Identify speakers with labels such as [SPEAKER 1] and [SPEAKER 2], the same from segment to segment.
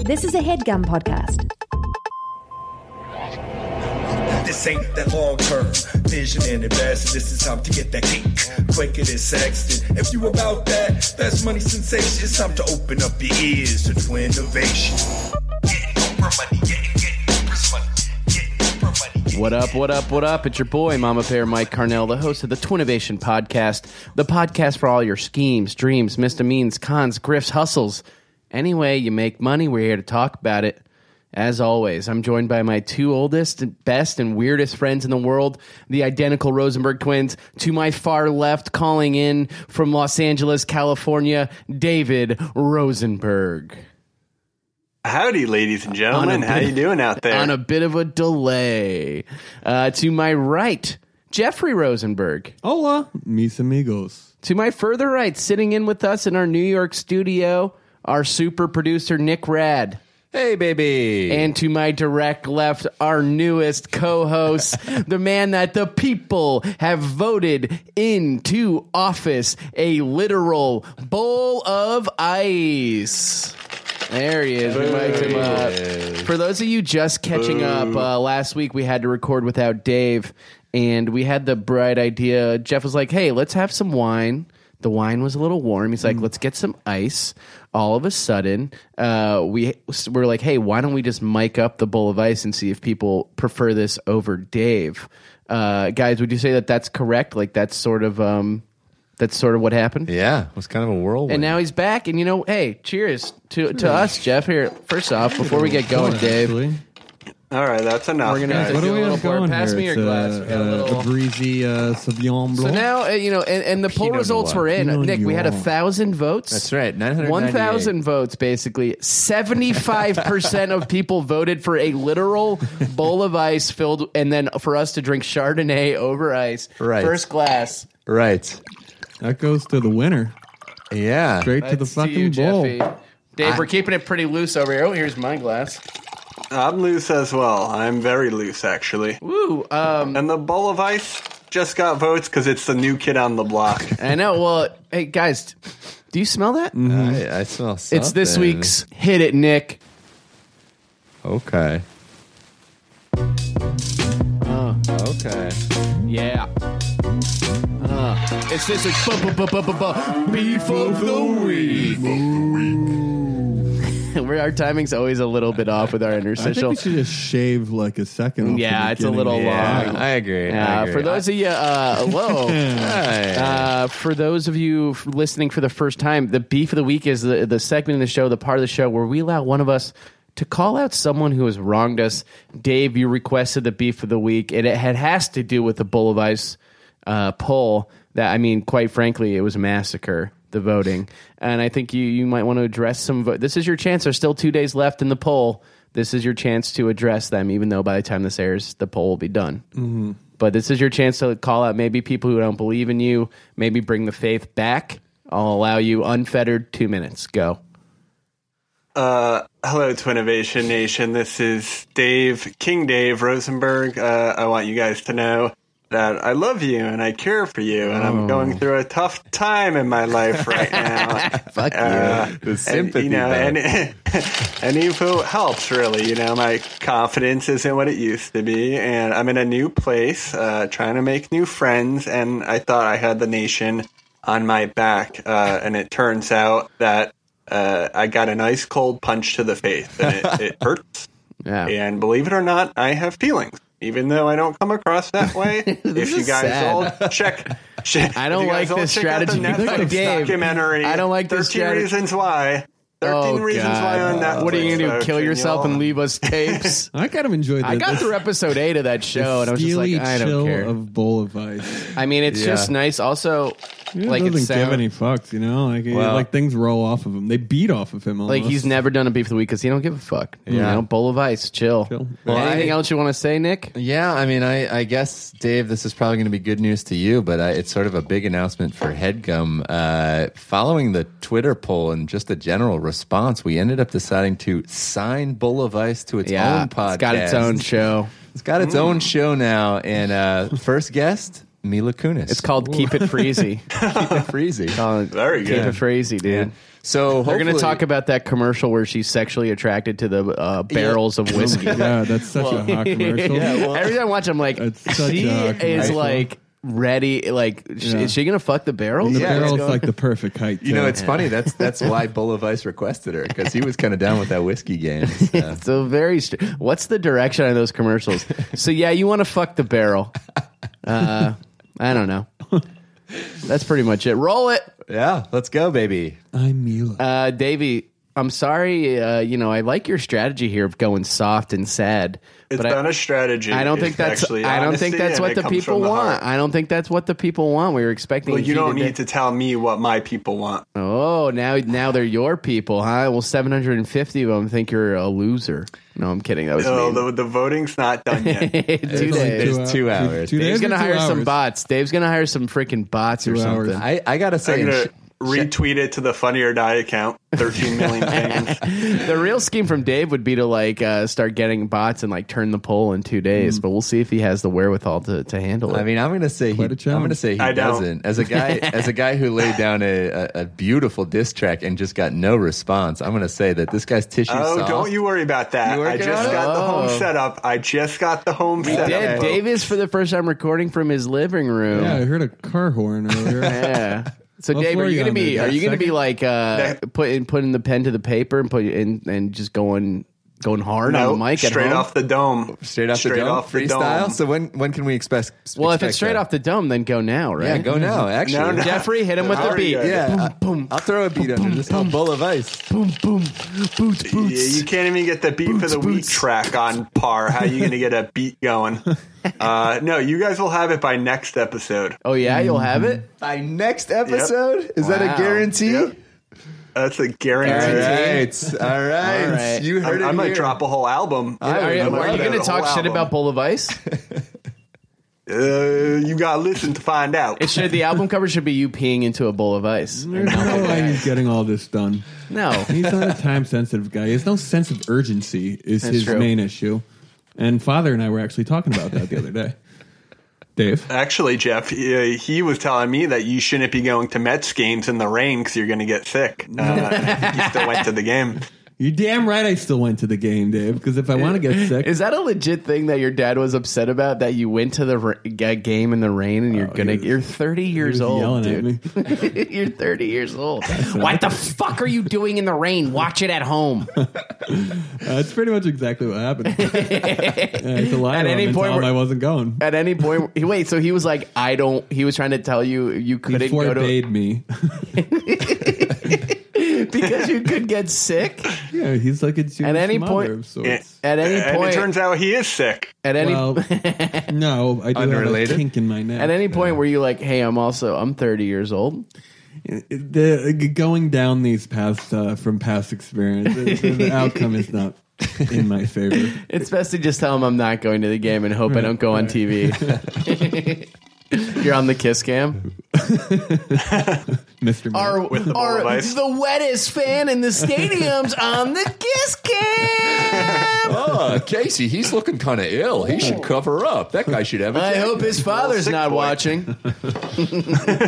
[SPEAKER 1] This is a headgum podcast.
[SPEAKER 2] This ain't that long term vision and investing. This is time to get that cake quicker than Sexton. If you about that, that's money sensation. It's time to open up your ears to true innovation. Getting Oprah money, getting, getting Oprah's money, getting Oprah money. getting-
[SPEAKER 3] What up, what up, what up? It's your boy, Mama Bear Mike Carnell, the host of the Twinnovation Podcast, the podcast for all your schemes, dreams, misdemeans, cons, grifts, hustles. Any way you make money, we're here to talk about it. As always, I'm joined by my two oldest, best, and weirdest friends in the world, the identical Rosenberg twins. To my far left, calling in from Los Angeles, California, David Rosenberg.
[SPEAKER 4] Howdy, ladies and gentlemen.
[SPEAKER 3] On a
[SPEAKER 4] How
[SPEAKER 3] bit-
[SPEAKER 4] you doing out there?
[SPEAKER 3] on a bit of a delay. Uh, to my right, Jeffrey Rosenberg.
[SPEAKER 5] Hola, mis amigos.
[SPEAKER 3] To my further right, sitting in with us in our New York studio, our super producer, Nick Rad.
[SPEAKER 6] Hey, baby.
[SPEAKER 3] And to my direct left, our newest co host, the man that the people have voted into office, a literal bowl of ice. There he is. We mic'd him up. For those of you just catching up, uh, last week we had to record without Dave, and we had the bright idea. Jeff was like, hey, let's have some wine. The wine was a little warm. He's like, let's get some ice. All of a sudden, uh, we were like, hey, why don't we just mic up the bowl of ice and see if people prefer this over Dave? Uh, guys, would you say that that's correct? Like, that's sort of um, that's sort of what happened.
[SPEAKER 6] yeah, it was kind of a whirlwind.
[SPEAKER 3] And now he's back, and you know, hey, cheers to to us, Jeff. Here, first off, before we get going, Dave,
[SPEAKER 5] Actually,
[SPEAKER 4] All right, that's enough.
[SPEAKER 3] We're gonna
[SPEAKER 4] guys.
[SPEAKER 3] have
[SPEAKER 5] what
[SPEAKER 3] do
[SPEAKER 5] do
[SPEAKER 3] a
[SPEAKER 5] we
[SPEAKER 3] little
[SPEAKER 5] have
[SPEAKER 3] pour.
[SPEAKER 5] going
[SPEAKER 3] Pass
[SPEAKER 5] here?
[SPEAKER 3] me your
[SPEAKER 5] It's,
[SPEAKER 3] glass.
[SPEAKER 5] uh,
[SPEAKER 3] We got a
[SPEAKER 5] uh,
[SPEAKER 3] little-
[SPEAKER 5] breezy uh, Sauvignon Blanc.
[SPEAKER 3] So now, uh, you know, and, and the poll
[SPEAKER 6] Pinot
[SPEAKER 3] results
[SPEAKER 6] Noir.
[SPEAKER 3] were in.
[SPEAKER 5] Pinot
[SPEAKER 3] Nick, we had a
[SPEAKER 5] Noir.
[SPEAKER 3] thousand votes.
[SPEAKER 6] That's right, 998.
[SPEAKER 3] One thousand votes, basically. Seventy-five percent of people voted for a literal bowl of ice filled, and then for us to drink Chardonnay over ice.
[SPEAKER 6] Right.
[SPEAKER 3] First glass.
[SPEAKER 6] right.
[SPEAKER 5] that goes to the winner,
[SPEAKER 6] Yeah.
[SPEAKER 5] straight to the
[SPEAKER 3] That's
[SPEAKER 5] fucking
[SPEAKER 3] you,
[SPEAKER 5] bowl.
[SPEAKER 3] Jeffy. Dave, we're keeping it pretty loose over here. Oh, here's my glass.
[SPEAKER 4] I'm loose as well. I'm very loose, actually.
[SPEAKER 3] Woo. Um,
[SPEAKER 4] And the bowl of ice just got votes because it's the new kid on the block.
[SPEAKER 3] I know. Well, hey guys, do you smell that?
[SPEAKER 6] I, I smell something.
[SPEAKER 3] It's this week's hit it, Nick.
[SPEAKER 6] Okay. Okay.
[SPEAKER 3] Uh. Yeah. Uh. it's this week's bu- bu- bu- bu- bu- beef of the week. Where our timing's always a little bit off with our
[SPEAKER 5] I think
[SPEAKER 3] interstitial.
[SPEAKER 5] we should just shave like a second. Off
[SPEAKER 3] Yeah,
[SPEAKER 5] the
[SPEAKER 3] it's a
[SPEAKER 5] beginning.
[SPEAKER 3] little
[SPEAKER 6] Yeah,
[SPEAKER 3] long.
[SPEAKER 6] I agree. I
[SPEAKER 3] Uh,
[SPEAKER 6] agree.
[SPEAKER 3] for those of you, uh, whoa.
[SPEAKER 6] Hey.
[SPEAKER 3] Uh, for those of you f- listening for the first time, the beef of the week is the, the segment in the show, the part of the show where we allow one of us to call out someone who has wronged us. Dave, you requested the beef of the week, and it had has to do with the Bull of Ice uh, poll. That I mean, quite frankly, it was a massacre. The voting, and I think you you might want to address some. Vo- this is your chance. There's still two days left in the poll. This is your chance to address them, even though by the time this airs, the poll will be done. But this is your chance to call out maybe people who don't believe in you, maybe bring the faith back. I'll allow you unfettered two minutes. Go.
[SPEAKER 4] Hello, Twinnovation Nation. This is Dave, King Dave Rosenberg. Uh, I want you guys to know that I love you and I care for you, and
[SPEAKER 3] Oh.
[SPEAKER 4] I'm going through a tough time in my life right now.
[SPEAKER 3] Fuck
[SPEAKER 4] Uh,
[SPEAKER 6] The sympathy
[SPEAKER 4] And, you know,
[SPEAKER 6] vote.
[SPEAKER 4] and, and info helps really. You know, my confidence isn't what it used to be, and I'm in a new place, uh, trying to make new friends. And I thought I had the nation on my back, uh, and it turns out that uh, I got an ice cold punch to the face, and it, it hurts.
[SPEAKER 3] Yeah.
[SPEAKER 4] And believe it or not, I have feelings. Even though I don't come across that way, if you
[SPEAKER 3] is
[SPEAKER 4] guys
[SPEAKER 3] sad.
[SPEAKER 4] all check, check-
[SPEAKER 3] I don't
[SPEAKER 4] if you guys
[SPEAKER 3] like
[SPEAKER 4] all
[SPEAKER 3] this
[SPEAKER 4] check out the
[SPEAKER 3] strategy by
[SPEAKER 4] Netflix
[SPEAKER 3] Dave.
[SPEAKER 4] documentary.
[SPEAKER 3] I don't like this
[SPEAKER 4] 13
[SPEAKER 3] strat-
[SPEAKER 4] reasons why. 13
[SPEAKER 3] Oh,
[SPEAKER 4] reasons why on
[SPEAKER 3] God.
[SPEAKER 4] Netflix.
[SPEAKER 3] What are you going to
[SPEAKER 4] So
[SPEAKER 3] do? Kill
[SPEAKER 4] can
[SPEAKER 3] yourself
[SPEAKER 4] y'all-
[SPEAKER 3] and leave us tapes?
[SPEAKER 5] I kind of enjoyed. The,
[SPEAKER 3] I got
[SPEAKER 5] the,
[SPEAKER 3] through episode eight of that show, and I was just
[SPEAKER 5] steely
[SPEAKER 3] like, I
[SPEAKER 5] chill
[SPEAKER 3] don't care.
[SPEAKER 5] of bowl of ice.
[SPEAKER 3] I mean, it's
[SPEAKER 6] Yeah.
[SPEAKER 3] just nice. Also,
[SPEAKER 5] He
[SPEAKER 3] like,
[SPEAKER 5] doesn't
[SPEAKER 3] it's
[SPEAKER 5] give any fucks, you know. Like, he-
[SPEAKER 6] Well-
[SPEAKER 5] like things roll off of him. They beat off of him.
[SPEAKER 3] like
[SPEAKER 5] Almost.
[SPEAKER 3] he's never done a beef of the week because he don't give a fuck. You
[SPEAKER 6] Yeah.
[SPEAKER 3] know, bowl of ice, chill.
[SPEAKER 5] Chill.
[SPEAKER 6] Well,
[SPEAKER 3] Anything
[SPEAKER 6] I-
[SPEAKER 3] else you want to say, Nick?
[SPEAKER 6] Yeah, I mean, I, I guess, Dave, this is probably going to be good news to you, but I, it's sort of a big announcement for HeadGum. Uh, following the Twitter poll and just the general response, we ended up deciding to sign Bull of Ice to its
[SPEAKER 3] Yeah,
[SPEAKER 6] own podcast.
[SPEAKER 3] it's got its own show.
[SPEAKER 6] It's got its own show now. And uh, first guest, Mila Kunis.
[SPEAKER 3] It's called Keep It Freezy.
[SPEAKER 6] Freezy.
[SPEAKER 3] Uh,
[SPEAKER 4] Very
[SPEAKER 3] Keep
[SPEAKER 4] good.
[SPEAKER 3] It Freezy, dude.
[SPEAKER 6] So
[SPEAKER 3] They're going to
[SPEAKER 6] hopefully-
[SPEAKER 3] talk about that commercial where she's sexually attracted to the uh, barrels of whiskey.
[SPEAKER 5] Yeah, that's such a hot commercial.
[SPEAKER 3] Every time I watch, I'm like,
[SPEAKER 5] It's such
[SPEAKER 3] she
[SPEAKER 5] a
[SPEAKER 3] is
[SPEAKER 5] commercial.
[SPEAKER 3] like ready. Like, sh-
[SPEAKER 5] Yeah.
[SPEAKER 3] is she gonna fuck the barrel?
[SPEAKER 5] And the
[SPEAKER 6] Yeah,
[SPEAKER 5] barrel's
[SPEAKER 6] it's going-
[SPEAKER 5] like the perfect height.
[SPEAKER 6] You know,
[SPEAKER 5] too.
[SPEAKER 6] it's funny. That's that's why Bull of Ice requested her because he was kind of down with that whiskey game. So.
[SPEAKER 3] So very. Str- What's the direction on those commercials? so yeah, you want to fuck the barrel? Uh, I don't know. That's pretty much it. Roll it,
[SPEAKER 6] yeah, let's go, baby.
[SPEAKER 5] I'm Mila.
[SPEAKER 3] uh, Davey. I'm sorry. Uh, you know, I like your strategy here of going soft and sad.
[SPEAKER 4] It's
[SPEAKER 3] but I-
[SPEAKER 4] not a strategy.
[SPEAKER 3] I don't
[SPEAKER 4] It's
[SPEAKER 3] think that's.
[SPEAKER 4] actually
[SPEAKER 3] I don't
[SPEAKER 4] honesty,
[SPEAKER 3] think that's
[SPEAKER 4] and
[SPEAKER 3] what
[SPEAKER 4] it
[SPEAKER 3] the
[SPEAKER 4] comes
[SPEAKER 3] people
[SPEAKER 4] from the
[SPEAKER 3] want.
[SPEAKER 4] heart.
[SPEAKER 3] I don't think that's what the people want. We were expecting.
[SPEAKER 4] Well, you don't
[SPEAKER 3] to
[SPEAKER 4] need to tell me what my people want.
[SPEAKER 3] Oh, now now they're your people, huh? Well, seven hundred and fifty of them think you're a loser. No, I'm kidding. That was
[SPEAKER 4] No,
[SPEAKER 3] mean.
[SPEAKER 4] Oh, the, the voting's not done yet.
[SPEAKER 3] Two
[SPEAKER 5] It's only
[SPEAKER 3] days.
[SPEAKER 6] There's two hours.
[SPEAKER 5] Two, two
[SPEAKER 3] Dave's
[SPEAKER 5] days
[SPEAKER 3] gonna
[SPEAKER 5] or two
[SPEAKER 3] hire some
[SPEAKER 5] hours?
[SPEAKER 3] bots. Dave's gonna hire some freaking bots or
[SPEAKER 5] Two hours.
[SPEAKER 3] something.
[SPEAKER 6] I, I gotta say,
[SPEAKER 4] I'm
[SPEAKER 6] and
[SPEAKER 4] gonna
[SPEAKER 6] sh-
[SPEAKER 4] retweet it to the Funny or Die account. Thirteen million fans.
[SPEAKER 3] the real scheme from Dave would be to like uh, start getting bots and like turn the poll in two days.
[SPEAKER 5] Hmm.
[SPEAKER 3] But we'll see if he has the wherewithal to, to handle it.
[SPEAKER 6] I mean, I'm gonna say he,
[SPEAKER 5] Quite a
[SPEAKER 6] I'm
[SPEAKER 5] challenge.
[SPEAKER 6] gonna say he
[SPEAKER 4] I don't.
[SPEAKER 6] doesn't. As a guy, as a guy who laid down a, a, a beautiful diss track and just got no response, I'm gonna say that this guy's tissue.
[SPEAKER 4] Oh,
[SPEAKER 6] soft.
[SPEAKER 4] don't you worry about that.
[SPEAKER 6] You
[SPEAKER 4] I
[SPEAKER 6] working
[SPEAKER 4] just
[SPEAKER 6] on it?
[SPEAKER 4] got the home
[SPEAKER 3] Oh.
[SPEAKER 4] set up. I just got the home set
[SPEAKER 3] Dave,
[SPEAKER 4] up.
[SPEAKER 3] Dave is for the first time recording from his living room.
[SPEAKER 5] Yeah, I heard a car horn earlier.
[SPEAKER 3] Yeah. So
[SPEAKER 5] What
[SPEAKER 3] Dave,
[SPEAKER 5] floor
[SPEAKER 3] are
[SPEAKER 5] are
[SPEAKER 3] you
[SPEAKER 5] you
[SPEAKER 3] gonna
[SPEAKER 5] on,
[SPEAKER 3] be
[SPEAKER 5] dude?
[SPEAKER 3] are
[SPEAKER 5] That
[SPEAKER 3] you gonna be
[SPEAKER 5] second?
[SPEAKER 3] like uh
[SPEAKER 4] That-
[SPEAKER 3] putting putting the pen to the paper and put and and just going going hard
[SPEAKER 4] No,
[SPEAKER 3] on the mic at
[SPEAKER 4] straight
[SPEAKER 3] home?
[SPEAKER 4] off the dome.
[SPEAKER 6] straight off the dome
[SPEAKER 4] off the
[SPEAKER 6] freestyle?
[SPEAKER 4] dome.
[SPEAKER 6] So when when can we expect?
[SPEAKER 3] well, if
[SPEAKER 6] expect
[SPEAKER 3] it's straight
[SPEAKER 6] that?
[SPEAKER 3] off the dome, then go now, right?
[SPEAKER 6] yeah, go now. Actually,
[SPEAKER 4] No, no.
[SPEAKER 3] Jeffrey, hit him with the
[SPEAKER 4] Already
[SPEAKER 3] beat.
[SPEAKER 4] got it.
[SPEAKER 6] Yeah,
[SPEAKER 3] boom,
[SPEAKER 6] I'll throw a beat under this whole bowl of ice.
[SPEAKER 3] boom, boom, boots, boots.
[SPEAKER 4] Yeah, you can't even get the beat for the week track on par. How you going to get a beat going? Uh, no, you guys will have it by next episode.
[SPEAKER 3] oh yeah, you'll have it.
[SPEAKER 6] By next episode, is that
[SPEAKER 3] Wow.
[SPEAKER 6] a guarantee?
[SPEAKER 4] Yep. That's a guarantee.
[SPEAKER 6] All
[SPEAKER 3] Guarantee.
[SPEAKER 6] right, all right.
[SPEAKER 3] All right.
[SPEAKER 6] You
[SPEAKER 4] I,
[SPEAKER 6] heard it.
[SPEAKER 4] I might
[SPEAKER 6] here.
[SPEAKER 4] drop a whole album.
[SPEAKER 6] I
[SPEAKER 3] Are,
[SPEAKER 6] would
[SPEAKER 3] you-
[SPEAKER 6] love
[SPEAKER 3] are you
[SPEAKER 6] that.
[SPEAKER 3] going to
[SPEAKER 4] The
[SPEAKER 3] talk
[SPEAKER 4] whole
[SPEAKER 3] shit
[SPEAKER 4] album.
[SPEAKER 3] about Bowl of Ice?
[SPEAKER 4] Uh, you got to listen to find out.
[SPEAKER 3] It should. The album cover should be you peeing into a bowl of ice.
[SPEAKER 5] There's no way he's getting all this done.
[SPEAKER 3] No,
[SPEAKER 5] He's not a time sensitive guy. He has no sense of urgency is
[SPEAKER 3] That's
[SPEAKER 5] his
[SPEAKER 3] true.
[SPEAKER 5] main issue. And father and I were actually talking about that the other day. Dave,
[SPEAKER 4] Actually, Jeff, he, he was telling me that you shouldn't be going to Mets games in the rain because you're going to get sick. Uh, and I think you still went to the game.
[SPEAKER 5] you damn right I still went to the game, Dave, because if I want to get sick,
[SPEAKER 3] is that a legit thing that your dad was upset about that you went to the ra- g- game in the rain and you're
[SPEAKER 5] Oh, he
[SPEAKER 3] gonna
[SPEAKER 5] was-
[SPEAKER 3] you're 30 years
[SPEAKER 5] was
[SPEAKER 3] old,
[SPEAKER 5] yelling at
[SPEAKER 3] dude. you're 30 years old. what the fuck are you doing in the rain? Watch it at home.
[SPEAKER 5] that's pretty much exactly what happened. Yeah, it's a lie
[SPEAKER 3] At
[SPEAKER 5] to him
[SPEAKER 3] any
[SPEAKER 5] and
[SPEAKER 3] point
[SPEAKER 5] tell him
[SPEAKER 3] we're-
[SPEAKER 5] I wasn't going.
[SPEAKER 3] At any point, he, wait. So he was like, I don't. He was trying to tell you you
[SPEAKER 5] He
[SPEAKER 3] couldn't go to
[SPEAKER 5] forbade me.
[SPEAKER 3] because you could get sick.
[SPEAKER 5] yeah, he's like a Jewish
[SPEAKER 3] At any
[SPEAKER 5] mother
[SPEAKER 3] point-
[SPEAKER 5] of sorts.
[SPEAKER 3] At any
[SPEAKER 4] And
[SPEAKER 3] point,
[SPEAKER 4] it turns out he is sick.
[SPEAKER 3] at any
[SPEAKER 5] Well, no, I do have
[SPEAKER 6] Unrelated?
[SPEAKER 5] a kink in my neck.
[SPEAKER 3] at any point, were you like, hey, I'm also I'm 30 years old.
[SPEAKER 5] the g- going down these paths uh, from past experience, the, the- the outcome is not in my favor.
[SPEAKER 3] It's best to just tell him I'm not going to the game and hope I don't go on TV. You're on the kiss cam.
[SPEAKER 5] Mister.
[SPEAKER 3] Our,
[SPEAKER 4] the ball
[SPEAKER 3] our-
[SPEAKER 4] of ice.
[SPEAKER 3] the wettest fan in the stadium's on the kiss cam.
[SPEAKER 6] Oh, Casey, he's looking kind of ill. He should cover up. That guy should have
[SPEAKER 3] Oh. I hope his father's
[SPEAKER 4] sick
[SPEAKER 3] not
[SPEAKER 4] boy.
[SPEAKER 3] watching.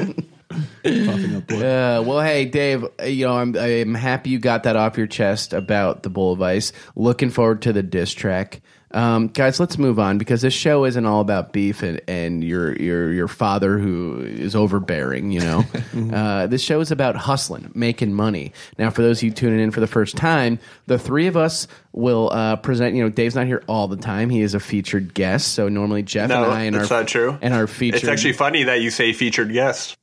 [SPEAKER 5] popping up. Boy.
[SPEAKER 3] Uh, well, hey, Dave. uh, You know, I'm I'm happy you got that off your chest about the Bowl of Ice. Looking forward to the diss track, um, guys. Let's move on because this show isn't all about beef and, and your your your father who is overbearing. You know, uh, this show is about hustling, making money. Now, for those of you tuning in for the first time, the three of us will uh, present. You know, Dave's not here all the time; he is a featured guest. So normally Jeff
[SPEAKER 4] No,
[SPEAKER 3] and I and
[SPEAKER 4] that's
[SPEAKER 3] our
[SPEAKER 4] not true.
[SPEAKER 3] and our featured
[SPEAKER 4] It's actually funny that you say featured guest.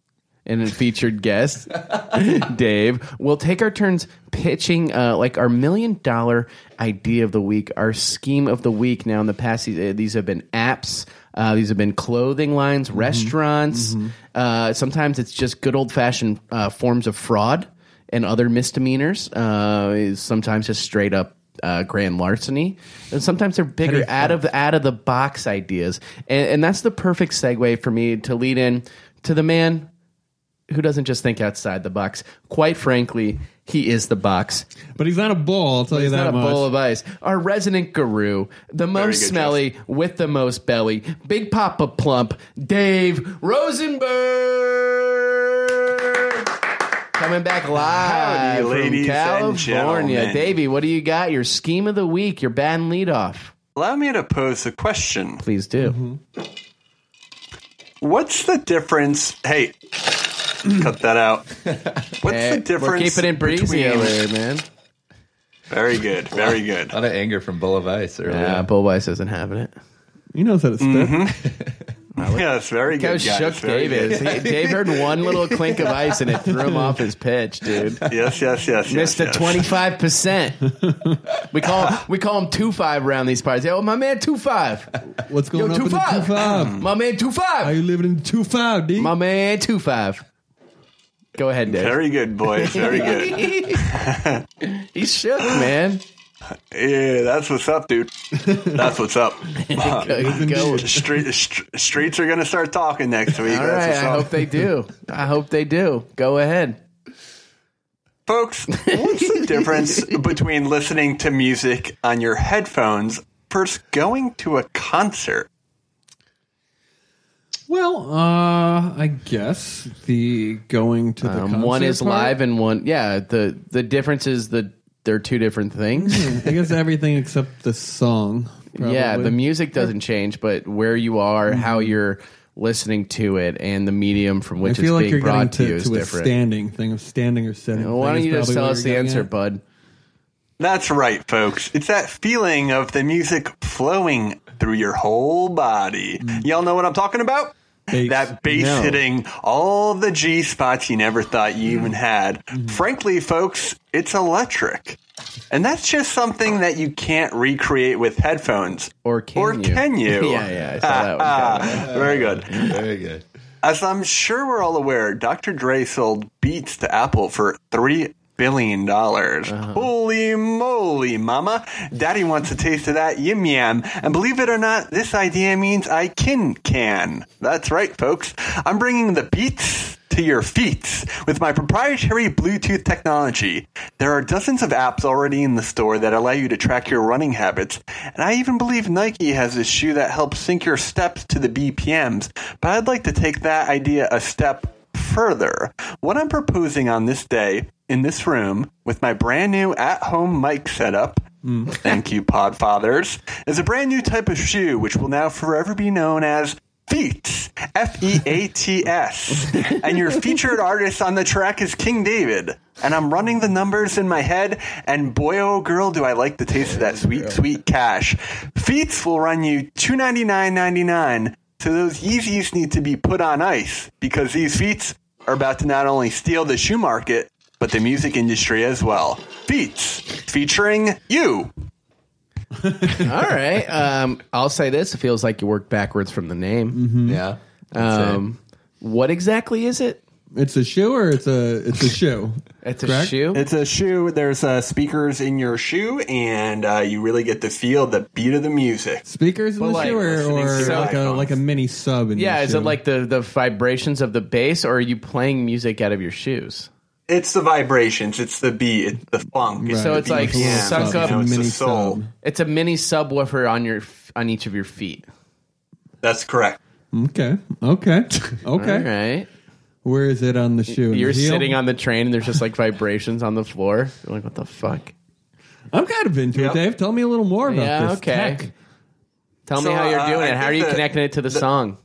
[SPEAKER 3] and a featured guest, Dave. We'll take our turns pitching uh, like our million dollar idea of the week, our scheme of the week. Now, in the past, these, uh, these have been apps, uh, these have been clothing lines, restaurants. Uh, sometimes it's just good old fashioned uh, forms of fraud and other misdemeanors. Uh, is sometimes just straight up. Uh, grand larceny, and sometimes they're bigger, out of out of the box ideas, and, and that's the perfect segue for me to lead in to the man who doesn't just think outside the box. Quite frankly, He is the box.
[SPEAKER 5] But he's not a bull, I'll tell you
[SPEAKER 3] He's
[SPEAKER 5] that
[SPEAKER 3] not a
[SPEAKER 5] much.
[SPEAKER 3] bowl of ice. Our resident guru, the most
[SPEAKER 4] good,
[SPEAKER 3] smelly with the most belly, Big Papa Plump, Dave Rosenberg. Coming back live
[SPEAKER 4] Howdy,
[SPEAKER 3] from
[SPEAKER 4] ladies and
[SPEAKER 3] California.
[SPEAKER 4] gentlemen.
[SPEAKER 3] Davey, what do you got? Your scheme of the week, your band leadoff.
[SPEAKER 4] Allow me to pose a question.
[SPEAKER 3] Please do.
[SPEAKER 5] Mm-hmm.
[SPEAKER 4] What's the difference? Hey, cut that out. What's
[SPEAKER 3] Eh,
[SPEAKER 4] the difference?
[SPEAKER 3] we're keeping it breezy
[SPEAKER 4] between- Oh,
[SPEAKER 3] over here, man.
[SPEAKER 4] Very good. Very good.
[SPEAKER 6] A lot of anger from Bull of Ice earlier.
[SPEAKER 3] Yeah, Bull Weiss isn't having it.
[SPEAKER 5] He knows how to spit.
[SPEAKER 4] Yeah, it's very
[SPEAKER 3] Look how
[SPEAKER 4] good. guys,
[SPEAKER 3] shook
[SPEAKER 4] very
[SPEAKER 3] Dave is. He- Dave heard one little clink of ice and it threw him off his pitch, dude.
[SPEAKER 4] good. Yes, yes, yes. yes,
[SPEAKER 3] Missed a
[SPEAKER 4] yes.
[SPEAKER 3] twenty five percent. We call we call him two five around these parts. Oh, my man, two five.
[SPEAKER 5] What's
[SPEAKER 3] Yo,
[SPEAKER 5] going on
[SPEAKER 3] two
[SPEAKER 5] with the two
[SPEAKER 3] five.
[SPEAKER 5] five?
[SPEAKER 3] My man, two
[SPEAKER 5] Are
[SPEAKER 3] five.
[SPEAKER 5] you living in the two five, D?
[SPEAKER 3] My man, two five. Go ahead, Dave.
[SPEAKER 4] Very good, boys. Very good.
[SPEAKER 3] He's shook, man.
[SPEAKER 4] Yeah, that's what's up, dude. That's what's up.
[SPEAKER 3] Go, go.
[SPEAKER 4] Street, st- streets are going to start talking next week.
[SPEAKER 3] All
[SPEAKER 4] that's
[SPEAKER 3] right,
[SPEAKER 4] what's
[SPEAKER 3] I
[SPEAKER 4] up.
[SPEAKER 3] hope they do. I hope they do. Go ahead.
[SPEAKER 4] Folks, what's the difference between listening to music on your headphones versus going to a concert?
[SPEAKER 5] Well, uh, I guess the going to the
[SPEAKER 3] Um, one
[SPEAKER 5] concert
[SPEAKER 3] is
[SPEAKER 5] part-
[SPEAKER 3] live and one, yeah. The the difference is the they're two different things.
[SPEAKER 5] I guess everything except the song. Probably. Mm-hmm.
[SPEAKER 3] Yeah, the music doesn't change, but where you are, how you're listening to it, and the medium from
[SPEAKER 5] I
[SPEAKER 3] which it's
[SPEAKER 5] feel like
[SPEAKER 3] being
[SPEAKER 5] you're getting
[SPEAKER 3] brought to, you
[SPEAKER 5] to,
[SPEAKER 3] is
[SPEAKER 5] to a
[SPEAKER 3] different.
[SPEAKER 5] standing thing of standing or sitting.
[SPEAKER 3] Well, why
[SPEAKER 5] thing
[SPEAKER 3] don't
[SPEAKER 5] is
[SPEAKER 3] you just
[SPEAKER 5] probably
[SPEAKER 3] tell
[SPEAKER 5] what
[SPEAKER 3] us
[SPEAKER 5] you're
[SPEAKER 3] the
[SPEAKER 5] getting
[SPEAKER 3] answer,
[SPEAKER 5] at.
[SPEAKER 3] bud?
[SPEAKER 4] That's right, folks. It's that feeling of the music flowing through your whole body.
[SPEAKER 3] Mm.
[SPEAKER 4] Y'all know what I'm talking about?
[SPEAKER 5] Bass.
[SPEAKER 4] That bass
[SPEAKER 5] No.
[SPEAKER 4] hitting all the G spots you never thought you
[SPEAKER 3] Mm.
[SPEAKER 4] even had. Frankly, folks, it's electric. And that's just something that you can't recreate with headphones.
[SPEAKER 3] Or can
[SPEAKER 4] or
[SPEAKER 3] you?
[SPEAKER 4] Can you?
[SPEAKER 3] yeah, yeah, I saw that one.
[SPEAKER 4] Ah, very good.
[SPEAKER 6] Very good.
[SPEAKER 4] As I'm sure we're all aware, Dr. Dre sold Beats to Apple for $3 billion. Holy moly, mama. Daddy wants a taste of that yim yam. And believe it or not, this idea means I kin can. That's right, folks. I'm bringing the beats to your feet with my proprietary Bluetooth technology. There are dozens of apps already in the store that allow you to track your running habits, and I even believe Nike has a shoe that helps sync your steps to the BPMs, but I'd like to take that idea a step further. What I'm proposing on this day in this room with my brand new at home mic setup. Thank you, Podfathers. Is a brand new type of shoe which will now forever be known as Feats, F E A T S. And your featured artist on the track is King David. And I'm running the numbers in my head, and boy, oh girl, do I like the taste of that sweet, sweet cash. Feats will run you two ninety nine ninety nine. So those Yeezys need to be put on ice because these feats are about to not only steal the shoe market, but the music industry as well. Feats featuring you.
[SPEAKER 3] All right. Um, I'll say this. It feels like you worked backwards from the name.
[SPEAKER 5] Mm-hmm.
[SPEAKER 6] Yeah. That's it.
[SPEAKER 3] Hmm. Um, what exactly is it?
[SPEAKER 5] It's a shoe or it's a it's a shoe.
[SPEAKER 3] It's a
[SPEAKER 5] Correct?
[SPEAKER 3] shoe?
[SPEAKER 4] It's a shoe. There's uh, speakers in your shoe, and uh, you really get to feel the beat of the music.
[SPEAKER 5] Speakers in
[SPEAKER 3] But
[SPEAKER 5] the
[SPEAKER 3] like
[SPEAKER 5] shoe or,
[SPEAKER 4] listening
[SPEAKER 5] or
[SPEAKER 4] to
[SPEAKER 5] like a
[SPEAKER 4] iPhones.
[SPEAKER 5] like a mini sub. In your
[SPEAKER 3] yeah, is it
[SPEAKER 5] shoe?
[SPEAKER 3] like the, the vibrations of the bass, or are you playing music out of your shoes?
[SPEAKER 4] It's the vibrations. It's the beat. It's the funk.
[SPEAKER 5] Right.
[SPEAKER 3] So it's
[SPEAKER 4] the
[SPEAKER 3] like
[SPEAKER 4] BPM,
[SPEAKER 3] suck
[SPEAKER 4] you
[SPEAKER 3] up-
[SPEAKER 4] know, it's the
[SPEAKER 5] Mini
[SPEAKER 4] soul.
[SPEAKER 5] sub.
[SPEAKER 3] It's a mini subwoofer on your f- on each of your feet.
[SPEAKER 4] That's correct.
[SPEAKER 5] Okay, okay, okay.
[SPEAKER 3] All right.
[SPEAKER 5] Where is it on the shoe? In
[SPEAKER 3] You're
[SPEAKER 5] the heel?
[SPEAKER 3] sitting on the train and there's just like vibrations on the floor. You're like, what the fuck?
[SPEAKER 5] I'm kind of into
[SPEAKER 4] Yep.
[SPEAKER 5] it, Dave. Tell me a little more about
[SPEAKER 3] Yeah,
[SPEAKER 5] this.
[SPEAKER 3] okay.
[SPEAKER 5] tech.
[SPEAKER 3] Tell
[SPEAKER 4] So,
[SPEAKER 3] me how you're
[SPEAKER 4] uh,
[SPEAKER 3] doing
[SPEAKER 4] I
[SPEAKER 3] it. How are
[SPEAKER 4] think
[SPEAKER 3] you
[SPEAKER 4] that
[SPEAKER 3] connecting it to the, song?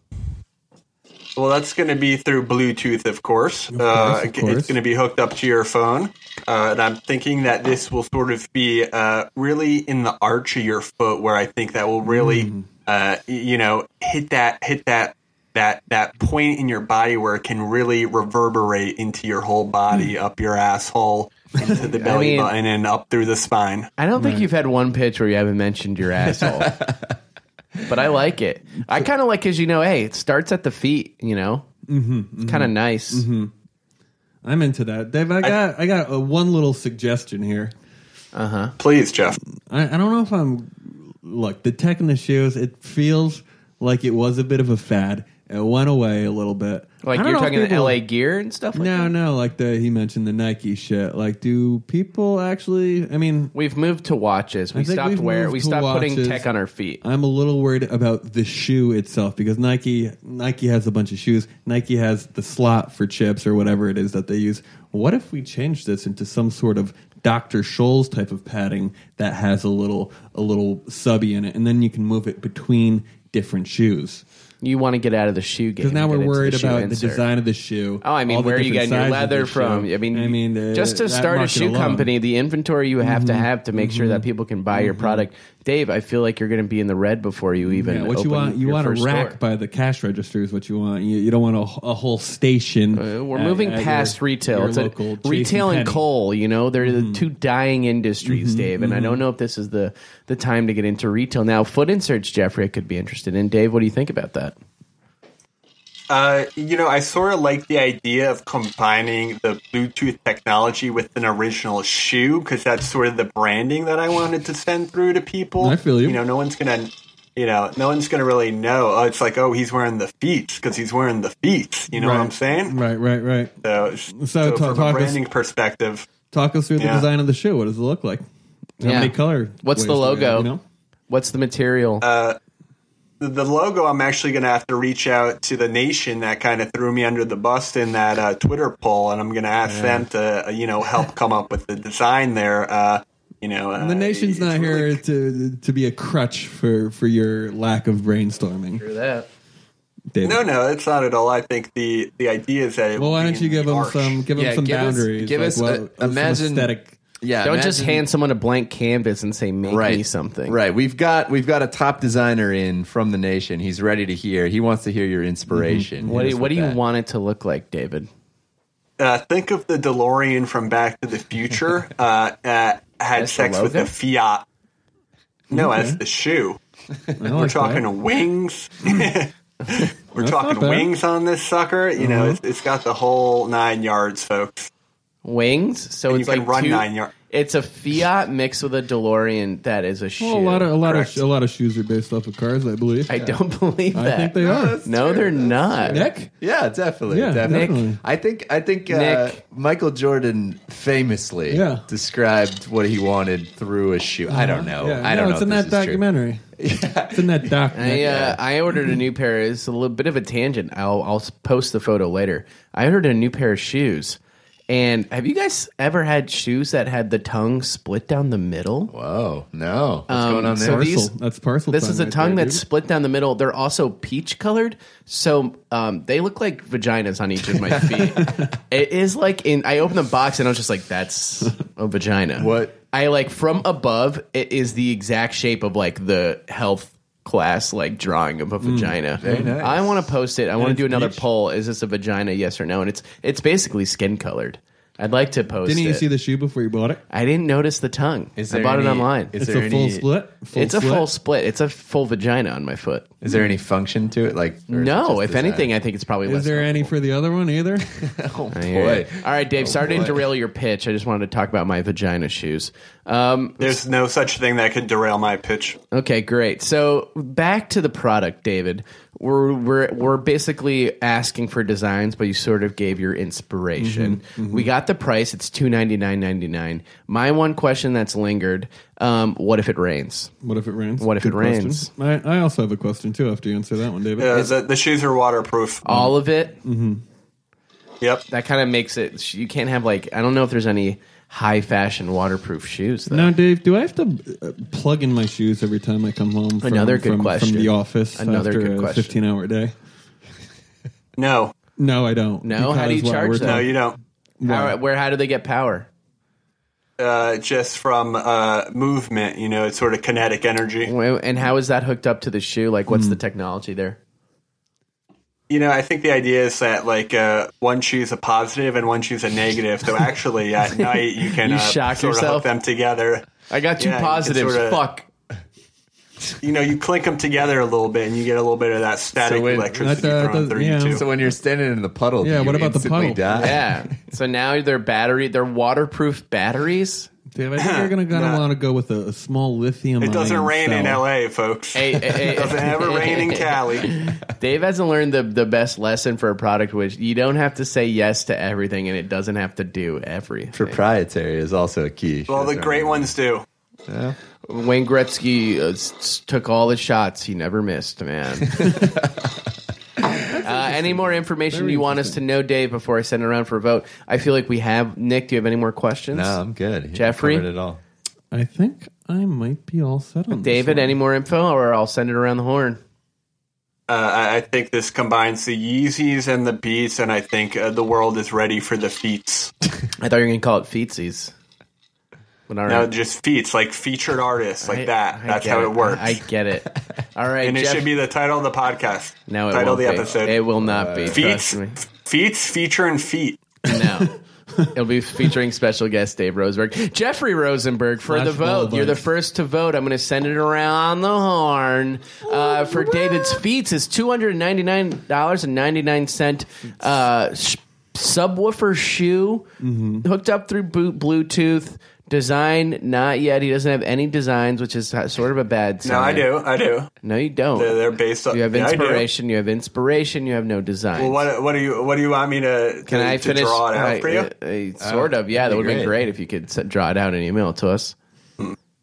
[SPEAKER 4] Well, that's going to be through Bluetooth, of course. uh,
[SPEAKER 5] of
[SPEAKER 4] it's
[SPEAKER 5] course.
[SPEAKER 4] going to be hooked up to your phone. Uh, and I'm thinking that this will sort of be uh, really in the arch of your foot, where I think that will really, uh, y- you know, hit that hit that that that point in your body where it can really reverberate into your whole body, up your asshole, into the belly
[SPEAKER 3] mean-
[SPEAKER 4] button, and up through the spine.
[SPEAKER 3] I don't think you've had one pitch where you haven't mentioned your asshole. but I like it. I kind of like because you know, hey, it starts at the feet. You know, mm-hmm, it's kind of nice.
[SPEAKER 5] I'm into that, Dave. I got I, got uh one little suggestion here.
[SPEAKER 4] Please, Jeff.
[SPEAKER 5] I, I don't know if I'm look the tech in the shoes. It feels like it was a bit of a fad. It went away a little bit. I
[SPEAKER 3] Like
[SPEAKER 5] don't
[SPEAKER 3] you're
[SPEAKER 5] know if
[SPEAKER 3] talking the
[SPEAKER 5] people-
[SPEAKER 3] LA gear and stuff. Like
[SPEAKER 5] No,
[SPEAKER 3] that?
[SPEAKER 5] no, like the he mentioned the Nike shit. Like, do people actually? I mean,
[SPEAKER 3] We've moved to watches. We
[SPEAKER 5] I think
[SPEAKER 3] stopped
[SPEAKER 5] we've
[SPEAKER 3] wear.
[SPEAKER 5] moved
[SPEAKER 3] We
[SPEAKER 5] to
[SPEAKER 3] stopped putting
[SPEAKER 5] watches. Uh,
[SPEAKER 3] tech on our feet.
[SPEAKER 5] I'm a little worried about the shoe itself because Nike Nike has a bunch of shoes. Nike has the slot for chips or whatever it is that they use. What if we change this into some sort of Dr. Scholl's type of padding that has a little a little subby in it, and then you can move it between different shoes?
[SPEAKER 3] You want to get out of the shoe game.
[SPEAKER 5] Because
[SPEAKER 3] and
[SPEAKER 5] now we're
[SPEAKER 3] get into the
[SPEAKER 5] worried
[SPEAKER 3] shoe
[SPEAKER 5] about the
[SPEAKER 3] insert.
[SPEAKER 5] design of the shoe.
[SPEAKER 3] Oh, I mean,
[SPEAKER 5] all the
[SPEAKER 3] where are you
[SPEAKER 5] different
[SPEAKER 3] getting your
[SPEAKER 5] sizes of
[SPEAKER 3] leather
[SPEAKER 5] the
[SPEAKER 3] from?
[SPEAKER 5] shoe.
[SPEAKER 3] I mean,
[SPEAKER 5] I mean, uh,
[SPEAKER 3] just to
[SPEAKER 5] that
[SPEAKER 3] start a
[SPEAKER 5] market
[SPEAKER 3] shoe
[SPEAKER 5] alone. Mm-hmm.
[SPEAKER 3] company, the inventory you have to have to make sure that people can buy your product. Dave, I feel like you're going to be in the red before you even.
[SPEAKER 5] Yeah, what you
[SPEAKER 3] open
[SPEAKER 5] want? You
[SPEAKER 3] your
[SPEAKER 5] want a
[SPEAKER 3] first
[SPEAKER 5] rack
[SPEAKER 3] store.
[SPEAKER 5] by the cash register is what you want. You, you don't want a, wh- a whole station.
[SPEAKER 3] Uh, We're
[SPEAKER 5] at-
[SPEAKER 3] moving
[SPEAKER 5] at your-
[SPEAKER 3] past retail.
[SPEAKER 5] your
[SPEAKER 3] it's a-
[SPEAKER 5] local J.C.
[SPEAKER 3] retail and
[SPEAKER 5] Penney. Mm-hmm.
[SPEAKER 3] coal. You know, they're the two dying industries, Dave. And I don't know if this is the the time to get into retail now. Foot inserts, Jeffrey, I could be interested in. Dave, what do you think about that?
[SPEAKER 4] Uh, you know, I sort of like the idea of combining the Bluetooth technology with an original shoe because that's sort of the branding that I wanted to send through to people.
[SPEAKER 5] I feel you.
[SPEAKER 4] You know, no one's gonna, you know, no one's gonna really know. Oh, it's like, oh, he's wearing the feet because he's wearing the feet. You know what I'm
[SPEAKER 5] Right.
[SPEAKER 4] saying?
[SPEAKER 5] Right, right, right.
[SPEAKER 4] So, so
[SPEAKER 5] ta-
[SPEAKER 4] from
[SPEAKER 5] talk
[SPEAKER 4] a
[SPEAKER 5] us-
[SPEAKER 4] branding perspective,
[SPEAKER 5] Talk us through the
[SPEAKER 4] Yeah.
[SPEAKER 5] design of the shoe. What does it look like? How
[SPEAKER 3] Yeah.
[SPEAKER 5] many color?
[SPEAKER 3] What's
[SPEAKER 5] ways
[SPEAKER 3] the
[SPEAKER 5] do we have,
[SPEAKER 3] logo?
[SPEAKER 5] you know?
[SPEAKER 3] What's the material?
[SPEAKER 4] the- the logo, I'm actually going to have to reach out to the nation that kind of threw me under the bus in that uh, Twitter poll, and I'm going to ask them to, uh, you know, help come up with the design there. Uh, you know, uh,
[SPEAKER 5] The nation's
[SPEAKER 4] it's
[SPEAKER 5] not here
[SPEAKER 4] really-
[SPEAKER 5] to to be a crutch for for your lack of brainstorming.
[SPEAKER 3] that.
[SPEAKER 5] David.
[SPEAKER 4] No, no, it's not at all. I think the the idea is that. It
[SPEAKER 5] Well,
[SPEAKER 4] will
[SPEAKER 5] why
[SPEAKER 4] be
[SPEAKER 5] don't you
[SPEAKER 4] in
[SPEAKER 5] give
[SPEAKER 4] the
[SPEAKER 5] them
[SPEAKER 4] arch.
[SPEAKER 5] some give them
[SPEAKER 6] Yeah,
[SPEAKER 5] some
[SPEAKER 6] give us-
[SPEAKER 5] boundaries?
[SPEAKER 6] give us a-
[SPEAKER 5] some
[SPEAKER 6] imagine-
[SPEAKER 5] aesthetic.
[SPEAKER 6] Yeah,
[SPEAKER 3] Don't just
[SPEAKER 6] imagine-
[SPEAKER 3] hand someone a blank canvas and say, "Make
[SPEAKER 6] right
[SPEAKER 3] me something."
[SPEAKER 6] Right. We've got we've got a top designer in from the nation. He's ready to hear. He wants to hear your inspiration.
[SPEAKER 3] Mm-hmm. What
[SPEAKER 6] Hit
[SPEAKER 3] do you,
[SPEAKER 6] us with
[SPEAKER 3] what do you
[SPEAKER 6] that.
[SPEAKER 3] want it to look like, David?
[SPEAKER 4] Uh, think of the DeLorean from Back to the Future. uh, uh, had
[SPEAKER 3] the
[SPEAKER 4] sex with
[SPEAKER 3] logo?
[SPEAKER 4] a Fiat. No,
[SPEAKER 5] Mm-hmm.
[SPEAKER 4] that's the shoe.
[SPEAKER 5] I
[SPEAKER 4] We're
[SPEAKER 5] like
[SPEAKER 4] talking
[SPEAKER 5] that.
[SPEAKER 4] wings. We're
[SPEAKER 5] not
[SPEAKER 4] talking
[SPEAKER 5] bad.
[SPEAKER 4] wings on this sucker. You know, it's, it's got the whole nine yards, folks.
[SPEAKER 3] Wings. So
[SPEAKER 4] And
[SPEAKER 3] it's
[SPEAKER 4] you can
[SPEAKER 3] like
[SPEAKER 4] run
[SPEAKER 3] two,
[SPEAKER 4] nine yard-
[SPEAKER 3] It's a Fiat mixed with a DeLorean. That is a shoe.
[SPEAKER 5] Well, a lot of a lot
[SPEAKER 4] Correct.
[SPEAKER 5] of a lot of shoes are based off of cars, I believe.
[SPEAKER 3] I don't believe
[SPEAKER 5] I
[SPEAKER 3] that.
[SPEAKER 5] think they are.
[SPEAKER 3] No, they're not.
[SPEAKER 5] Nick,
[SPEAKER 6] Yeah, definitely.
[SPEAKER 5] Yeah,
[SPEAKER 6] definitely.
[SPEAKER 5] definitely.
[SPEAKER 6] I think I think uh,
[SPEAKER 3] Nick.
[SPEAKER 6] Michael Jordan famously
[SPEAKER 5] Yeah.
[SPEAKER 6] described what he wanted through a shoe. I don't
[SPEAKER 3] Uh-huh.
[SPEAKER 6] know.
[SPEAKER 5] Yeah,
[SPEAKER 6] I
[SPEAKER 5] no,
[SPEAKER 6] don't
[SPEAKER 5] It's
[SPEAKER 6] know. if
[SPEAKER 5] in that
[SPEAKER 6] this is true.
[SPEAKER 5] documentary. It's in that doc.
[SPEAKER 3] I, uh, I ordered a new pair. It's a little bit of a tangent. I'll, I'll post the photo later. I ordered a new pair of shoes. And have you guys ever had shoes that had the tongue split down the middle?
[SPEAKER 6] Whoa, no. What's
[SPEAKER 3] Um,
[SPEAKER 6] going on
[SPEAKER 3] so
[SPEAKER 6] there?
[SPEAKER 5] parcel.
[SPEAKER 3] these-
[SPEAKER 5] that's parcel.
[SPEAKER 3] This is a
[SPEAKER 5] right
[SPEAKER 3] tongue
[SPEAKER 5] there,
[SPEAKER 3] that's
[SPEAKER 5] dude.
[SPEAKER 3] split down the middle. They're also peach colored, so um, they look like vaginas on each of my feet. it is like in. I opened the box and I was just like, "That's a vagina."
[SPEAKER 6] What?
[SPEAKER 3] I like from above, it is the exact shape of like the health class like drawing of a vagina. Mm-hmm.
[SPEAKER 6] nice.
[SPEAKER 3] I want to post it. I want to
[SPEAKER 5] it's
[SPEAKER 3] do another
[SPEAKER 5] peach.
[SPEAKER 3] poll. Is this a vagina? Yes or no? And it's it's basically skin colored. I'd like to post.
[SPEAKER 5] Didn't you
[SPEAKER 3] it.
[SPEAKER 5] see the shoe before you bought it?
[SPEAKER 3] I didn't notice the tongue.
[SPEAKER 6] Is
[SPEAKER 3] I
[SPEAKER 6] there
[SPEAKER 3] bought it
[SPEAKER 6] any-
[SPEAKER 3] online.
[SPEAKER 6] is
[SPEAKER 5] It's
[SPEAKER 6] there
[SPEAKER 5] a full
[SPEAKER 6] any-
[SPEAKER 5] split. Full
[SPEAKER 3] it's a
[SPEAKER 5] split?
[SPEAKER 3] full split. It's a full vagina on my foot.
[SPEAKER 6] Is there any function to it? Like or is it
[SPEAKER 3] No,
[SPEAKER 6] just
[SPEAKER 3] if
[SPEAKER 6] design?
[SPEAKER 3] anything, I think it's probably less.
[SPEAKER 5] Is there any for the other one either?
[SPEAKER 6] Oh
[SPEAKER 3] I hear
[SPEAKER 6] boy.
[SPEAKER 3] it. All right,
[SPEAKER 5] Oh,
[SPEAKER 3] Dave. sorry to derail your pitch. I just wanted to talk about my vagina shoes. Um,
[SPEAKER 4] There's no such thing that could derail my pitch.
[SPEAKER 3] okay, great. So back to the product, David. We're we're we're basically asking for designs, but you sort of gave your inspiration.
[SPEAKER 5] Mm-hmm,
[SPEAKER 3] We got the price. It's two ninety nine ninety nine. My one question that's lingered: um, What if it rains?
[SPEAKER 5] what if it rains?
[SPEAKER 3] What if it
[SPEAKER 5] question.
[SPEAKER 3] rains?
[SPEAKER 5] I, I also have a question too. After you answer that one, David.
[SPEAKER 4] Uh, the, the shoes are waterproof.
[SPEAKER 3] All of it.
[SPEAKER 5] Mm-hmm.
[SPEAKER 4] Yep.
[SPEAKER 3] Oh, That kind of makes it. You can't have like I don't know if there's any high fashion waterproof shoes. Though.
[SPEAKER 5] now, Dave, do I have to uh, plug in my shoes every time I come home? From,
[SPEAKER 3] Another good
[SPEAKER 5] from,
[SPEAKER 3] question.
[SPEAKER 5] From the office.
[SPEAKER 3] Another
[SPEAKER 5] after
[SPEAKER 3] good
[SPEAKER 5] a
[SPEAKER 3] question.
[SPEAKER 5] Fifteen-hour day.
[SPEAKER 4] No,
[SPEAKER 5] No, I don't.
[SPEAKER 3] No? How do you
[SPEAKER 5] Because, well,
[SPEAKER 3] charge
[SPEAKER 5] we're
[SPEAKER 3] that?
[SPEAKER 4] no,
[SPEAKER 5] talking-
[SPEAKER 4] you don't.
[SPEAKER 3] How, where? How do they get power?
[SPEAKER 4] Uh, just from uh, movement, you know, it's sort of kinetic energy.
[SPEAKER 3] Well, And how is that hooked up to the shoe? Like, what's
[SPEAKER 7] Hmm.
[SPEAKER 3] the technology there?
[SPEAKER 4] You know, I think the idea is that like uh, one shoe's a positive and one shoe's a negative. So actually, at night you can
[SPEAKER 3] You
[SPEAKER 4] uh,
[SPEAKER 3] shock
[SPEAKER 4] sort of
[SPEAKER 3] yourself.
[SPEAKER 4] hook them together.
[SPEAKER 3] I got two
[SPEAKER 4] Yeah, you
[SPEAKER 3] positives.
[SPEAKER 4] sorta-
[SPEAKER 3] Fuck.
[SPEAKER 4] You know, you clink them together a little bit, and you get a little bit of that static
[SPEAKER 6] when-
[SPEAKER 4] electricity
[SPEAKER 5] That, uh,
[SPEAKER 4] thrown
[SPEAKER 5] does-
[SPEAKER 4] through
[SPEAKER 5] yeah.
[SPEAKER 4] you too.
[SPEAKER 6] So when you're standing in the puddle,
[SPEAKER 5] Yeah,
[SPEAKER 6] do
[SPEAKER 5] what
[SPEAKER 6] you
[SPEAKER 5] about the
[SPEAKER 6] instantly
[SPEAKER 5] puddle?
[SPEAKER 6] Die?
[SPEAKER 3] Yeah. so now they're battery. They're waterproof batteries.
[SPEAKER 5] Dave, I think you're going to
[SPEAKER 4] Nah.
[SPEAKER 5] want to go with a, a small lithium.
[SPEAKER 4] It doesn't
[SPEAKER 5] ion
[SPEAKER 4] rain in
[SPEAKER 5] cell.
[SPEAKER 4] LA, folks.
[SPEAKER 3] Hey, hey, hey.
[SPEAKER 4] it doesn't ever rain in Cali.
[SPEAKER 3] Dave hasn't learned the, the best lesson for a product, which you don't have to say yes to everything, and it doesn't have to do everything.
[SPEAKER 7] Proprietary is also a key.
[SPEAKER 4] Well, the great ones do.
[SPEAKER 3] Wayne Gretzky uh, s- s- took all the shots he never missed, man. uh, any more information you want us to know, Dave, before I send it around for a vote? I feel like we have. Nick, do you have any more questions?
[SPEAKER 7] No, I'm good. You
[SPEAKER 3] Jeffrey?
[SPEAKER 7] covered it all.
[SPEAKER 5] I think I might be all set on this
[SPEAKER 3] David,
[SPEAKER 5] one.
[SPEAKER 3] any more info, or I'll send it around the horn?
[SPEAKER 4] Uh, I, I think this combines the Yeezys and the Beats, and I think uh, the world is ready for the feats.
[SPEAKER 3] I thought you were going to call it feetsies. But all right.
[SPEAKER 4] No, just feats, like featured artists, like
[SPEAKER 3] I-
[SPEAKER 4] that.
[SPEAKER 3] I
[SPEAKER 4] That's
[SPEAKER 3] get
[SPEAKER 4] how it works.
[SPEAKER 3] I get it. All right,
[SPEAKER 4] and it
[SPEAKER 3] Jeff-
[SPEAKER 4] should be the title of the podcast.
[SPEAKER 3] no, it
[SPEAKER 4] title of
[SPEAKER 3] won't
[SPEAKER 4] the
[SPEAKER 3] be.
[SPEAKER 4] episode. Uh,
[SPEAKER 3] It will not be.
[SPEAKER 4] feats,
[SPEAKER 3] Trust me.
[SPEAKER 4] feats featuring feet.
[SPEAKER 3] No. It'll be featuring special guest Dave Rosenberg. Jeffrey Rosenberg for
[SPEAKER 5] Flash
[SPEAKER 3] the vote.
[SPEAKER 5] Ball
[SPEAKER 3] You're the
[SPEAKER 5] Bunch.
[SPEAKER 3] first to vote. I'm going to send it around the horn. Uh, for David's feats is $299.99 uh, sh- subwoofer shoe
[SPEAKER 5] Mm-hmm.
[SPEAKER 3] hooked up through bo- Bluetooth. Design, not yet. He doesn't have any designs, which is uh, sort of a bad sign.
[SPEAKER 4] No, I do. I do.
[SPEAKER 3] No, you don't.
[SPEAKER 4] They're, they're based on.
[SPEAKER 3] you have
[SPEAKER 4] yeah, I do.
[SPEAKER 3] inspiration. You have inspiration. You have no design.
[SPEAKER 4] Well, what what do you what do you want me to, to,
[SPEAKER 3] Can I
[SPEAKER 4] to
[SPEAKER 3] finish?
[SPEAKER 4] draw it out
[SPEAKER 3] I-
[SPEAKER 4] for you?
[SPEAKER 3] I- I- sort of. Yeah, that
[SPEAKER 7] Uh, that'd
[SPEAKER 3] would
[SPEAKER 7] be
[SPEAKER 3] have been
[SPEAKER 7] great.
[SPEAKER 3] great if you could s- draw it out and email it to us.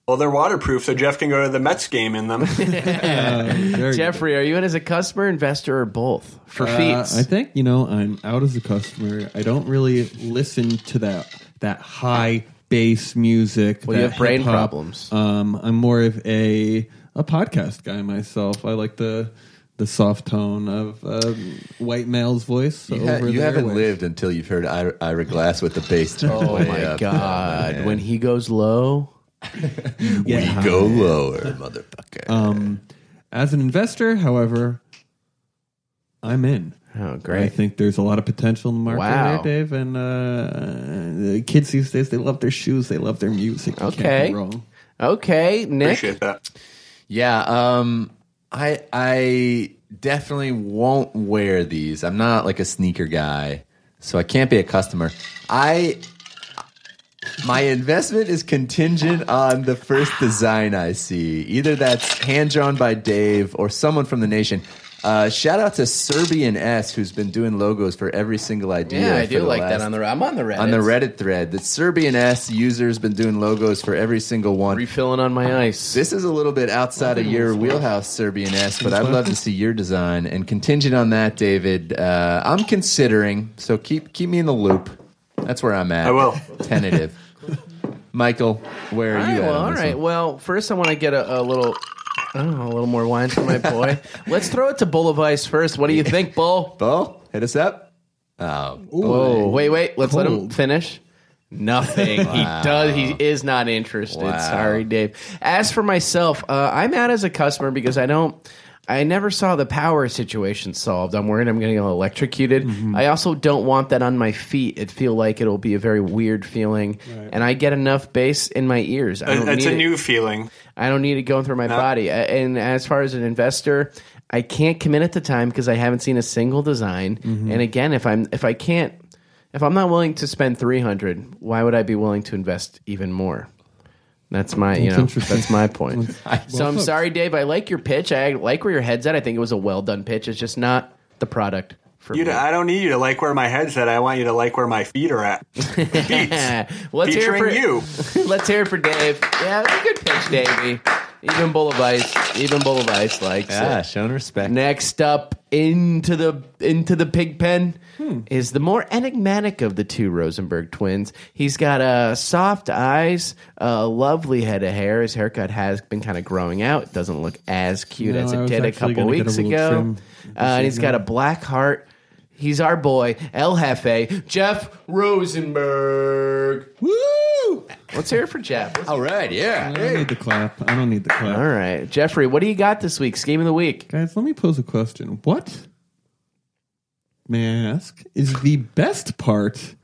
[SPEAKER 4] well, they're waterproof, so Jeff can go to the Mets game in them.
[SPEAKER 5] There you go.
[SPEAKER 3] Jeffrey, are you in as a customer, investor, or both for
[SPEAKER 5] Uh,
[SPEAKER 3] feats?
[SPEAKER 5] I think you know I'm out as a customer. I don't really listen to that that high bass music.
[SPEAKER 3] Well, you
[SPEAKER 5] that
[SPEAKER 3] have brain
[SPEAKER 5] hip-hop.
[SPEAKER 3] problems.
[SPEAKER 5] Um, I'm more of a a podcast guy myself. I like the the soft tone of um, white male's voice.
[SPEAKER 7] You, ha-
[SPEAKER 5] over
[SPEAKER 7] you
[SPEAKER 5] the
[SPEAKER 7] haven't
[SPEAKER 5] airwaves.
[SPEAKER 7] lived until you've heard Ira, Ira Glass with the bass. turned
[SPEAKER 3] oh
[SPEAKER 7] way
[SPEAKER 3] my
[SPEAKER 5] uh,
[SPEAKER 7] up.
[SPEAKER 3] god!
[SPEAKER 7] man.
[SPEAKER 3] when he goes low,
[SPEAKER 5] Yeah.
[SPEAKER 7] we go lower, motherfucker.
[SPEAKER 5] Um, as an investor, however, I'm in.
[SPEAKER 3] oh
[SPEAKER 5] I
[SPEAKER 3] great!
[SPEAKER 5] think there's a lot of potential in the market
[SPEAKER 3] Wow.
[SPEAKER 5] there, Dave. And uh, the kids these days, they love their shoes, they love their music. You can't
[SPEAKER 3] Okay.
[SPEAKER 5] go wrong.
[SPEAKER 3] Okay, Nick.
[SPEAKER 4] Appreciate that.
[SPEAKER 7] Yeah, um I I definitely won't wear these. I'm not like a sneaker guy, so I can't be a customer. I my investment is contingent on the first design I see. Either that's hand drawn by Dave or someone from the nation. Uh, shout out to Serbian S, who's been doing logos for every single idea.
[SPEAKER 3] Yeah, I
[SPEAKER 7] for
[SPEAKER 3] do
[SPEAKER 7] the
[SPEAKER 3] like that
[SPEAKER 7] last-
[SPEAKER 3] on the. I'm on the Reddit.
[SPEAKER 7] on the Reddit thread. The Serbian S user has been doing logos for every single one.
[SPEAKER 3] refilling on my ice.
[SPEAKER 7] This is a little bit outside of your wheelhouse, Serbian S, but I'd love to see your design. And contingent on that, David, uh, I'm considering. So keep keep me in the loop. That's where I'm at.
[SPEAKER 4] I will.
[SPEAKER 7] Tentative. Michael, where are
[SPEAKER 3] All
[SPEAKER 7] you
[SPEAKER 3] right,
[SPEAKER 7] at?
[SPEAKER 3] well,
[SPEAKER 7] on
[SPEAKER 3] all
[SPEAKER 7] this
[SPEAKER 3] right.
[SPEAKER 7] one?
[SPEAKER 3] Well, first I want to get a, a little, oh, a little more wine for my boy. Let's throw it to Bull of Ice first. What do you think, Bull?
[SPEAKER 7] Bo, hit us up. Oh,
[SPEAKER 3] Whoa, wait, wait. Let's let him
[SPEAKER 5] Cold.
[SPEAKER 3] finish. Nothing. He does. He is not interested.
[SPEAKER 7] Wow.
[SPEAKER 3] Sorry, Dave. As for myself, uh, I'm out as a customer because I don't. I never saw the power situation solved. I'm worried I'm going to get electrocuted. I also don't want that on my feet. It feel like it'll be a very weird feeling, and I get enough bass in my ears. I don't
[SPEAKER 4] It's
[SPEAKER 3] need
[SPEAKER 4] a
[SPEAKER 3] it.
[SPEAKER 4] new feeling.
[SPEAKER 3] I don't need it going through my body. A- And as far as an investor, I can't commit at the time because I haven't seen a single design.
[SPEAKER 5] Mm-hmm.
[SPEAKER 3] And again, if I'm if I can't if I'm not willing to spend 300, why would I be willing to invest even more? That's my, you
[SPEAKER 5] That's
[SPEAKER 3] know,
[SPEAKER 5] interesting.
[SPEAKER 3] that's my point.
[SPEAKER 5] That's-
[SPEAKER 3] so
[SPEAKER 5] well,
[SPEAKER 3] I'm
[SPEAKER 5] folks.
[SPEAKER 3] sorry, Dave. I like your pitch. I like where your head's at. I think it was a well done pitch. It's just not the product for
[SPEAKER 4] You,
[SPEAKER 3] me.
[SPEAKER 4] d- I don't need you to like where my head's at. I want you to like where my feet are at.
[SPEAKER 3] Yeah.
[SPEAKER 4] Feet.
[SPEAKER 3] Let's hear it for
[SPEAKER 4] Featuring you.
[SPEAKER 3] Let's hear it for Dave. Yeah, that's a good pitch, Davey. Even Bull of Ice, even Bull of Ice likes it.
[SPEAKER 7] yeah, showing respect.
[SPEAKER 3] Next up into the into the pig pen
[SPEAKER 5] Hmm.
[SPEAKER 3] is the more enigmatic of the two Rosenberg twins. He's got uh, soft eyes, a lovely head of hair. His haircut has been kind of growing out. It doesn't look as cute
[SPEAKER 5] No,
[SPEAKER 3] as
[SPEAKER 5] I
[SPEAKER 3] it
[SPEAKER 5] was
[SPEAKER 3] did a
[SPEAKER 5] actually
[SPEAKER 3] couple
[SPEAKER 5] gonna get a
[SPEAKER 3] weeks
[SPEAKER 5] little
[SPEAKER 3] ago.
[SPEAKER 5] trim
[SPEAKER 3] Uh, and he's got a black heart. He's our boy, El Jefe, Jeff Rosenberg.
[SPEAKER 5] Woo!
[SPEAKER 3] Let's hear it for Jeff.
[SPEAKER 7] All right, yeah.
[SPEAKER 5] I don't need the clap. I don't need the clap.
[SPEAKER 3] All right, Jeffrey, what do you got this week? Scheme of the week.
[SPEAKER 5] Guys, let me pose a question. What, may I ask, is the best part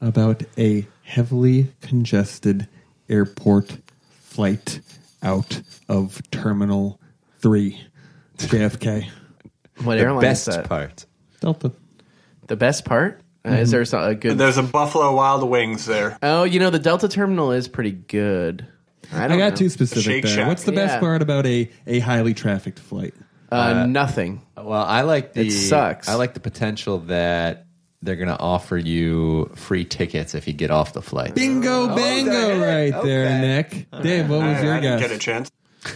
[SPEAKER 5] about a heavily congested airport flight out of Terminal 3, JFK?
[SPEAKER 3] What airline
[SPEAKER 7] Best
[SPEAKER 3] is that?
[SPEAKER 7] part.
[SPEAKER 5] Delta.
[SPEAKER 3] The best part? Uh,
[SPEAKER 5] Mm-hmm.
[SPEAKER 3] Is there so- a good?
[SPEAKER 4] There's a Buffalo Wild Wings there.
[SPEAKER 3] oh, you know the Delta terminal is pretty good. I, don't
[SPEAKER 5] I got
[SPEAKER 3] know.
[SPEAKER 5] too specific
[SPEAKER 4] Shake
[SPEAKER 5] there.
[SPEAKER 4] Shack.
[SPEAKER 5] What's the best
[SPEAKER 3] Yeah.
[SPEAKER 5] part about a, a highly trafficked flight?
[SPEAKER 3] Uh, nothing.
[SPEAKER 6] Well, I like the
[SPEAKER 3] It sucks.
[SPEAKER 6] I like the potential that they're going to offer you free tickets if you get off the flight.
[SPEAKER 4] Oh,
[SPEAKER 5] Bingo, bango, right there, Nick. Dave, what was
[SPEAKER 4] I-
[SPEAKER 5] your
[SPEAKER 4] I didn't
[SPEAKER 5] guess?
[SPEAKER 4] get a chance.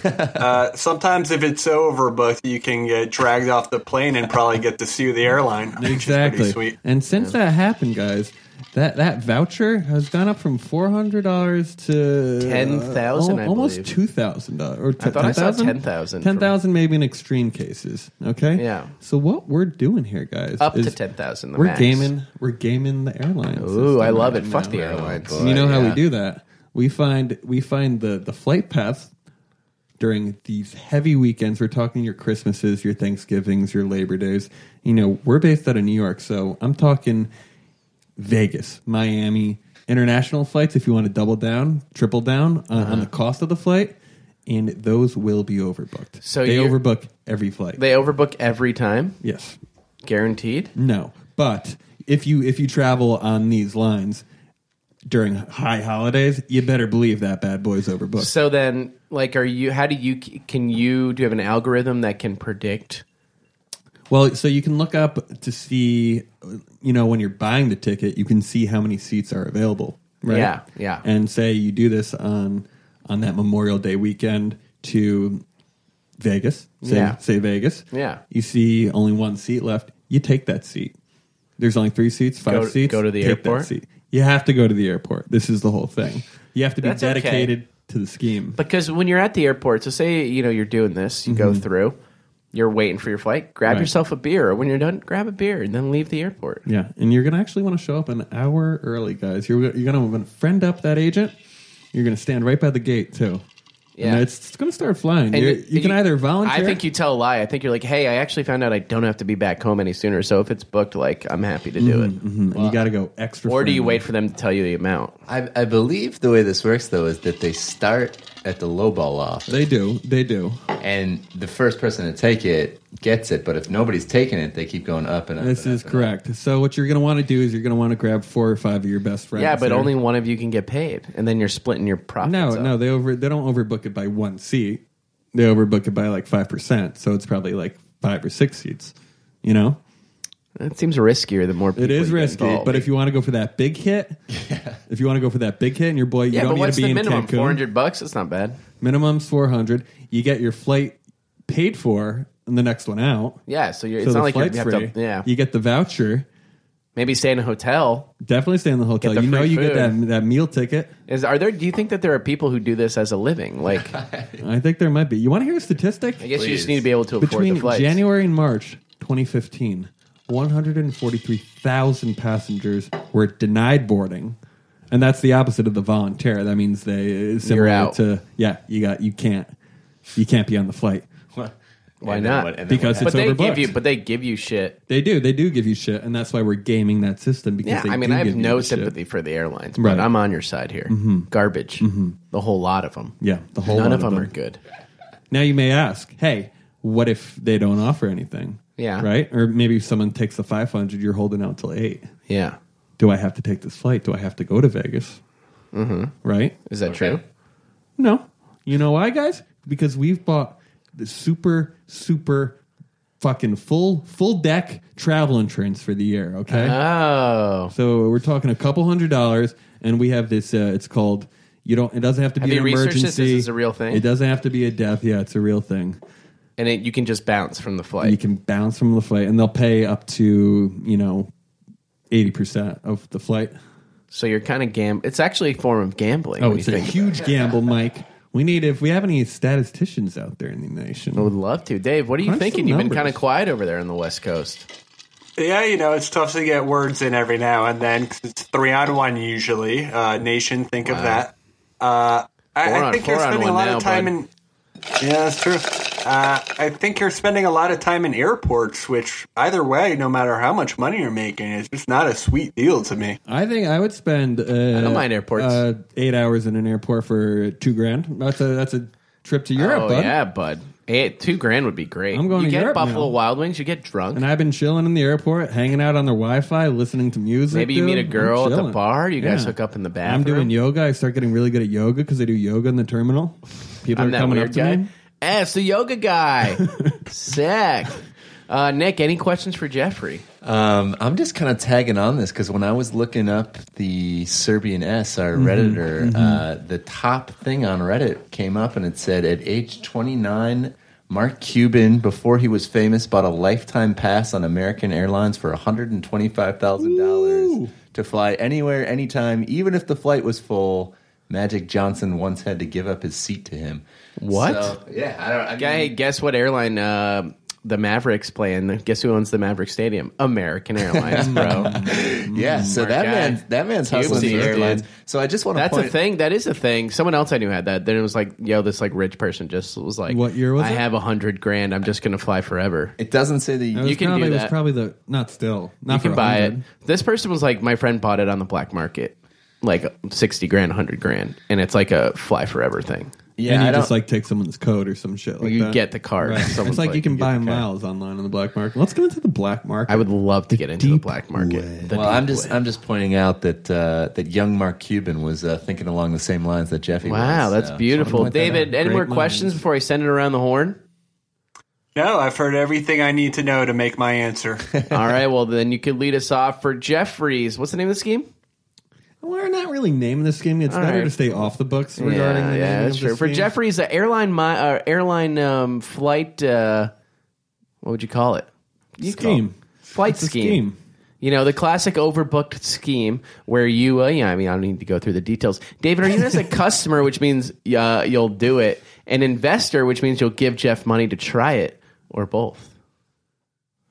[SPEAKER 4] uh, sometimes if it's overbooked, you can get dragged off the plane and probably get to sue the airline. which is
[SPEAKER 5] exactly.
[SPEAKER 4] pretty sweet.
[SPEAKER 5] And since that happened, guys, that that voucher has gone up from four hundred dollars to
[SPEAKER 3] $10,000,
[SPEAKER 5] al-
[SPEAKER 3] I
[SPEAKER 5] almost
[SPEAKER 3] believe.
[SPEAKER 5] two thousand dollars. Or t-
[SPEAKER 3] I thought I saw
[SPEAKER 5] 10,000?
[SPEAKER 3] $10,000
[SPEAKER 5] Ten thousand, maybe in extreme cases. Okay.
[SPEAKER 3] Yeah.
[SPEAKER 5] So what we're doing here, guys,
[SPEAKER 3] Up to
[SPEAKER 5] is
[SPEAKER 3] ten thousand.
[SPEAKER 5] We're gaming. We're gaming the airlines.
[SPEAKER 3] Ooh, I
[SPEAKER 5] system
[SPEAKER 3] love
[SPEAKER 5] right
[SPEAKER 3] it. Fuck
[SPEAKER 5] now.
[SPEAKER 3] the airlines.
[SPEAKER 5] And you know how
[SPEAKER 6] Yeah.
[SPEAKER 5] we do that? We find we find the the flight paths during these heavy weekends. We're talking your Christmases, your Thanksgivings, your Labor Days. You know, we're based out of New York, so I'm talking Vegas, Miami, international flights. If you want to double down, triple down on,
[SPEAKER 3] Uh-huh.
[SPEAKER 5] on the cost of the flight, and those will be overbooked.
[SPEAKER 3] So
[SPEAKER 5] they
[SPEAKER 3] you're-
[SPEAKER 5] overbook every flight.
[SPEAKER 3] They overbook every time,
[SPEAKER 5] yes.
[SPEAKER 3] guaranteed.
[SPEAKER 5] No, but if you if you travel on these lines during high holidays, you better believe that bad boy's overbooked.
[SPEAKER 3] So then, like, are you? How do you? Can you? Do you have an algorithm that can predict?
[SPEAKER 5] well, so you can look up to see, you know, when you're buying the ticket, you can see how many seats are available, right?
[SPEAKER 3] Yeah, yeah.
[SPEAKER 5] And say you do this on on that Memorial Day weekend to Vegas, say,
[SPEAKER 3] Yeah.
[SPEAKER 5] say Vegas,
[SPEAKER 3] Yeah.
[SPEAKER 5] You see only one seat left, you take that seat. There's only three seats, five
[SPEAKER 3] Go-
[SPEAKER 5] seats.
[SPEAKER 3] go to the
[SPEAKER 5] take
[SPEAKER 3] airport?
[SPEAKER 5] That seat. You have to go to the airport. This is the whole thing. You have to be
[SPEAKER 3] That's okay.
[SPEAKER 5] dedicated to the scheme.
[SPEAKER 3] Because when you're at the airport, so say you know you're doing this, you go through, you're waiting for your flight, grab
[SPEAKER 5] Mm-hmm. Right.
[SPEAKER 3] yourself a beer. When you're done, grab a beer and then leave the airport.
[SPEAKER 5] Yeah, and you're gonna actually want to show up an hour early, guys. You're you're gonna want to friend up that agent. You're gonna stand right by the gate too.
[SPEAKER 3] Yeah.
[SPEAKER 5] and it's, it's gonna start flying.
[SPEAKER 3] And
[SPEAKER 5] You're- you can either volunteer.
[SPEAKER 3] I think you tell a lie. I think you're like, hey, I actually found out I don't have to be back home any sooner. So if it's booked, like I'm happy to
[SPEAKER 5] Mm-hmm,
[SPEAKER 3] do it.
[SPEAKER 5] and hmm, you got to go extra.
[SPEAKER 3] uh, Or do you
[SPEAKER 5] friendly.
[SPEAKER 3] wait for them to tell you the amount?
[SPEAKER 6] I, I believe the way this works though is that they start at the lowball office,
[SPEAKER 5] They do. They do.
[SPEAKER 6] and the first person to take it gets it. But if nobody's taking it, they keep going up and up.
[SPEAKER 5] This
[SPEAKER 6] and
[SPEAKER 5] is
[SPEAKER 6] up.
[SPEAKER 5] correct. So what you're gonna want to do is you're gonna want to grab four or five of your best friends.
[SPEAKER 3] yeah, but
[SPEAKER 5] there.
[SPEAKER 3] only one of you can get paid, and then you're splitting your profits.
[SPEAKER 5] No,
[SPEAKER 3] up.
[SPEAKER 5] no, they over they don't overbook it by one seat. They overbook it by like five percent. So it's probably like five or six seats. You know,
[SPEAKER 3] It seems riskier the more people
[SPEAKER 5] It is
[SPEAKER 3] you get
[SPEAKER 5] risky,
[SPEAKER 3] involved.
[SPEAKER 5] but if you want to go for that big hit, if you want to go for that big hit, and your boy, you
[SPEAKER 3] yeah,
[SPEAKER 5] don't
[SPEAKER 3] but
[SPEAKER 5] need
[SPEAKER 3] what's
[SPEAKER 5] to be
[SPEAKER 3] the
[SPEAKER 5] in
[SPEAKER 3] minimum?
[SPEAKER 5] Cancun.
[SPEAKER 3] Four hundred bucks? It's not bad.
[SPEAKER 5] Minimum's four hundred. You get your flight paid for, and the next one out.
[SPEAKER 3] Yeah, so you're,
[SPEAKER 5] So
[SPEAKER 3] it's
[SPEAKER 5] the
[SPEAKER 3] not like you're-
[SPEAKER 5] flight's
[SPEAKER 3] you have
[SPEAKER 5] free.
[SPEAKER 3] to. Yeah,
[SPEAKER 5] you get the voucher.
[SPEAKER 3] maybe stay in a hotel.
[SPEAKER 5] Definitely stay in the hotel.
[SPEAKER 3] Get the
[SPEAKER 5] you know,
[SPEAKER 3] free
[SPEAKER 5] you get
[SPEAKER 3] food.
[SPEAKER 5] that that meal ticket.
[SPEAKER 3] Is are there? Do you think that there are people who do this as a living? Like,
[SPEAKER 5] I think there might be. You want to hear a statistic?
[SPEAKER 3] I guess you
[SPEAKER 6] Please.
[SPEAKER 3] just need to be able to afford
[SPEAKER 5] Between
[SPEAKER 3] the flights.
[SPEAKER 5] January and March 2015, 143,000 passengers were denied boarding. And that's the opposite of the volunteer. That means they it's similar
[SPEAKER 3] You're out.
[SPEAKER 5] to yeah, you got you can't you can't be on the flight.
[SPEAKER 3] Why
[SPEAKER 6] And then
[SPEAKER 3] not?
[SPEAKER 6] what- and then
[SPEAKER 5] Because
[SPEAKER 6] what
[SPEAKER 3] but
[SPEAKER 5] it's
[SPEAKER 3] they
[SPEAKER 5] overbooked.
[SPEAKER 3] give you, but they give you shit.
[SPEAKER 5] They do, they do give you shit, and that's why we're gaming that system because
[SPEAKER 3] Yeah,
[SPEAKER 5] they
[SPEAKER 3] I mean,
[SPEAKER 5] do
[SPEAKER 3] I have
[SPEAKER 5] give you
[SPEAKER 3] no
[SPEAKER 5] the shit.
[SPEAKER 3] sympathy for the airlines, but
[SPEAKER 5] Right. Mm-hmm.
[SPEAKER 3] I'm on your side here. Garbage, the whole lot of them.
[SPEAKER 5] Yeah, the whole
[SPEAKER 3] none
[SPEAKER 5] lot
[SPEAKER 3] of
[SPEAKER 5] of
[SPEAKER 3] them are
[SPEAKER 5] them.
[SPEAKER 3] good.
[SPEAKER 5] Now you may ask, hey, what if they don't offer anything?
[SPEAKER 3] Yeah.
[SPEAKER 5] Right? Or maybe if someone takes the five hundred, you're holding out till eight.
[SPEAKER 3] Yeah,
[SPEAKER 5] Do I have to take this flight? Do I have to go to Vegas? Mm-hmm. Right?
[SPEAKER 3] is that true?
[SPEAKER 5] No. You know why, guys? Because we've bought the super, super fucking full full deck travel insurance for the year, okay?
[SPEAKER 3] Oh,
[SPEAKER 5] So we're talking a couple hundred dollars and we have this uh, it's called you don't it doesn't have to be
[SPEAKER 3] Have
[SPEAKER 5] an
[SPEAKER 3] you researched
[SPEAKER 5] emergency.
[SPEAKER 3] this? This is a real thing?
[SPEAKER 5] It doesn't have to be a death. Yeah, it's a real thing.
[SPEAKER 3] and it, you can just bounce from the
[SPEAKER 5] You
[SPEAKER 3] flight.
[SPEAKER 5] can bounce from the flight and they'll pay up to, you know, 80% of the flight.
[SPEAKER 3] so you're kind of gam. It's actually a form of gambling.
[SPEAKER 5] Oh,
[SPEAKER 3] when
[SPEAKER 5] it's
[SPEAKER 3] you
[SPEAKER 5] a
[SPEAKER 3] think
[SPEAKER 5] huge gamble, Mike. We need if we have any statisticians out there in the nation.
[SPEAKER 3] I would love to, Dave. What are you
[SPEAKER 5] Crunch the
[SPEAKER 3] thinking? You've been
[SPEAKER 5] numbers.
[SPEAKER 3] kind of quiet over there on the West Coast.
[SPEAKER 4] Yeah, you know, it's tough to get words in every now and then 'cause it's three on one usually. Uh, nation, think of that. Uh, I,
[SPEAKER 3] Four
[SPEAKER 4] I
[SPEAKER 3] on-
[SPEAKER 4] think
[SPEAKER 3] four
[SPEAKER 4] you're
[SPEAKER 3] on
[SPEAKER 4] spending a
[SPEAKER 3] one
[SPEAKER 4] lot of
[SPEAKER 3] now,
[SPEAKER 4] time
[SPEAKER 3] bud.
[SPEAKER 4] in. Yeah, that's true. Uh, I think you're spending a lot of time in airports, which either way, no matter how much money you're making, it's just not a sweet deal to me.
[SPEAKER 5] I think I would spend. Uh, I
[SPEAKER 3] don't mind airports.
[SPEAKER 5] Uh, eight hours in an airport for two grand. That's a that's a trip to Europe,
[SPEAKER 3] oh
[SPEAKER 5] bud.
[SPEAKER 3] yeah, bud. Eh, two grand would be great.
[SPEAKER 5] I'm going
[SPEAKER 3] You
[SPEAKER 5] to
[SPEAKER 3] get
[SPEAKER 5] Europe
[SPEAKER 3] Buffalo
[SPEAKER 5] now.
[SPEAKER 3] Wild Wings. You get drunk.
[SPEAKER 5] And I've been chilling in the airport, hanging out on their Wi-Fi, listening to music.
[SPEAKER 3] Maybe you
[SPEAKER 5] dude.
[SPEAKER 3] meet a
[SPEAKER 5] I'm
[SPEAKER 3] girl at the
[SPEAKER 5] chilling.
[SPEAKER 3] bar, you guys hook up in the
[SPEAKER 5] I'm
[SPEAKER 3] bathroom.
[SPEAKER 5] doing yoga. I start getting really good at yoga because I do yoga in the terminal. People
[SPEAKER 3] I'm
[SPEAKER 5] are
[SPEAKER 3] that
[SPEAKER 5] coming
[SPEAKER 3] weird
[SPEAKER 5] up to
[SPEAKER 3] guy.
[SPEAKER 5] me.
[SPEAKER 3] Eh, it's the yoga guy. Sick. Uh, Nick, any questions for Jeffrey?
[SPEAKER 7] Um, I'm just kind of tagging on this because when I was looking up the Serbian S, our
[SPEAKER 3] Mm-hmm,
[SPEAKER 7] Redditor, Uh, the top thing on Reddit came up and it said at age 29, Mark Cuban, before he was famous, bought a lifetime pass on American Airlines for $125,000 to fly anywhere, anytime, even if the flight was full. Magic Johnson once had to give up his seat to him.
[SPEAKER 3] What?
[SPEAKER 7] So, yeah, I don't. I mean,
[SPEAKER 3] Guy,
[SPEAKER 5] Mm.
[SPEAKER 3] guess what airline uh, the Mavericks play in? Guess who owns the Maverick Stadium? American Airlines, bro.
[SPEAKER 7] yeah. So
[SPEAKER 3] Smart
[SPEAKER 7] that
[SPEAKER 3] guy.
[SPEAKER 7] man, that man's
[SPEAKER 3] Mm, Cuban
[SPEAKER 7] hustling the
[SPEAKER 3] dude.
[SPEAKER 7] airlines. So I just want to
[SPEAKER 3] That's
[SPEAKER 7] point,
[SPEAKER 3] a thing. That is a thing. Someone else I knew had that. Then it was like, yo, this like rich person just was like,
[SPEAKER 5] What year was
[SPEAKER 3] I
[SPEAKER 5] it?
[SPEAKER 3] have a hundred grand. I'm just gonna fly forever.
[SPEAKER 7] It doesn't say that
[SPEAKER 5] It
[SPEAKER 7] you,
[SPEAKER 5] was
[SPEAKER 3] can do
[SPEAKER 5] probably, it
[SPEAKER 3] that.
[SPEAKER 5] was probably the not still. Not
[SPEAKER 3] You
[SPEAKER 5] for
[SPEAKER 3] can buy
[SPEAKER 5] 100.
[SPEAKER 3] it. This person was like, my friend bought it on the black market, like sixty grand, hundred grand, and it's like a fly forever thing.
[SPEAKER 7] yeah,
[SPEAKER 5] and
[SPEAKER 7] I
[SPEAKER 5] you
[SPEAKER 7] don't,
[SPEAKER 5] just like take someone's code or some shit like
[SPEAKER 3] you
[SPEAKER 5] that.
[SPEAKER 3] get the card.
[SPEAKER 5] Right. It's
[SPEAKER 3] Someone's
[SPEAKER 5] like, you can
[SPEAKER 3] get
[SPEAKER 5] buy
[SPEAKER 3] the card.
[SPEAKER 5] miles online on the black market. Let's go into the black market.
[SPEAKER 3] I would love to get into the
[SPEAKER 5] deep
[SPEAKER 3] black market. The
[SPEAKER 7] well,
[SPEAKER 3] deep
[SPEAKER 7] I'm just
[SPEAKER 3] web.
[SPEAKER 7] I'm just pointing out that uh, that young Mark Cuban was uh, thinking along the same lines that Jeffy.
[SPEAKER 3] wow,
[SPEAKER 7] was,
[SPEAKER 3] that's
[SPEAKER 7] so-
[SPEAKER 3] beautiful,
[SPEAKER 7] Point that out.
[SPEAKER 3] David. Any
[SPEAKER 5] Great
[SPEAKER 3] more
[SPEAKER 5] lines.
[SPEAKER 3] questions before I send it around the horn?
[SPEAKER 4] No, I've heard everything I need to know to make my answer.
[SPEAKER 3] All right, well then you could lead us off for Jeffries. What's the name of the scheme?
[SPEAKER 5] We're not really naming this game. It's better
[SPEAKER 3] right.
[SPEAKER 5] to stay off the books regarding the naming of this
[SPEAKER 3] For
[SPEAKER 5] game.
[SPEAKER 3] Jeffries, uh, airline mi- uh, airline um, flight. Uh, what would you call it? You call it-
[SPEAKER 5] Scheme.
[SPEAKER 3] flight
[SPEAKER 5] It's a
[SPEAKER 3] scheme. You know the classic overbooked scheme where you, uh, yeah, I mean, I don't need to go through the details. David, are you as a customer, which means uh, you'll do it, an investor, which means you'll give Jeff money to try it, or both?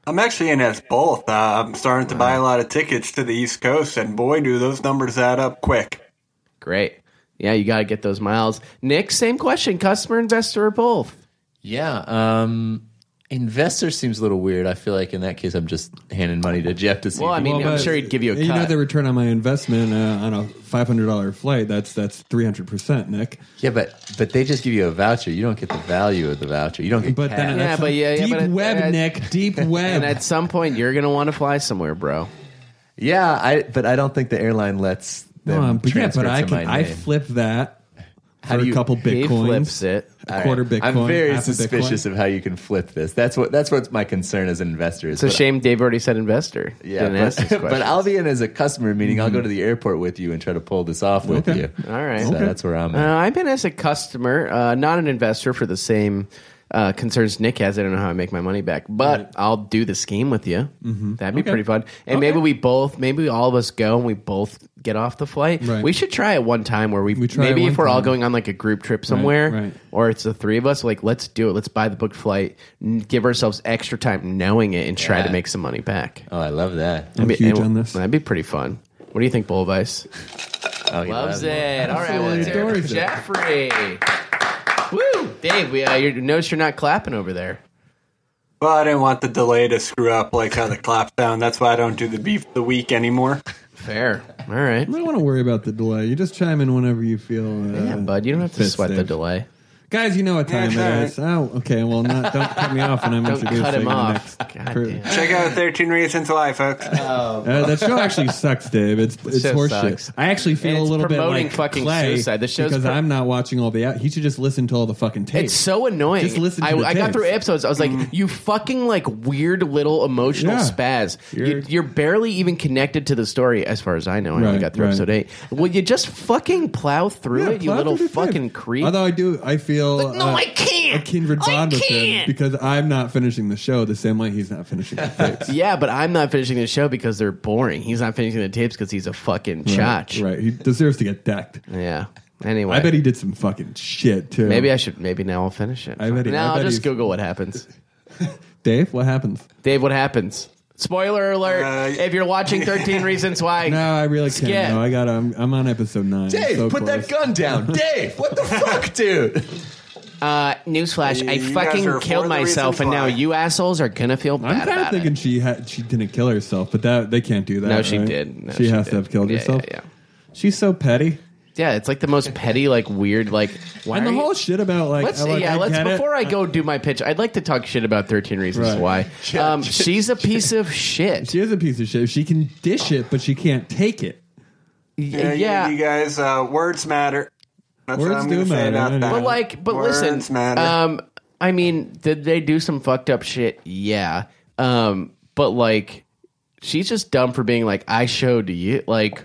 [SPEAKER 4] I'm actually in as both. Uh, I'm starting to buy a lot of tickets to the East Coast, and boy, do those numbers add up quick.
[SPEAKER 3] Great. Yeah, you got to get those miles. Nick, same question: customer, investor, or both?
[SPEAKER 7] Yeah, um, investor seems a little weird. I feel like in that case, I'm just handing money to Jeff to see.
[SPEAKER 3] Well,
[SPEAKER 7] if
[SPEAKER 3] I
[SPEAKER 7] he-
[SPEAKER 3] mean, I'm
[SPEAKER 5] but
[SPEAKER 3] sure he'd give you a
[SPEAKER 5] You know
[SPEAKER 3] cut.
[SPEAKER 5] the return on my investment uh, on a five hundred dollar flight. That's that's three hundred percent, Nick.
[SPEAKER 7] yeah, but but they just give you a voucher. You don't get the value of the voucher. You don't get.
[SPEAKER 5] But
[SPEAKER 7] cash.
[SPEAKER 5] then
[SPEAKER 3] Yeah,
[SPEAKER 5] that's
[SPEAKER 3] but
[SPEAKER 5] a
[SPEAKER 3] yeah, yeah,
[SPEAKER 5] deep
[SPEAKER 3] but it-
[SPEAKER 5] web,
[SPEAKER 3] it-
[SPEAKER 5] Nick. Deep web.
[SPEAKER 3] and at some point, you're gonna want to fly somewhere, bro.
[SPEAKER 7] yeah, I but I don't think the airline lets. Them
[SPEAKER 5] Come on, but yeah,
[SPEAKER 7] transfer
[SPEAKER 5] but I
[SPEAKER 7] to
[SPEAKER 5] can
[SPEAKER 7] my
[SPEAKER 5] I
[SPEAKER 7] name.
[SPEAKER 5] flip that
[SPEAKER 7] How
[SPEAKER 5] for
[SPEAKER 7] do you-
[SPEAKER 5] a couple
[SPEAKER 3] He
[SPEAKER 5] bitcoins.
[SPEAKER 3] flips it.
[SPEAKER 5] A quarter bitcoin.
[SPEAKER 7] I'm very
[SPEAKER 5] half a
[SPEAKER 7] suspicious
[SPEAKER 5] Bitcoin.
[SPEAKER 7] of how you can flip this. That's what that's what my concern as an investor is.
[SPEAKER 3] It's a
[SPEAKER 7] but-
[SPEAKER 3] shame Dave already said investor.
[SPEAKER 7] Yeah,
[SPEAKER 3] Didn't ask this
[SPEAKER 7] but, but
[SPEAKER 3] question.
[SPEAKER 7] I'll be in as a customer, meaning I'll
[SPEAKER 6] Mm-hmm.
[SPEAKER 7] go to the airport with you and try to pull this off with
[SPEAKER 5] Okay.
[SPEAKER 7] you.
[SPEAKER 3] All right.
[SPEAKER 7] so
[SPEAKER 3] Okay.
[SPEAKER 7] that's where
[SPEAKER 5] Oh,
[SPEAKER 7] I'm.
[SPEAKER 3] Uh,
[SPEAKER 7] At.
[SPEAKER 3] I've been as a customer, uh, not an investor for the same uh, concerns Nick has. I don't know how I make my money back, but I'll do the scheme with you. That'd be
[SPEAKER 5] Okay.
[SPEAKER 3] pretty fun. And maybe we both, maybe all of us go and we both get off the flight.
[SPEAKER 5] Right.
[SPEAKER 3] We should try it one time where we,
[SPEAKER 5] We try it
[SPEAKER 3] maybe
[SPEAKER 5] one
[SPEAKER 3] if we're all
[SPEAKER 5] time.
[SPEAKER 3] going on like a group trip somewhere
[SPEAKER 5] right.
[SPEAKER 3] or it's the three of us, like let's do it. Let's buy the booked flight, n- give ourselves extra time knowing it and try
[SPEAKER 7] Yeah.
[SPEAKER 3] to make some money back.
[SPEAKER 7] Oh, I love that.
[SPEAKER 5] I'm
[SPEAKER 3] Be-
[SPEAKER 5] huge
[SPEAKER 3] and-
[SPEAKER 5] on this.
[SPEAKER 3] That'd be pretty fun. What do you think, Bullvice?
[SPEAKER 7] Oh, you
[SPEAKER 3] Loves
[SPEAKER 7] love
[SPEAKER 3] it. All right, well,
[SPEAKER 5] Absolutely
[SPEAKER 3] let's hear it for
[SPEAKER 5] adores
[SPEAKER 3] Jeffrey.
[SPEAKER 5] it.
[SPEAKER 3] Woo, Dave. We, uh, you notice you're not clapping over there.
[SPEAKER 4] Well, I didn't want the delay to screw up like how the clap sound. That's why I don't do the beef of the week anymore.
[SPEAKER 3] Fair. All right.
[SPEAKER 5] I don't want to worry about the delay. You just chime in whenever you feel. Uh,
[SPEAKER 3] Yeah, bud. You don't have to
[SPEAKER 5] fit,
[SPEAKER 3] sweat the
[SPEAKER 5] Dave.
[SPEAKER 3] delay.
[SPEAKER 5] guys. You know what time
[SPEAKER 4] Yeah,
[SPEAKER 5] it is. Oh, okay. Well, not, don't cut me off when I'm
[SPEAKER 3] Don't
[SPEAKER 5] introducing
[SPEAKER 3] cut him
[SPEAKER 5] the
[SPEAKER 3] off.
[SPEAKER 5] next
[SPEAKER 3] God
[SPEAKER 5] per-
[SPEAKER 3] damn.
[SPEAKER 4] Check out 13 Reasons Why, folks.
[SPEAKER 5] Uh, that show actually sucks, Dave. It's it's
[SPEAKER 3] show
[SPEAKER 5] horseshit.
[SPEAKER 3] sucks.
[SPEAKER 5] I actually feel
[SPEAKER 3] And
[SPEAKER 5] a
[SPEAKER 3] it's
[SPEAKER 5] little bit
[SPEAKER 3] promoting
[SPEAKER 5] like
[SPEAKER 3] fucking
[SPEAKER 5] Clay
[SPEAKER 3] suicide. The show's
[SPEAKER 5] because
[SPEAKER 3] pro-
[SPEAKER 5] I'm not watching all the. out. He should just listen to all the fucking tapes.
[SPEAKER 3] It's so annoying.
[SPEAKER 5] Just listen to
[SPEAKER 3] I,
[SPEAKER 5] the
[SPEAKER 3] I got
[SPEAKER 5] tapes. Mm-hmm.
[SPEAKER 3] through episodes. I was like, you fucking like weird little emotional
[SPEAKER 5] Yeah.
[SPEAKER 3] spaz. You're,
[SPEAKER 5] You're-
[SPEAKER 3] you're barely even connected to the story, as far as I know. I only
[SPEAKER 5] Right,
[SPEAKER 3] got through
[SPEAKER 5] right.
[SPEAKER 3] episode eight. Will you just fucking plow through
[SPEAKER 5] Yeah,
[SPEAKER 3] it, you
[SPEAKER 5] plow
[SPEAKER 3] little
[SPEAKER 5] through the
[SPEAKER 3] fucking
[SPEAKER 5] tape.
[SPEAKER 3] creep?
[SPEAKER 5] Although I do, I feel
[SPEAKER 3] no,
[SPEAKER 5] uh,
[SPEAKER 3] I can't.
[SPEAKER 5] a kindred
[SPEAKER 3] I
[SPEAKER 5] bond with him
[SPEAKER 3] can't.
[SPEAKER 5] because I'm not finishing the show the same way he's not finishing the tapes.
[SPEAKER 3] yeah, but I'm not finishing the show because they're boring. He's not finishing the tapes because he's a fucking
[SPEAKER 5] right,
[SPEAKER 3] chotch.
[SPEAKER 5] right? He deserves to get decked.
[SPEAKER 3] Yeah. Anyway,
[SPEAKER 5] I bet he did some fucking shit too.
[SPEAKER 3] maybe I should. Maybe now I'll finish it.
[SPEAKER 5] I bet he-
[SPEAKER 3] now
[SPEAKER 5] I
[SPEAKER 3] I'll
[SPEAKER 5] bet
[SPEAKER 3] just
[SPEAKER 5] he's-
[SPEAKER 3] Google what happens.
[SPEAKER 5] Dave, what happens?
[SPEAKER 3] Dave, what happens? Spoiler alert!
[SPEAKER 4] Uh,
[SPEAKER 3] if you're watching 13 Reasons Why,
[SPEAKER 5] No, I really can't.
[SPEAKER 3] Skip.
[SPEAKER 5] No, I got. I'm, I'm on episode nine.
[SPEAKER 7] Dave,
[SPEAKER 5] So
[SPEAKER 7] put that
[SPEAKER 5] close.
[SPEAKER 7] gun down. Dave, what the fuck, dude?
[SPEAKER 3] uh, newsflash, I
[SPEAKER 4] You guys are
[SPEAKER 3] fucking
[SPEAKER 4] for
[SPEAKER 3] killed
[SPEAKER 4] the
[SPEAKER 3] myself,
[SPEAKER 4] reasons
[SPEAKER 3] and now
[SPEAKER 4] why.
[SPEAKER 3] you assholes are gonna feel bad
[SPEAKER 5] I'm kind
[SPEAKER 3] about
[SPEAKER 5] of thinking
[SPEAKER 3] it.
[SPEAKER 5] she had, she didn't kill herself, but that they can't do that.
[SPEAKER 3] No, she
[SPEAKER 5] right?
[SPEAKER 3] did. No,
[SPEAKER 5] she, has
[SPEAKER 3] did.
[SPEAKER 5] to have killed
[SPEAKER 3] Yeah,
[SPEAKER 5] herself.
[SPEAKER 3] Yeah, yeah.
[SPEAKER 5] She's so petty.
[SPEAKER 3] Yeah, it's like the most petty, like weird, like why
[SPEAKER 5] and the
[SPEAKER 3] are you-
[SPEAKER 5] whole shit about like,
[SPEAKER 3] Let's
[SPEAKER 5] I, like,
[SPEAKER 3] yeah,
[SPEAKER 5] I
[SPEAKER 3] let's
[SPEAKER 5] get it.
[SPEAKER 3] before I go do my pitch, I'd like to talk shit about Thirteen Reasons
[SPEAKER 5] Right.
[SPEAKER 3] Why. Um, she's a piece of shit.
[SPEAKER 5] She is a piece of shit. She can dish it, but she can't take it.
[SPEAKER 3] Yeah,
[SPEAKER 4] Yeah, You, you guys, uh, words matter. That's what
[SPEAKER 5] Words
[SPEAKER 4] I'm
[SPEAKER 5] do
[SPEAKER 4] going to say
[SPEAKER 5] matter, I
[SPEAKER 4] about
[SPEAKER 5] know.
[SPEAKER 4] that.
[SPEAKER 3] but like, but
[SPEAKER 4] Words
[SPEAKER 3] listen,
[SPEAKER 4] matter.
[SPEAKER 3] um, I mean, did they do some fucked up shit? Yeah, um, but like, she's just dumb for being like, I showed you, like,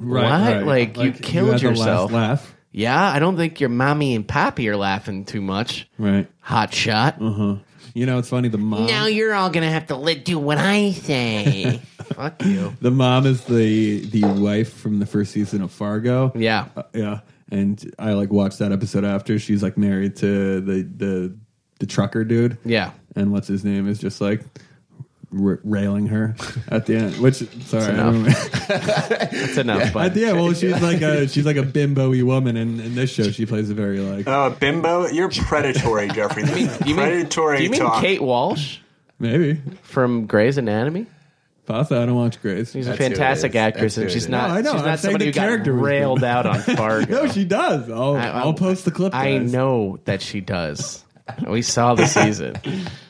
[SPEAKER 3] what? Like, you killed
[SPEAKER 5] had the last
[SPEAKER 3] yourself.
[SPEAKER 5] laugh.
[SPEAKER 3] Yeah, I don't think your mommy and pappy are laughing too much.
[SPEAKER 5] Right.
[SPEAKER 3] Hot shot.
[SPEAKER 5] Uh-huh. You know, it's funny. The mom.
[SPEAKER 3] Now you're all gonna have to li- do what I say. Fuck you.
[SPEAKER 5] the mom is the the wife from the first season of Fargo.
[SPEAKER 3] Yeah.
[SPEAKER 5] Uh, yeah. And I like watched that episode after she's like married to the the the trucker dude.
[SPEAKER 3] Yeah.
[SPEAKER 5] And what's his name is just like r- railing her at the end. Which sorry, I
[SPEAKER 3] enough.
[SPEAKER 5] don't-
[SPEAKER 3] That's enough.
[SPEAKER 5] At
[SPEAKER 3] But
[SPEAKER 5] the end, well, she's like a she's like a bimbo-y woman, and in this show, she plays a very like
[SPEAKER 3] Uh,
[SPEAKER 4] Oh, bimbo, you're predatory, Jeffrey. This is
[SPEAKER 3] you mean,
[SPEAKER 4] predatory
[SPEAKER 3] do you mean
[SPEAKER 4] talk.
[SPEAKER 3] Kate Walsh
[SPEAKER 5] maybe.
[SPEAKER 3] from Grey's Anatomy?
[SPEAKER 5] Pasta, I don't watch Grace.
[SPEAKER 3] She's
[SPEAKER 6] That's
[SPEAKER 3] a
[SPEAKER 6] who it
[SPEAKER 3] fantastic
[SPEAKER 6] is.
[SPEAKER 3] actress,
[SPEAKER 6] That's who
[SPEAKER 3] and
[SPEAKER 6] it
[SPEAKER 3] she's
[SPEAKER 6] is.
[SPEAKER 3] not.
[SPEAKER 5] No, I know.
[SPEAKER 3] She's
[SPEAKER 5] I'm
[SPEAKER 3] not
[SPEAKER 5] saying
[SPEAKER 3] somebody
[SPEAKER 5] the
[SPEAKER 3] who got
[SPEAKER 5] character was
[SPEAKER 3] railed
[SPEAKER 5] good.
[SPEAKER 3] out on Fargo.
[SPEAKER 5] No, she does. I'll,
[SPEAKER 3] I-
[SPEAKER 5] I, will post the clip.
[SPEAKER 3] I
[SPEAKER 5] guys.
[SPEAKER 3] know that she does. We saw the season.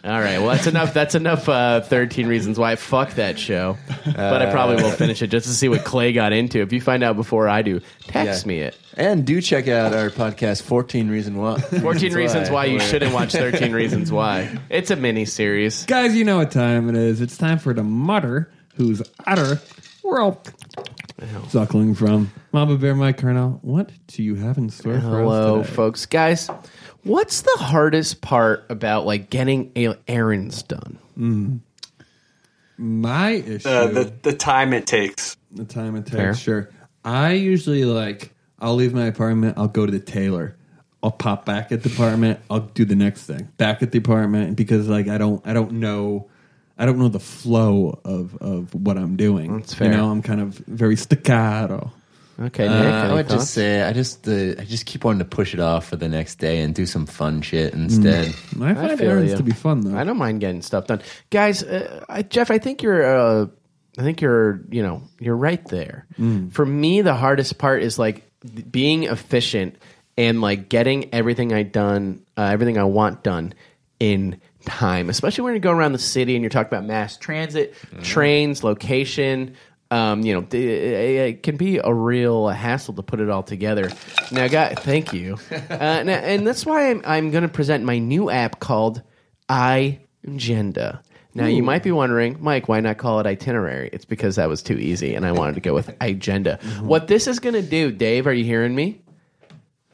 [SPEAKER 3] All right. Well, that's enough. That's enough. Uh, Thirteen Reasons Why. Fuck that show. But I probably will finish it just to see what Clay got into. If you find out before I do, text
[SPEAKER 6] Yeah.
[SPEAKER 3] me it.
[SPEAKER 6] And do check out our podcast, 14 Reason Why.
[SPEAKER 3] 14 reasons why you
[SPEAKER 6] Where-
[SPEAKER 3] shouldn't watch 13 reasons why it's a mini series
[SPEAKER 5] Guys, you know what time it is. It's time for the mutter, whose utter we're all suckling from. Mama Bear, my Colonel, what do you have in store for
[SPEAKER 3] hello
[SPEAKER 5] us today?
[SPEAKER 3] folks guys what's the hardest part about like getting a- errands done
[SPEAKER 5] my issue,
[SPEAKER 4] Uh, the,
[SPEAKER 5] the,
[SPEAKER 4] the time it takes.
[SPEAKER 5] time it takes,
[SPEAKER 3] Fair.
[SPEAKER 5] sure. I usually, like, I'll leave my apartment, I'll go to the tailor. I'll pop back at the apartment. I'll do the next thing back at the apartment because like I don't I don't know I don't know the flow of of what I'm doing. That's
[SPEAKER 3] fair.
[SPEAKER 5] You know I'm kind of very staccato.
[SPEAKER 3] okay Nick,
[SPEAKER 6] Uh, I
[SPEAKER 3] any
[SPEAKER 6] would
[SPEAKER 3] thoughts?
[SPEAKER 6] just say I just the I just keep wanting to push it off for the next day and do some fun shit instead.
[SPEAKER 7] Mm.
[SPEAKER 5] I find
[SPEAKER 3] feel
[SPEAKER 5] errands
[SPEAKER 3] you.
[SPEAKER 5] to be fun though.
[SPEAKER 3] i don't mind getting stuff done guys uh, I, jeff i think you're uh, i think you're you know you're right there for me the hardest part is like th- being efficient and like getting everything i done uh, everything i want done in time especially when you go around the city and you're talking about mass transit trains location um, you know, th- it, it can be a real hassle to put it all together. Now, guy, thank you, uh, and, and that's why I'm, I'm going to present my new app called iGenda. Now, you might be wondering, Mike, why not call it itinerary? It's because that was too easy, and I wanted to go with iGenda. What this is going to do, Dave? Are you hearing me?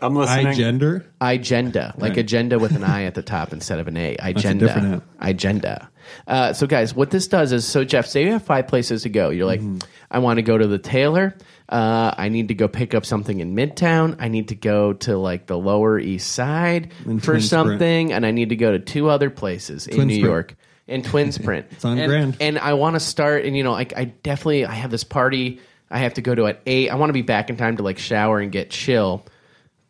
[SPEAKER 4] I'm
[SPEAKER 5] I
[SPEAKER 4] listening.
[SPEAKER 5] gender.
[SPEAKER 3] Agenda, like
[SPEAKER 5] Right.
[SPEAKER 3] agenda with an I at the top instead of an A. Agenda.
[SPEAKER 5] different app.
[SPEAKER 3] Agenda. Uh, so, guys, what this does is so, Jeff, say you have five places to go. You're like,
[SPEAKER 5] Mm-hmm.
[SPEAKER 3] I want to go to the tailor. Uh, I need to go pick up something in Midtown. I need to go to like the Lower East Side
[SPEAKER 5] In
[SPEAKER 3] for
[SPEAKER 5] Twin Sprint.
[SPEAKER 3] something. And I need to go to two other places in
[SPEAKER 5] Twin
[SPEAKER 3] New
[SPEAKER 5] Sprint.
[SPEAKER 3] York. And Twinsprint. it's
[SPEAKER 5] on
[SPEAKER 3] and,
[SPEAKER 5] Grand.
[SPEAKER 3] And I want to start, and you know, like I definitely, I have this party. I have to go to at eight. I want to be back in time to like shower and get chill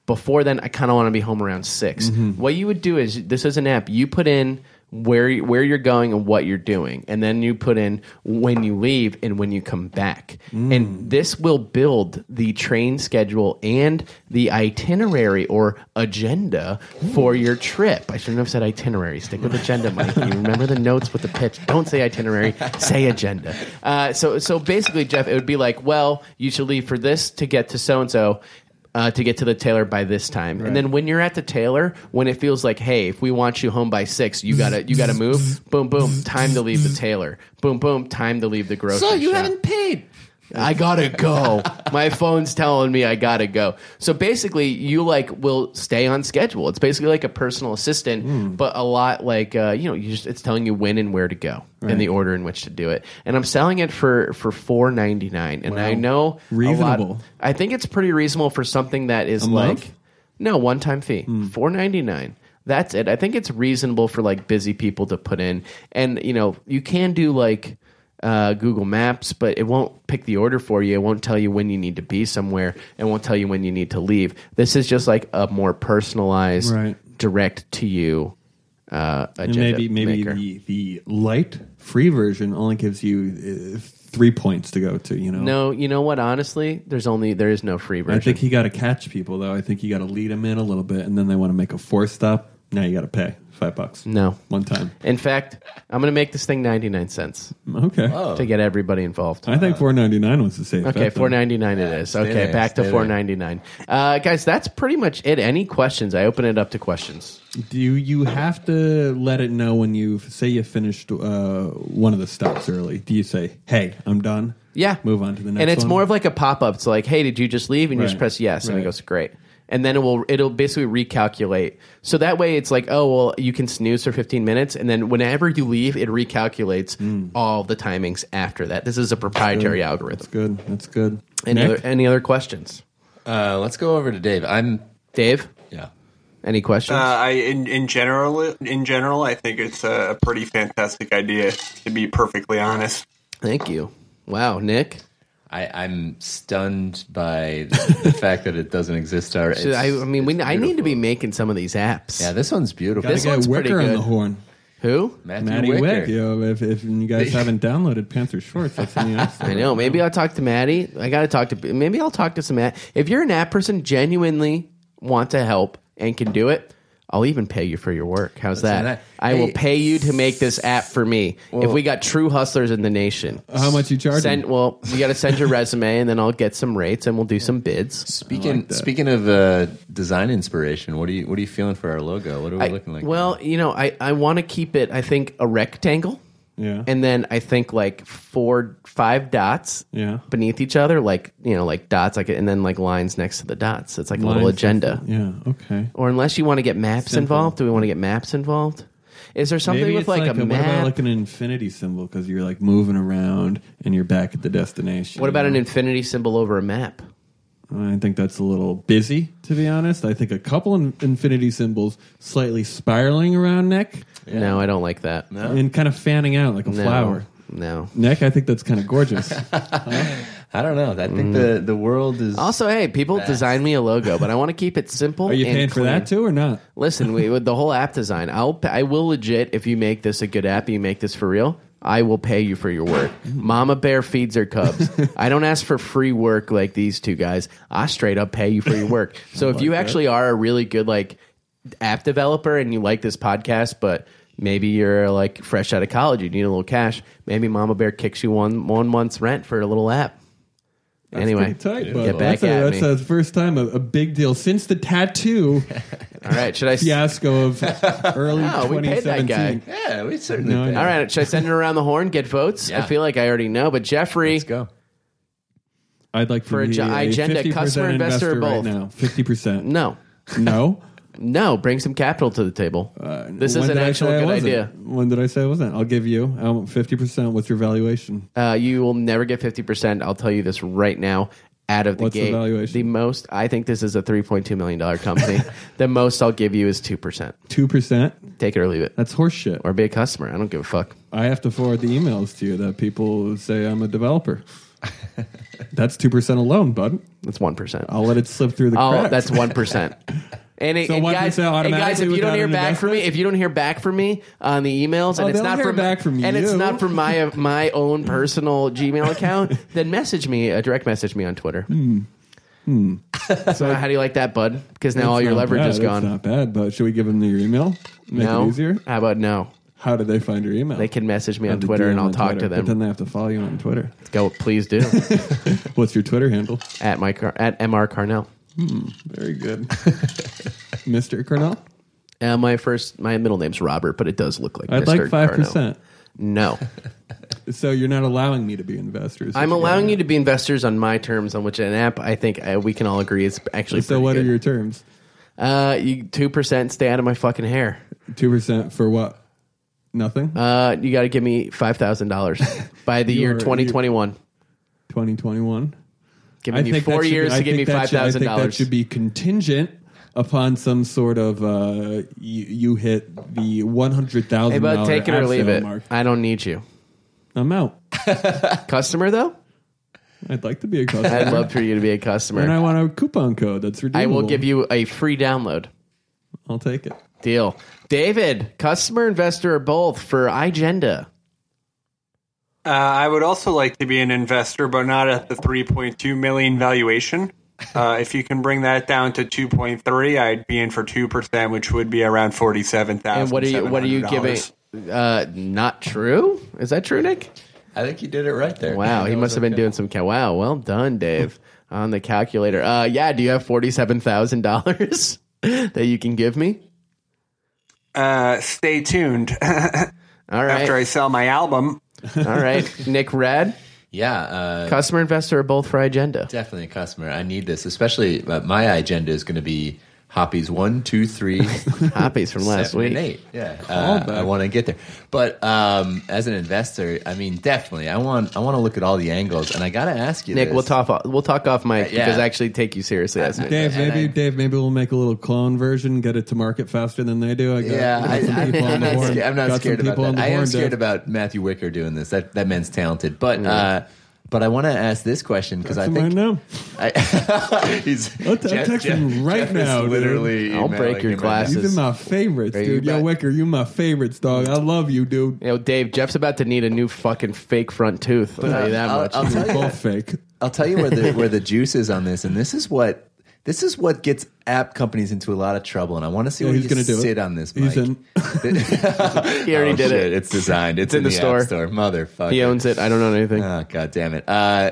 [SPEAKER 3] before then i kind of want to be home around 6 what you would do is this is an app you put in where you- where you're going and what you're doing and then you put in when you leave and when you come back and this will build the train schedule and the itinerary or agenda for your trip i shouldn't have said itinerary stick with agenda mike you remember the notes with the pitch don't say itinerary say agenda uh, so so basically jeff it would be like well you should leave for this to get to so and so uh, to get to the tailor by this time. And then when you're at the tailor, when it feels like, hey, if we want you home by six, you gotta you gotta move. Boom, boom, time to leave the tailor. Boom, boom, time to leave the grocery.
[SPEAKER 7] Oh,
[SPEAKER 3] So you haven't paid. I gotta go. My phone's telling me I gotta go. So basically, you like will stay on schedule. It's basically like a personal assistant,
[SPEAKER 5] Hmm.
[SPEAKER 3] but a lot like uh, you know, you just it's telling you when and where to go and the order in which to do it. And I'm selling it for for four ninety nine. And I know a lot-
[SPEAKER 5] Reasonable.
[SPEAKER 3] I think it's pretty reasonable for something that is like
[SPEAKER 5] month?
[SPEAKER 3] no one time fee
[SPEAKER 5] Hmm.
[SPEAKER 3] four ninety nine. That's it. I think it's reasonable for like busy people to put in, and you know you can do like uh, Google Maps, but it won't pick the order for you. It won't tell you when you need to be somewhere. It won't tell you when you need to leave. This is just like a more personalized,
[SPEAKER 5] Right.
[SPEAKER 3] direct to you uh,
[SPEAKER 5] And
[SPEAKER 3] agenda
[SPEAKER 5] maybe maybe
[SPEAKER 3] maker.
[SPEAKER 5] the the light free version only gives you uh, three points to go to. You know,
[SPEAKER 3] No, you know what? Honestly, there's only there is no free version.
[SPEAKER 5] I think he got to catch people though. I think you got to lead them in a little bit, and then they want to make a four stop. Now you got to pay five bucks.
[SPEAKER 3] No.
[SPEAKER 5] one time.
[SPEAKER 3] In fact, I'm going to make this thing 99 cents
[SPEAKER 5] Okay,
[SPEAKER 3] to get everybody involved.
[SPEAKER 5] I think four ninety nine was the safe.
[SPEAKER 3] Okay,
[SPEAKER 5] bet, though.
[SPEAKER 3] four ninety nine it is. Okay,
[SPEAKER 6] there,
[SPEAKER 3] back to
[SPEAKER 6] stay
[SPEAKER 3] four
[SPEAKER 6] there.
[SPEAKER 3] ninety nine. Uh, guys, that's pretty much it. Any questions? I open it up to questions.
[SPEAKER 5] Do you, you have to let it know when you say you finished uh, one of the stops early? Do you say, "Hey, I'm done"?
[SPEAKER 3] Yeah,
[SPEAKER 5] move on to the next.
[SPEAKER 3] And it's
[SPEAKER 5] one?
[SPEAKER 3] more of like a pop up. It's like, hey, did you just leave? And you just
[SPEAKER 5] Right,
[SPEAKER 3] press yes, and it
[SPEAKER 5] right.
[SPEAKER 3] goes great. And then it will it'll basically recalculate. So that way, it's like, oh well, you can snooze for fifteen minutes, and then whenever you leave, it recalculates all the timings after that. This is a proprietary
[SPEAKER 5] That's
[SPEAKER 3] algorithm.
[SPEAKER 5] Hmm. good. That's good.
[SPEAKER 3] Any
[SPEAKER 5] Nick?
[SPEAKER 3] other, any other questions,
[SPEAKER 6] Uh, let's go over to Dave. I'm
[SPEAKER 3] Dave?
[SPEAKER 6] yeah.
[SPEAKER 3] Any questions?
[SPEAKER 4] Uh, I in, in general in general, I think it's a pretty fantastic idea. To be perfectly honest,
[SPEAKER 3] Thank you. Wow, Nick.
[SPEAKER 6] I, I'm stunned by the fact that it doesn't exist already.
[SPEAKER 3] I,
[SPEAKER 6] It's-
[SPEAKER 3] I mean, we,
[SPEAKER 6] it's
[SPEAKER 3] I need to be
[SPEAKER 6] beautiful.
[SPEAKER 3] making some of these apps.
[SPEAKER 6] Yeah, this one's beautiful.
[SPEAKER 5] Gotta
[SPEAKER 3] This
[SPEAKER 5] get
[SPEAKER 3] one's
[SPEAKER 5] Wicker
[SPEAKER 3] pretty
[SPEAKER 5] on
[SPEAKER 3] good.
[SPEAKER 5] the horn.
[SPEAKER 3] Who?
[SPEAKER 6] Matthew
[SPEAKER 5] Maddie
[SPEAKER 6] Wicker.
[SPEAKER 5] Wick, yo, if, if you guys haven't downloaded Panther Shorts, that's in the app store.
[SPEAKER 3] I know. Maybe I'll talk to Maddie. I got to talk to. Maybe I'll talk to some. App. If you're an app person, genuinely want to help and can do it, I'll even pay you for your work. How's that?
[SPEAKER 6] that.
[SPEAKER 3] I will
[SPEAKER 6] Hey.
[SPEAKER 3] pay you to make this app for me. if we got true hustlers in the nation,
[SPEAKER 5] How much you charge?
[SPEAKER 3] send.
[SPEAKER 5] them?
[SPEAKER 3] Well, you got to send your resume, and then I'll get some rates, and we'll do some bids.
[SPEAKER 6] Speaking
[SPEAKER 5] that.
[SPEAKER 6] speaking of uh, design inspiration, what are you what are you feeling for our logo? What are we
[SPEAKER 3] I-
[SPEAKER 6] looking like?
[SPEAKER 3] well, you know, I I want to keep it. I think a rectangle.
[SPEAKER 5] Yeah.
[SPEAKER 3] and then I think like four, five dots
[SPEAKER 5] Yeah.
[SPEAKER 3] beneath each other, like you know, like dots, like and then like lines next to the dots. It's like a little
[SPEAKER 5] Lines,
[SPEAKER 3] agenda.
[SPEAKER 5] Yeah. Okay.
[SPEAKER 3] Or unless you want to get maps
[SPEAKER 5] Simple.
[SPEAKER 3] involved, do we want to get maps involved? Is there something
[SPEAKER 5] Maybe
[SPEAKER 3] with
[SPEAKER 5] it's
[SPEAKER 3] like, a,
[SPEAKER 5] what about
[SPEAKER 3] map?
[SPEAKER 5] like an infinity symbol because you're like moving around and you're back at the destination.
[SPEAKER 3] what about
[SPEAKER 5] you
[SPEAKER 3] an
[SPEAKER 5] know?
[SPEAKER 3] infinity symbol over a map?
[SPEAKER 5] I think that's a little busy, to be honest. I think a couple in- infinity symbols slightly spiraling around Nick
[SPEAKER 3] No, I don't like that. No,
[SPEAKER 5] and kind of fanning out like a flower.
[SPEAKER 3] No.
[SPEAKER 5] Nick, I think that's kind of gorgeous.
[SPEAKER 6] I don't know. I
[SPEAKER 3] mm.
[SPEAKER 6] think the, the world is
[SPEAKER 3] Also, hey, people design me a logo, but I want to keep it simple.
[SPEAKER 5] Are you
[SPEAKER 3] and
[SPEAKER 5] paying for that
[SPEAKER 3] clean.
[SPEAKER 5] too or not?
[SPEAKER 3] Listen, we with the whole app design. I'll I will legit if you make this a good app, you make this for real. I will pay you for your work. Mama bear feeds her cubs. I don't ask for free work like these two guys. I straight up pay you for your work. So if you actually are a really good like app developer and you like this podcast, but maybe you're like fresh out of college, you need a little cash. Maybe Mama Bear kicks you one one month's rent for a little app. anyway,
[SPEAKER 5] Pretty
[SPEAKER 3] get
[SPEAKER 5] tight, bud.
[SPEAKER 3] back
[SPEAKER 5] that's a,
[SPEAKER 3] at
[SPEAKER 5] that's
[SPEAKER 3] me.
[SPEAKER 5] the first time a, a big deal since the tattoo
[SPEAKER 3] All right, should I? s-
[SPEAKER 5] fiasco of early
[SPEAKER 3] No, Oh, we paid that
[SPEAKER 5] 2017.
[SPEAKER 3] guy.
[SPEAKER 6] Yeah, we certainly
[SPEAKER 5] No,
[SPEAKER 6] think.
[SPEAKER 5] no.
[SPEAKER 3] All right, should I send it around the horn? Get votes.
[SPEAKER 6] Yeah.
[SPEAKER 3] I feel like I already know, but Jeffrey,
[SPEAKER 6] Let's go.
[SPEAKER 5] I'd like
[SPEAKER 3] For
[SPEAKER 5] to
[SPEAKER 3] a
[SPEAKER 5] be
[SPEAKER 3] jo- agenda,
[SPEAKER 5] 50%
[SPEAKER 3] customer, investor, or both?
[SPEAKER 5] right now. Fifty percent.
[SPEAKER 3] no,
[SPEAKER 5] no.
[SPEAKER 3] no, bring some capital to the table. this
[SPEAKER 5] Uh, When
[SPEAKER 3] is an
[SPEAKER 5] did I
[SPEAKER 3] actual
[SPEAKER 5] say I
[SPEAKER 3] good
[SPEAKER 5] wasn't?
[SPEAKER 3] idea.
[SPEAKER 5] When did I say I wasn't? I'll give you fifty percent. What's your valuation?
[SPEAKER 3] Uh, you will never get fifty percent. I'll tell you this right now. Out of the
[SPEAKER 5] What's the
[SPEAKER 3] gate,
[SPEAKER 5] valuation?
[SPEAKER 3] most I think this is a three point two million dollar company. the most I'll give you is two percent.
[SPEAKER 5] Two percent.
[SPEAKER 3] Take it or leave it,
[SPEAKER 5] That's horseshit.
[SPEAKER 3] or be a customer. I don't give a fuck.
[SPEAKER 5] I have to forward the emails to you that people say I'm a developer. that's two percent alone, bud.
[SPEAKER 3] That's one percent.
[SPEAKER 5] I'll let it slip through the
[SPEAKER 3] Oh,
[SPEAKER 5] cracks.
[SPEAKER 3] that's one percent. And, it,
[SPEAKER 5] So
[SPEAKER 3] and
[SPEAKER 5] 1%
[SPEAKER 3] guys, and guys,
[SPEAKER 5] automatically
[SPEAKER 3] if you don't
[SPEAKER 5] without
[SPEAKER 3] hear
[SPEAKER 5] an
[SPEAKER 3] back from me,
[SPEAKER 5] investment?
[SPEAKER 3] if you don't hear back from me on the emails,
[SPEAKER 5] Oh,
[SPEAKER 3] and it's
[SPEAKER 5] they'll
[SPEAKER 3] not
[SPEAKER 5] hear
[SPEAKER 3] from
[SPEAKER 5] back from
[SPEAKER 3] and it's
[SPEAKER 5] you.
[SPEAKER 3] not from my my own personal Gmail account, then message me, uh, direct message me on Twitter.
[SPEAKER 5] Hmm.
[SPEAKER 3] So how do you like that, bud? Because now all your
[SPEAKER 5] Not
[SPEAKER 3] leverage
[SPEAKER 5] bad.
[SPEAKER 3] is
[SPEAKER 5] That's
[SPEAKER 3] gone.
[SPEAKER 5] not bad, but should we give them your email? Make
[SPEAKER 3] no,
[SPEAKER 5] it easier.
[SPEAKER 3] how about no?
[SPEAKER 5] How do they find your email?
[SPEAKER 3] They can message me
[SPEAKER 5] Have
[SPEAKER 3] on
[SPEAKER 5] to
[SPEAKER 3] Twitter,
[SPEAKER 5] DM
[SPEAKER 3] and I'll
[SPEAKER 5] on
[SPEAKER 3] talk
[SPEAKER 5] Twitter,
[SPEAKER 3] to them.
[SPEAKER 5] But then they have to follow you on Twitter.
[SPEAKER 3] Go, please do
[SPEAKER 5] What's your Twitter handle?
[SPEAKER 3] at my car, at mr Carnell.
[SPEAKER 5] Very good, Mr. Cornell.
[SPEAKER 3] Uh, my first, my middle name's Robert, but it does look like
[SPEAKER 5] I'd
[SPEAKER 3] Mr.
[SPEAKER 5] like five
[SPEAKER 3] Carnell.
[SPEAKER 5] percent.
[SPEAKER 3] No.
[SPEAKER 5] So you're not allowing me to be investors.
[SPEAKER 3] I'm allowing you to be investors on my terms, on which an app I think uh we can all agree is actually.
[SPEAKER 5] So what are your terms?
[SPEAKER 3] are your uh two percent? Stay out of my fucking hair.
[SPEAKER 5] Two percent for what? Nothing.
[SPEAKER 3] Uh, you got to give me five thousand dollars by the
[SPEAKER 5] You
[SPEAKER 3] year
[SPEAKER 5] are-
[SPEAKER 3] 2021.
[SPEAKER 5] Twenty twenty one.
[SPEAKER 3] Giving you four years to give me five thousand
[SPEAKER 5] I think that
[SPEAKER 3] dollars.
[SPEAKER 5] should be contingent upon some sort of uh, you, you hit the one hundred
[SPEAKER 3] Hey,
[SPEAKER 5] thousand
[SPEAKER 3] bud,
[SPEAKER 5] dollars
[SPEAKER 3] take it or leave it.
[SPEAKER 5] Mark.
[SPEAKER 3] I don't need you,
[SPEAKER 5] I'm out.
[SPEAKER 3] customer though.
[SPEAKER 5] I'd like to be a customer,
[SPEAKER 3] I'd love for you to be a
[SPEAKER 5] and I
[SPEAKER 3] customer.
[SPEAKER 5] want a coupon code that's
[SPEAKER 3] I
[SPEAKER 5] redeemable.
[SPEAKER 3] will give you a free download.
[SPEAKER 5] I'll take it.
[SPEAKER 3] Deal, David. Customer, investor, or both for iGenda.
[SPEAKER 4] Uh, I would also like to be an investor, but not at the 3.2 million valuation. Uh, if you can bring that down to 2.3, I'd be in for 2%, which would be around 47,000.
[SPEAKER 3] And what are you what are you giving? Uh, not true. Is that true, Nick?
[SPEAKER 6] I think you did it right there.
[SPEAKER 3] Wow, he
[SPEAKER 6] That
[SPEAKER 3] must
[SPEAKER 6] was
[SPEAKER 3] have been
[SPEAKER 6] okay.
[SPEAKER 3] doing some. Cal- wow, well done, Dave, on the calculator. Uh, yeah. Do you have forty-seven thousand dollars that you can give me?
[SPEAKER 4] Uh, stay tuned.
[SPEAKER 3] All right,
[SPEAKER 4] After I sell my album,
[SPEAKER 3] all right. Nick Rad,
[SPEAKER 6] Yeah, uh,
[SPEAKER 3] customer investor, are both for agenda.
[SPEAKER 6] definitely a customer. I need this, especially uh, my agenda is going to be Hoppies one, two, three,
[SPEAKER 3] Copies from last
[SPEAKER 6] seven, and
[SPEAKER 3] week.
[SPEAKER 6] eight. Yeah, uh, I want to get there. But um, as an investor, I mean, definitely, I want I want to look at all the angles, and I got to ask you,
[SPEAKER 3] Nick,
[SPEAKER 6] this.
[SPEAKER 3] we'll talk. Off, we'll talk off mic
[SPEAKER 6] Uh, yeah. Uh,
[SPEAKER 3] because I actually take you seriously as an
[SPEAKER 5] Dave,
[SPEAKER 6] And
[SPEAKER 5] maybe
[SPEAKER 6] I-
[SPEAKER 5] Dave, maybe we'll make a little clone version, get it to market faster than they do. I got,
[SPEAKER 6] Yeah,
[SPEAKER 5] got
[SPEAKER 6] I,
[SPEAKER 5] some
[SPEAKER 6] I,
[SPEAKER 5] people on
[SPEAKER 6] I'm,
[SPEAKER 5] the
[SPEAKER 6] not
[SPEAKER 5] horn.
[SPEAKER 6] scared, I'm not
[SPEAKER 5] Got some
[SPEAKER 6] scared about
[SPEAKER 5] people on
[SPEAKER 6] that.
[SPEAKER 5] the
[SPEAKER 6] I am
[SPEAKER 5] horn,
[SPEAKER 6] scared
[SPEAKER 5] Dave.
[SPEAKER 6] about Matthew Wicker doing this. That that man's talented. But uh, but I want to ask this question because I
[SPEAKER 5] Some right
[SPEAKER 6] think
[SPEAKER 5] now.
[SPEAKER 6] I, he's
[SPEAKER 5] I'll t- I'll text him right
[SPEAKER 6] Jeff is
[SPEAKER 5] now, dude.
[SPEAKER 6] Literally,
[SPEAKER 3] I'll
[SPEAKER 6] emailing
[SPEAKER 3] break your
[SPEAKER 6] him right
[SPEAKER 3] glass.
[SPEAKER 5] You've
[SPEAKER 3] This
[SPEAKER 5] been
[SPEAKER 3] is-
[SPEAKER 5] my favorites,
[SPEAKER 3] Hey, you
[SPEAKER 5] dude. Yo,
[SPEAKER 3] bet.
[SPEAKER 5] Wicker, you my favorites, dog. I love you, dude.
[SPEAKER 3] You know, Dave, Jeff's about to need a new fucking fake front tooth. I'll tell you that
[SPEAKER 6] I'll-
[SPEAKER 3] much.
[SPEAKER 6] I'll tell
[SPEAKER 5] You're
[SPEAKER 6] you-
[SPEAKER 5] both fake.
[SPEAKER 6] I'll tell you where the where the juice is on this, and this is what this is what gets app companies into a lot of trouble. And I want to see
[SPEAKER 5] Yeah,
[SPEAKER 6] where
[SPEAKER 5] he's
[SPEAKER 6] you
[SPEAKER 5] gonna do it.
[SPEAKER 6] sit on this. Mike.
[SPEAKER 5] He's in.
[SPEAKER 3] he already
[SPEAKER 6] Oh,
[SPEAKER 3] did
[SPEAKER 6] shit,
[SPEAKER 3] it.
[SPEAKER 6] It's designed. It's, in, the, store. App store. Motherfucker.
[SPEAKER 3] He owns it. I don't own anything.
[SPEAKER 6] Oh god damn it! Uh,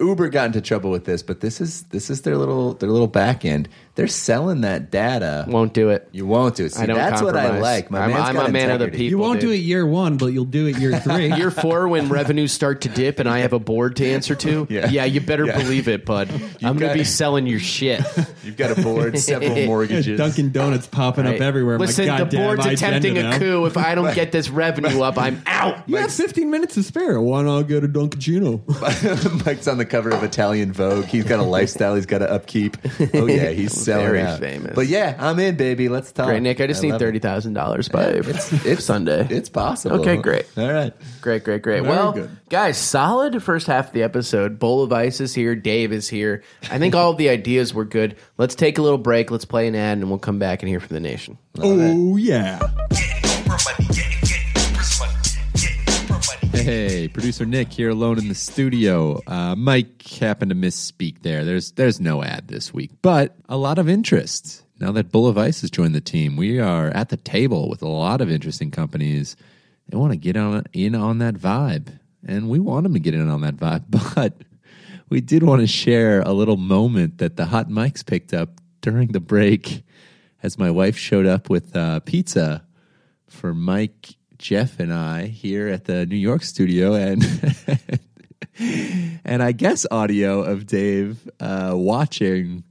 [SPEAKER 6] Uber got into trouble with this, but this is this is their little their little back end. They're selling that data.
[SPEAKER 3] Won't do it.
[SPEAKER 6] you won't do it. See,
[SPEAKER 3] I don't
[SPEAKER 6] that's what I
[SPEAKER 3] compromise.
[SPEAKER 6] like. My
[SPEAKER 3] I'm-
[SPEAKER 6] man's
[SPEAKER 3] I'm
[SPEAKER 6] got
[SPEAKER 3] a man of the
[SPEAKER 6] integrity.
[SPEAKER 5] You
[SPEAKER 3] People,
[SPEAKER 5] won't do
[SPEAKER 3] dude.
[SPEAKER 5] it year one, but you'll do it year three.
[SPEAKER 3] Year four, when revenues start to dip and I have a board to answer to,
[SPEAKER 6] Yeah.
[SPEAKER 3] yeah, you better
[SPEAKER 6] Yeah.
[SPEAKER 3] believe it, bud. I'm going
[SPEAKER 6] got-
[SPEAKER 3] to be selling your shit.
[SPEAKER 6] You've got a board, several mortgages.
[SPEAKER 5] Dunkin' Donuts popping
[SPEAKER 3] Right?
[SPEAKER 5] up everywhere. My
[SPEAKER 3] Listen, the
[SPEAKER 5] goddamn
[SPEAKER 3] board's
[SPEAKER 5] agenda
[SPEAKER 3] attempting
[SPEAKER 5] now.
[SPEAKER 3] a coup. If I don't get this revenue up, I'm out.
[SPEAKER 5] You have 15 minutes to spare. Why not go to Dunkachino?
[SPEAKER 6] Mike's on the cover of Italian Vogue. He's got a lifestyle. He's got to upkeep. Oh yeah, he's selling
[SPEAKER 3] Very
[SPEAKER 6] out.
[SPEAKER 3] famous.
[SPEAKER 6] But yeah, I'm in, baby. Let's talk.
[SPEAKER 7] Oh,
[SPEAKER 3] Great, Nick. I just need
[SPEAKER 6] love it.
[SPEAKER 3] thirty thousand dollars by
[SPEAKER 6] It's, it's
[SPEAKER 3] Sunday.
[SPEAKER 6] It's possible.
[SPEAKER 3] Okay, great.
[SPEAKER 6] All right.
[SPEAKER 3] Great, great, great.
[SPEAKER 5] Very
[SPEAKER 3] well,
[SPEAKER 5] good.
[SPEAKER 3] guys, solid first half of the episode. Bowl of Ice is here. Dave is here. I think all of the ideas were good. Let's take a little break. Let's play an ad, and we'll come back and hear from the nation.
[SPEAKER 5] oh, yeah.
[SPEAKER 7] Hey, producer Nick here alone in the studio. Uh, Mike happened to misspeak there. There's there's no ad this week, but a lot of interest. Now that Bull of Ice has joined the team, we are at the table with a lot of interesting companies. They want to get on in on that vibe, and we want them to get in on that vibe. But we did want to share a little moment that the hot mics picked up during the break, as my wife showed up with uh, pizza for Mike, Jeff, and I here at the New York studio, and and I guess audio of Dave uh, watching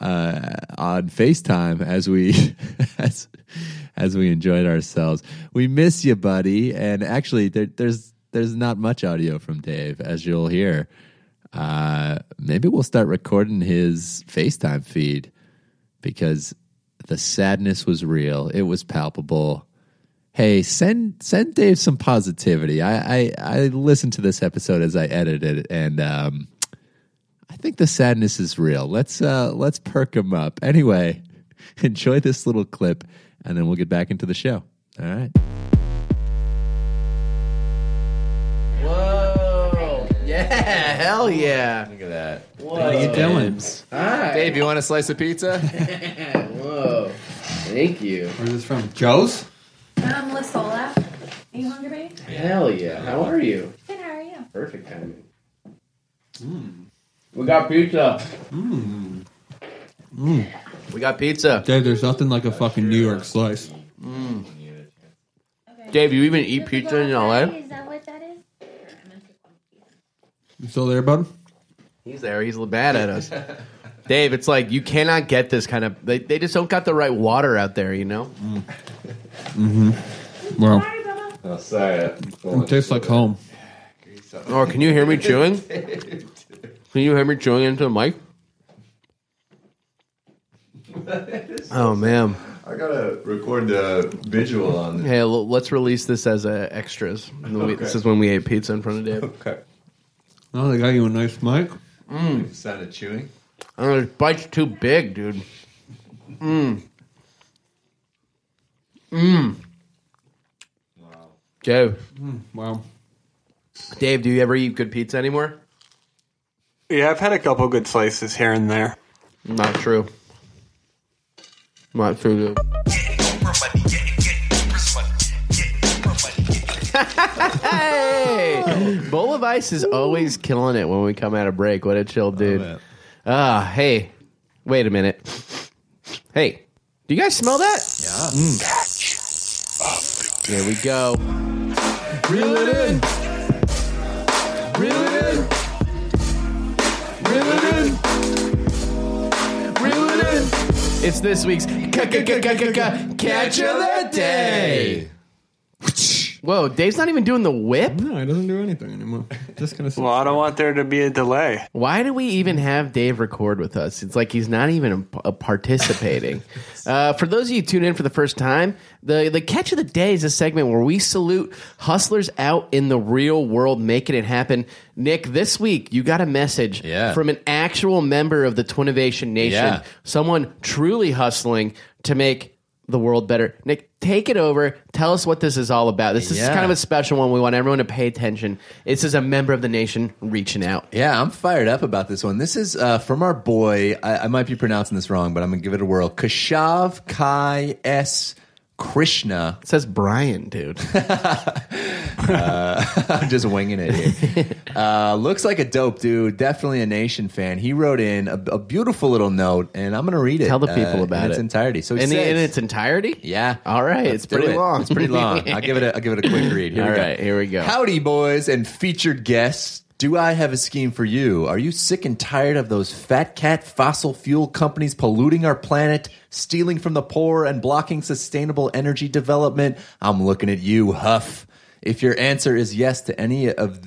[SPEAKER 7] uh, on FaceTime as we as as we enjoyed ourselves. We miss you, buddy. And actually, there, there's there's not much audio from Dave, as you'll hear. Uh, maybe we'll start recording his FaceTime feed because the sadness was real. It was palpable. Hey, send send Dave some positivity. I I, I listened to this episode as I edited it, and um, I think the sadness is real. Let's uh, let's perk him up. Anyway, enjoy this little clip, and then we'll get back into the show. All right.
[SPEAKER 3] Whoa! Yeah, hell yeah!
[SPEAKER 6] Look at that.
[SPEAKER 5] How you doing?
[SPEAKER 6] Dave, you want a slice of pizza?
[SPEAKER 3] Whoa! Thank you.
[SPEAKER 5] Where's this from? Joe's?
[SPEAKER 8] I'm Lasola. Are you hungry, baby?
[SPEAKER 3] Hell yeah! How are you?
[SPEAKER 8] Good, how are you?
[SPEAKER 3] Perfect timing. Mm. We got pizza. Mm. We got pizza.
[SPEAKER 5] Dave, there's nothing like a fucking New York slice.
[SPEAKER 8] Okay.
[SPEAKER 3] Dave, you even eat pizza in LA?
[SPEAKER 8] Is that what that is?
[SPEAKER 5] You still there, bud?
[SPEAKER 3] He's there. He's bad at us. Dave, it's like you cannot get this kind of. They, they just don't got the right water out there, you know.
[SPEAKER 5] Well,
[SPEAKER 8] Sorry, Bubba.
[SPEAKER 6] oh, sorry.
[SPEAKER 5] it tastes like home.
[SPEAKER 3] Or Oh, can you hear me chewing? Can you hear me chewing into the mic? Oh man!
[SPEAKER 6] I gotta record the visual on this.
[SPEAKER 3] Hey, l- let's release this as uh, extras. And we- This
[SPEAKER 6] Okay.
[SPEAKER 3] is when we ate pizza in front of Dave.
[SPEAKER 6] Okay.
[SPEAKER 5] Oh, they got you a nice mic.
[SPEAKER 6] Sound of chewing.
[SPEAKER 3] Oh, this bite's too big, dude. Mmm. Mmm. Mmm. Dave,
[SPEAKER 5] Wow.
[SPEAKER 3] Dave, do you ever eat good pizza anymore?
[SPEAKER 4] Yeah, I've had a couple good slices here and there.
[SPEAKER 3] Not true. Not true. Dude. Hey, Bowl of Ice is always killing it when we come out of break. What a chill dude. Ah, hey, wait a minute. Hey, do you guys smell that? Yeah. There we go. Reel it in. Reel it in. Reel it in. Reel it in. It's this week's catch of the day. Whoa, Dave's not even doing the whip.
[SPEAKER 5] No, it doesn't do anything anymore. Just gonna.
[SPEAKER 4] Well, I don't want there to be a delay.
[SPEAKER 3] Why do we even
[SPEAKER 6] Mm.
[SPEAKER 3] have Dave record with us? It's like he's not even uh, participating. uh, for those of you who tune in for the first time, the, the catch of the day is a segment where we salute hustlers out in the real world making it happen. Nick, this week you got a message
[SPEAKER 6] Yeah.
[SPEAKER 3] from an actual member of the Twinnovation Nation,
[SPEAKER 6] Yeah.
[SPEAKER 3] someone truly hustling to make the world better. Nick, take it over. Tell us what this is all about. This is
[SPEAKER 6] Yeah.
[SPEAKER 3] kind of a special one. We want everyone to pay attention. This is a member of the nation reaching out.
[SPEAKER 6] Yeah, I'm fired up about this one. This is uh, from our boy. I, I might be pronouncing this wrong, but I'm gonna give it a whirl. Kashav Kai S. Krishna.
[SPEAKER 3] It says Brian, dude.
[SPEAKER 6] I'm just winging it here. Uh, looks like a dope dude. Definitely a Nation fan. He wrote in a, a beautiful little note, and I'm going to read it.
[SPEAKER 3] Tell the
[SPEAKER 6] uh,
[SPEAKER 3] people about
[SPEAKER 6] in its
[SPEAKER 3] it.
[SPEAKER 6] entirety. So he
[SPEAKER 3] in, the-
[SPEAKER 6] says,
[SPEAKER 3] in its entirety?
[SPEAKER 6] yeah.
[SPEAKER 3] All right,
[SPEAKER 6] Let's
[SPEAKER 3] it's
[SPEAKER 6] do
[SPEAKER 3] pretty
[SPEAKER 6] it.
[SPEAKER 3] long.
[SPEAKER 6] It's pretty long. I'll give it. A, I'll give it a quick read. Here
[SPEAKER 3] All
[SPEAKER 6] we go.
[SPEAKER 3] right, here we go.
[SPEAKER 6] Howdy, boys and featured guests. Do I have a scheme for you? Are you sick and tired of those fat cat fossil fuel companies polluting our planet, stealing from the poor, and blocking sustainable energy development? I'm looking at you, Huff. If your answer is yes to any of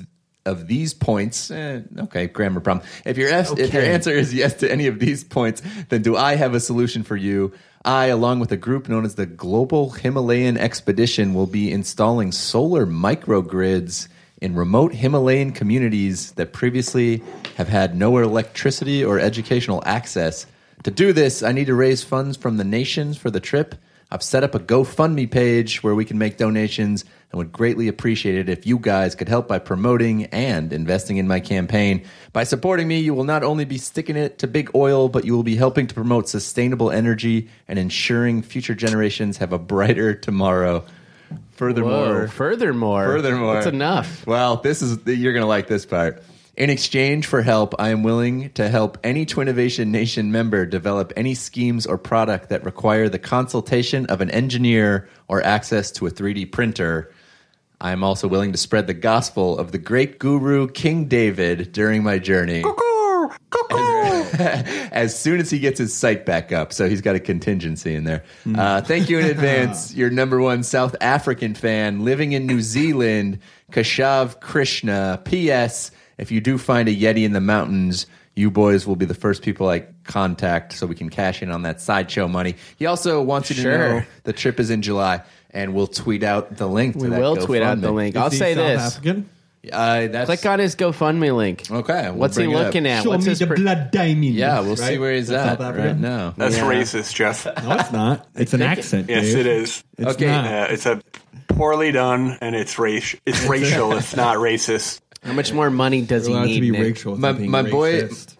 [SPEAKER 6] of these points, eh, okay, grammar problem. If your F, if your
[SPEAKER 3] Okay.
[SPEAKER 6] answer is yes to any of these points, then do I have a solution for you? I, along with a group known as the Global Himalayan Expedition, will be installing solar microgrids in remote Himalayan communities that previously have had no electricity or educational access. To do this, I need to raise funds from the nations for the trip. I've set up a GoFundMe page where we can make donations and would greatly appreciate it if you guys could help by promoting and investing in my campaign. By supporting me, you will not only be sticking it to big oil, but you will be helping to promote sustainable energy and ensuring future generations have a brighter tomorrow. Furthermore,
[SPEAKER 3] Whoa, furthermore.
[SPEAKER 6] Furthermore,
[SPEAKER 3] That's enough.
[SPEAKER 6] Well, this is you're going to like this part. In exchange for help, I am willing to help any Twinnovation Nation member develop any schemes or product that require the consultation of an engineer or access to a 3D printer. I am also willing to spread the gospel of the great guru King David during my journey. as soon as he gets his sight back up. So he's got a contingency in there. Uh, thank
[SPEAKER 3] Hmm.
[SPEAKER 6] you in advance, your number one South African fan living in New Zealand, Kashav Krishna. P.S. If you do find a Yeti in the mountains, you boys will be the first people I contact so we can cash in on that sideshow money. He also wants you to
[SPEAKER 3] Sure.
[SPEAKER 6] know the trip is in July. And we'll tweet out the link. To
[SPEAKER 3] We
[SPEAKER 6] that
[SPEAKER 3] will tweet out the
[SPEAKER 6] GoFundMe.
[SPEAKER 3] link. I'll say this.
[SPEAKER 5] African?
[SPEAKER 6] Uh, that's,
[SPEAKER 3] Click on his GoFundMe link.
[SPEAKER 6] Okay, we'll
[SPEAKER 3] What's he
[SPEAKER 6] bring it up.
[SPEAKER 3] looking at?
[SPEAKER 5] Show
[SPEAKER 3] What's
[SPEAKER 5] me
[SPEAKER 3] his
[SPEAKER 5] the
[SPEAKER 3] pr-
[SPEAKER 5] blood diamond.
[SPEAKER 6] Yeah, we'll
[SPEAKER 5] Right?
[SPEAKER 6] see where he's
[SPEAKER 5] That's
[SPEAKER 6] at
[SPEAKER 5] South
[SPEAKER 6] right
[SPEAKER 5] African?
[SPEAKER 6] now.
[SPEAKER 4] That's
[SPEAKER 3] Yeah.
[SPEAKER 4] racist, Jeff.
[SPEAKER 5] No, it's not. It's an accent.
[SPEAKER 4] Yes,
[SPEAKER 5] Dave.
[SPEAKER 4] it is.
[SPEAKER 5] It's
[SPEAKER 6] Okay.
[SPEAKER 5] not.
[SPEAKER 4] Uh, it's a poorly done, and it's race. It's racial. it's not racist.
[SPEAKER 3] How much more money does
[SPEAKER 5] You're allowed
[SPEAKER 3] he
[SPEAKER 5] to be
[SPEAKER 3] need? Nick?
[SPEAKER 5] racial.
[SPEAKER 6] My-
[SPEAKER 5] without being
[SPEAKER 6] my boy-
[SPEAKER 5] racist.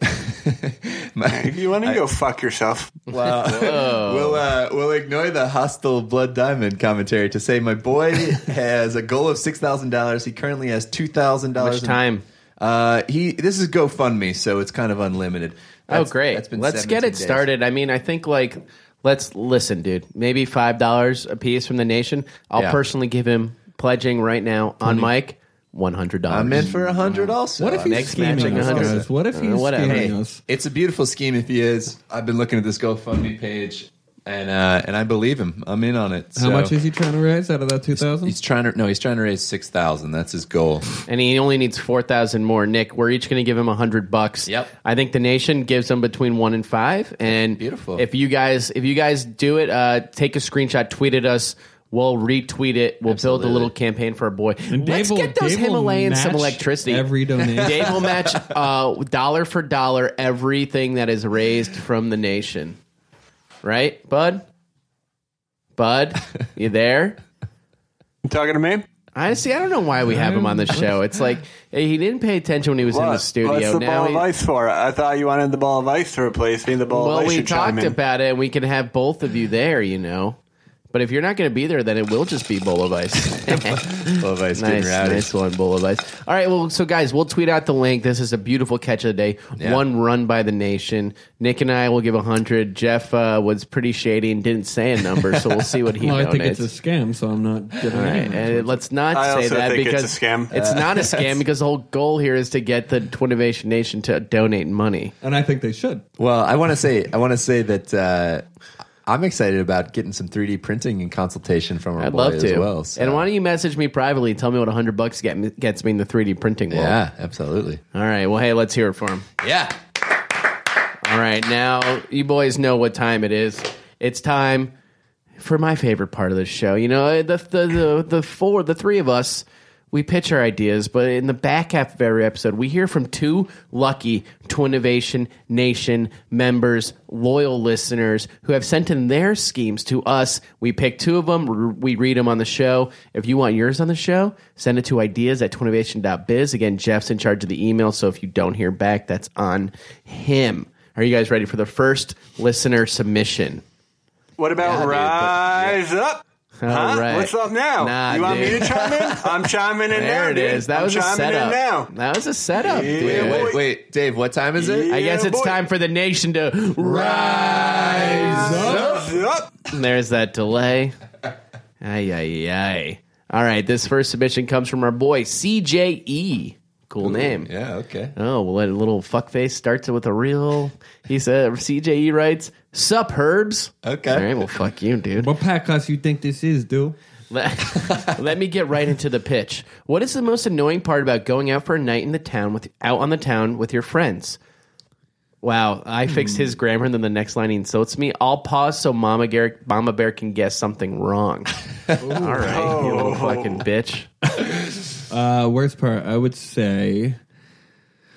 [SPEAKER 4] If you want to go fuck yourself,
[SPEAKER 6] Wow. we'll, uh, we'll ignore the hostile Blood Diamond commentary to say my boy has a goal of $6,000. He currently has $2,000.
[SPEAKER 3] How much
[SPEAKER 6] in-
[SPEAKER 3] time?
[SPEAKER 6] Uh, he this is GoFundMe, so it's kind of unlimited.
[SPEAKER 3] Oh,
[SPEAKER 6] That's-
[SPEAKER 3] great.
[SPEAKER 6] that's been
[SPEAKER 3] Let's get
[SPEAKER 6] 17
[SPEAKER 3] it
[SPEAKER 6] days.
[SPEAKER 3] started. I mean, I think, like, let's listen, dude. Maybe $5 a piece from the nation. I'll
[SPEAKER 6] Yeah.
[SPEAKER 3] personally give him, pledging right now on mic, $100.
[SPEAKER 6] I'm in for a hundred. Also,
[SPEAKER 5] What if
[SPEAKER 6] I'm
[SPEAKER 5] he's
[SPEAKER 3] Next
[SPEAKER 6] next
[SPEAKER 3] match,
[SPEAKER 5] scheming
[SPEAKER 3] like
[SPEAKER 5] us,
[SPEAKER 3] 100.
[SPEAKER 5] guys? What if he's
[SPEAKER 3] Uh, whatever.
[SPEAKER 5] scheming
[SPEAKER 3] Hey.
[SPEAKER 5] us?
[SPEAKER 6] It's a beautiful scheme if he is. I've been looking at this GoFundMe page, and uh, and I believe him. I'm in on it.
[SPEAKER 5] How much is he trying to raise out of that two thousand?
[SPEAKER 6] He's trying to no. He's trying to raise six thousand. That's his goal.
[SPEAKER 3] and he only needs 4000 more nick we're each going to give him 100 bucks
[SPEAKER 6] Yep.
[SPEAKER 3] i think the nation gives him between 1 and 5 and
[SPEAKER 6] Beautiful.
[SPEAKER 3] if you guys if you guys do it uh, take a screenshot tweet at us We'll retweet it. We'll build a
[SPEAKER 6] Absolutely.
[SPEAKER 3] little campaign for our boy.
[SPEAKER 5] And
[SPEAKER 3] Let's
[SPEAKER 5] Dave will-
[SPEAKER 3] get those
[SPEAKER 5] Dave will
[SPEAKER 3] Himalayans some
[SPEAKER 5] match
[SPEAKER 3] electricity.
[SPEAKER 5] Every donation.
[SPEAKER 3] Dave will match uh, dollar for dollar everything that is raised from the nation. Right, Bud? Bud, you there?
[SPEAKER 4] you talking to me?
[SPEAKER 3] I see. I don't know why we have him on the show. It's like eh, he didn't pay attention when he was in the
[SPEAKER 4] What?
[SPEAKER 3] studio.
[SPEAKER 4] What's the
[SPEAKER 3] now
[SPEAKER 4] ball
[SPEAKER 3] he,
[SPEAKER 4] of ice for? I thought you wanted the ball of ice to replace me. The ball of
[SPEAKER 3] well,
[SPEAKER 4] ice
[SPEAKER 3] we
[SPEAKER 4] should chime
[SPEAKER 3] talked
[SPEAKER 4] in.
[SPEAKER 3] about it, and we can have both of you there. You know, but if you're not going to be there, then it will just be bowl of ice.
[SPEAKER 6] Love
[SPEAKER 3] nice,
[SPEAKER 6] ice getting rowdy.
[SPEAKER 3] nice one, bowl of ice. All right, well, so guys, we'll tweet out the link. This is a beautiful catch of the day.
[SPEAKER 6] Yeah.
[SPEAKER 3] One run by the nation. Nick and I will give a hundred. Jeff uh, was pretty shady and didn't say a number, so we'll see what he
[SPEAKER 5] Well, I
[SPEAKER 3] donates.
[SPEAKER 5] think it's a scam, so I'm not giving
[SPEAKER 3] All right, eh.
[SPEAKER 5] anyone.
[SPEAKER 3] and let's not
[SPEAKER 4] I
[SPEAKER 3] say
[SPEAKER 4] also
[SPEAKER 3] that
[SPEAKER 4] think it's
[SPEAKER 3] because
[SPEAKER 4] a scam. Uh,
[SPEAKER 3] It's not a scam because the whole goal here is to get the Twinnovation Nation to donate money.
[SPEAKER 5] And I think they should.
[SPEAKER 6] Well, I want to say I want to say that uh, I'm excited about getting some 3D printing and consultation from our
[SPEAKER 3] I'd
[SPEAKER 6] boy
[SPEAKER 3] love
[SPEAKER 6] as
[SPEAKER 3] to.
[SPEAKER 6] well. so-
[SPEAKER 3] And why don't you message me privately and tell me what 100 bucks get me, gets me in the 3D printing world?
[SPEAKER 6] Yeah, absolutely.
[SPEAKER 3] All right. Well, hey, let's hear it for him.
[SPEAKER 6] Yeah.
[SPEAKER 3] All right. Now, you boys know what time it is. It's time for my favorite part of the show. You know, the the the, the four, the three of us, we pitch our ideas, but in the back half of every episode, we hear from two lucky Twinnovation Nation members, loyal listeners who have sent in their schemes to us. We pick two of them, r- we read them on the show. If you want yours on the show, send it to ideas at twinnovation.biz. Again, Jeff's in charge of the email, so if you don't hear back, that's on him. Are you guys ready for the first listener submission?
[SPEAKER 4] What about Rise Up? Huh?
[SPEAKER 3] All right.
[SPEAKER 4] What's up now?
[SPEAKER 3] Nah,
[SPEAKER 4] you want me
[SPEAKER 3] dude.
[SPEAKER 4] to chime in? I'm chiming in now.
[SPEAKER 3] There it
[SPEAKER 4] dude.
[SPEAKER 3] is. That
[SPEAKER 4] I'm
[SPEAKER 3] was a
[SPEAKER 4] chiming in
[SPEAKER 3] setup.
[SPEAKER 4] now.
[SPEAKER 3] That was a setup, dude.
[SPEAKER 6] Wait, wait,
[SPEAKER 4] boy.
[SPEAKER 6] wait, Dave. What time is it?
[SPEAKER 3] I guess
[SPEAKER 4] Yeah,
[SPEAKER 3] it's
[SPEAKER 4] boy.
[SPEAKER 3] time for the nation to rise up.
[SPEAKER 4] Up.
[SPEAKER 3] There's that delay. Ay, ay, ay. All right, this first submission comes from our boy CJE. Cool name.
[SPEAKER 6] Yeah. Okay.
[SPEAKER 3] Oh, well, a little fuckface starts it with a real. He said, CJE writes, Sup, Herbs.
[SPEAKER 6] Okay.
[SPEAKER 3] All right, well, fuck you, dude.
[SPEAKER 5] What pack class you think this is, dude?
[SPEAKER 3] Let, let me get right into the pitch. What is the most annoying part about going out for a night in the town with out on the town with your friends? Wow, I fixed
[SPEAKER 6] Hmm.
[SPEAKER 3] his grammar, and then the next line he insults me. I'll pause so Mama Bear, Mama Bear can guess something wrong. All right, you
[SPEAKER 6] Oh.
[SPEAKER 3] little fucking bitch.
[SPEAKER 5] Uh, worst part, I would say.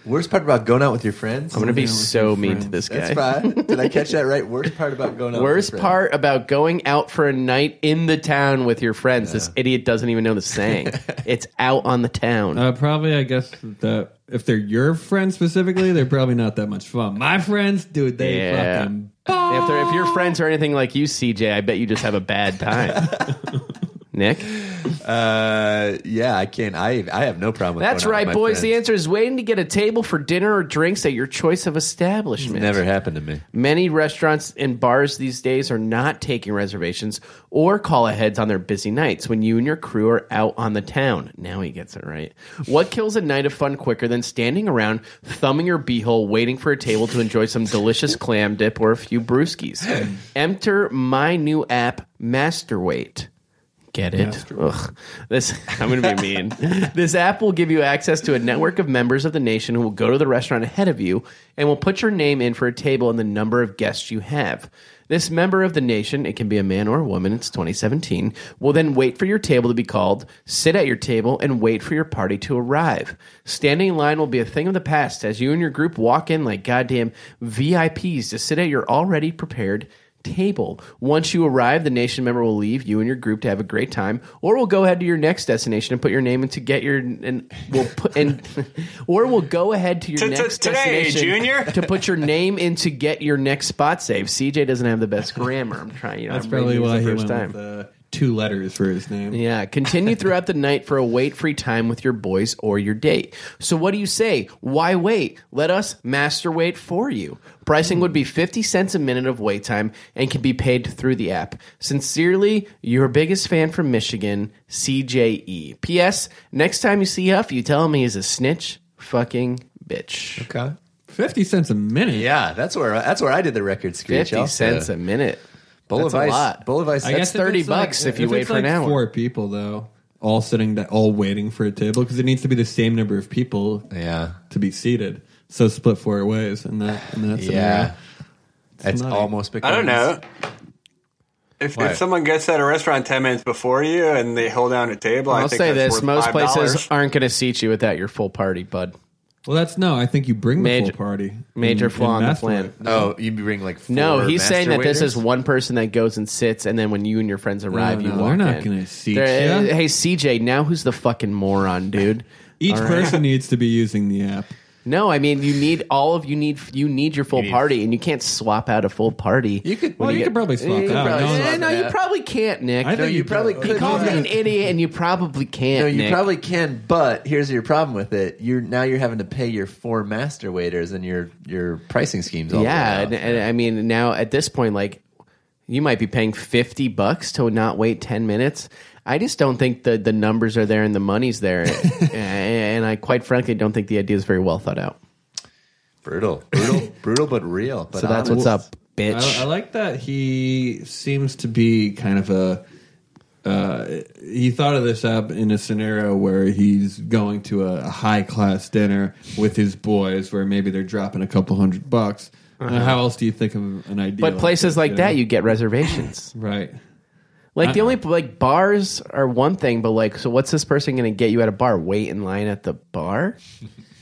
[SPEAKER 6] Worst part about going out with your friends?
[SPEAKER 3] I'm gonna be so mean to this
[SPEAKER 6] That's
[SPEAKER 3] guy.
[SPEAKER 6] fine. Did I catch that right? Worst part about going out.
[SPEAKER 3] Worst
[SPEAKER 6] with your friends.
[SPEAKER 3] part about going out for a night in the town with your friends. This idiot doesn't even know the saying. it's out on the town.
[SPEAKER 5] Uh, probably, I guess that if they're your friends specifically, they're probably not that much fun. My friends, dude, they
[SPEAKER 3] Yeah.
[SPEAKER 5] fucking.
[SPEAKER 3] If they're if your friends are anything like you, CJ, I bet you just have a bad time. Nick,
[SPEAKER 6] Uh, yeah, I can't. I I have no problem with.
[SPEAKER 3] that's
[SPEAKER 6] going out
[SPEAKER 3] right,
[SPEAKER 6] with my
[SPEAKER 3] boys. The
[SPEAKER 6] friends.
[SPEAKER 3] answer is waiting to get a table for dinner or drinks at your choice of establishment.
[SPEAKER 6] never happened to me.
[SPEAKER 3] Many restaurants and bars these days are not taking reservations or call aheads on their busy nights when you and your crew are out on the town. Now he gets it right. What kills a night of fun quicker than standing around thumbing your beehole waiting for a table to enjoy some delicious clam dip or a few brewskis? Enter my new app, Masterweight. Get it? Ugh. This I'm going to be mean. this app will give you access to a network of members of the nation who will go to the restaurant ahead of you and will put your name in for a table and the number of guests you have. This member of the nation, it can be a man or a woman, it's 2017, will then wait for your table to be called, sit at your table, and wait for your party to arrive. Standing in line will be a thing of the past as you and your group walk in like goddamn VIPs to sit at your already prepared table. Once you arrive, the nation member will leave you and your group to have a great time, or will go ahead to your next destination and put your name in to get your and will put and or will go ahead to your
[SPEAKER 4] To- to-
[SPEAKER 3] next
[SPEAKER 4] today,
[SPEAKER 3] destination
[SPEAKER 4] Junior.
[SPEAKER 3] to put your name in to get your next spot saved. CJ doesn't have the best grammar. I'm trying. You know,
[SPEAKER 5] That's
[SPEAKER 3] I'm
[SPEAKER 5] probably
[SPEAKER 3] reading these
[SPEAKER 5] why
[SPEAKER 3] the
[SPEAKER 5] he
[SPEAKER 3] first time.
[SPEAKER 5] went with uh, two letters for his name.
[SPEAKER 3] Yeah, continue throughout the night for a wait free time with your boys or your date. So, what do you say? Why wait? Let us master wait for you. Pricing would be
[SPEAKER 4] Hmm.
[SPEAKER 3] 50 cents a minute of wait time and can be paid through the app. Sincerely, your biggest fan from Michigan, CJE. P.S. Next time you see Huff, you tell him he is a snitch fucking bitch.
[SPEAKER 6] Okay.
[SPEAKER 5] Fifty cents a minute.
[SPEAKER 6] Yeah, that's where that's where I did the record screech.
[SPEAKER 3] 50 cents a minute.
[SPEAKER 6] bowl
[SPEAKER 3] That's
[SPEAKER 6] of
[SPEAKER 3] a
[SPEAKER 6] ice.
[SPEAKER 3] lot.
[SPEAKER 6] Bowl of ice.
[SPEAKER 5] I
[SPEAKER 3] That's
[SPEAKER 5] guess if
[SPEAKER 3] 30
[SPEAKER 5] it's like-
[SPEAKER 3] bucks if you
[SPEAKER 5] it's
[SPEAKER 3] wait for an
[SPEAKER 5] like
[SPEAKER 3] hour.
[SPEAKER 5] Four people though, all sitting, da- all waiting for a table because it needs to be the same number of people eh,
[SPEAKER 6] yeah.
[SPEAKER 5] to be seated. So split four ways, and that and that's
[SPEAKER 6] Yeah. It's
[SPEAKER 5] nutty.
[SPEAKER 6] almost become.
[SPEAKER 4] I don't know. If,
[SPEAKER 6] Why?
[SPEAKER 4] if someone gets at a restaurant 10 minutes before you and they hold down a table, I
[SPEAKER 3] I'll
[SPEAKER 4] think
[SPEAKER 3] say
[SPEAKER 4] that's
[SPEAKER 3] this
[SPEAKER 4] worth
[SPEAKER 3] most
[SPEAKER 4] $5.
[SPEAKER 3] places aren't going to seat you without your full party, bud.
[SPEAKER 5] Well, that's no. I think you bring the
[SPEAKER 3] Major-
[SPEAKER 5] full party.
[SPEAKER 3] major
[SPEAKER 5] and-
[SPEAKER 3] flaw
[SPEAKER 5] and
[SPEAKER 3] on the
[SPEAKER 5] master
[SPEAKER 3] plan.
[SPEAKER 5] it.
[SPEAKER 6] Oh, you bring like four
[SPEAKER 3] No, he's
[SPEAKER 6] master
[SPEAKER 3] saying that this
[SPEAKER 6] waiters?
[SPEAKER 3] is one person that goes and sits, and then when you and your friends arrive,
[SPEAKER 5] No,
[SPEAKER 3] you
[SPEAKER 5] no,
[SPEAKER 3] walk
[SPEAKER 5] they're not
[SPEAKER 3] in.
[SPEAKER 5] gonna seat
[SPEAKER 3] They're- uh,
[SPEAKER 5] ya.
[SPEAKER 3] Hey, CJ, now who's the fucking moron, dude?
[SPEAKER 5] Each
[SPEAKER 3] All right.
[SPEAKER 5] person needs to be using the app.
[SPEAKER 3] No, I mean you need all of you need you need your full
[SPEAKER 6] need-
[SPEAKER 3] party, and you can't swap out a full party. You
[SPEAKER 6] could-
[SPEAKER 5] Well, you could probably swap out.
[SPEAKER 3] Probably,
[SPEAKER 5] No,
[SPEAKER 3] Eh,
[SPEAKER 5] no,
[SPEAKER 3] no,
[SPEAKER 6] no.
[SPEAKER 3] you probably can't, Nick.
[SPEAKER 5] I
[SPEAKER 3] No,
[SPEAKER 5] think
[SPEAKER 3] you
[SPEAKER 5] you
[SPEAKER 3] probably
[SPEAKER 5] could.
[SPEAKER 3] could. You called
[SPEAKER 6] Yeah.
[SPEAKER 3] me an idiot, and you probably can't.
[SPEAKER 6] No, you
[SPEAKER 3] Nick.
[SPEAKER 6] probably can, but here's your problem with it. You're now you're having to pay your four master waiters and your your pricing schemes all
[SPEAKER 3] yeah.
[SPEAKER 6] the
[SPEAKER 3] And,
[SPEAKER 6] way out.
[SPEAKER 3] and I mean, now at this point, like you might be paying fifty bucks to not wait ten minutes. I just don't think the the numbers are there and the money's there, and, and I quite frankly don't think the idea is very well thought out.
[SPEAKER 6] brutal. Brutal brutal but real. But
[SPEAKER 3] So that's
[SPEAKER 6] honest.
[SPEAKER 3] what's up, bitch.
[SPEAKER 5] I, I like that he seems to be kind of a. Uh, he thought of this app in a scenario where he's going to a, high class dinner with his boys, where maybe they're dropping a couple hundred bucks.
[SPEAKER 6] Uh-huh.
[SPEAKER 5] Uh, how else do you think of an idea?
[SPEAKER 3] but places
[SPEAKER 5] this,
[SPEAKER 3] like
[SPEAKER 5] you
[SPEAKER 3] that,
[SPEAKER 5] know?
[SPEAKER 3] you get reservations.
[SPEAKER 5] right?
[SPEAKER 3] Like the only like bars are one thing, but like, so what's this person going to get you at a bar? Wait in line at the bar.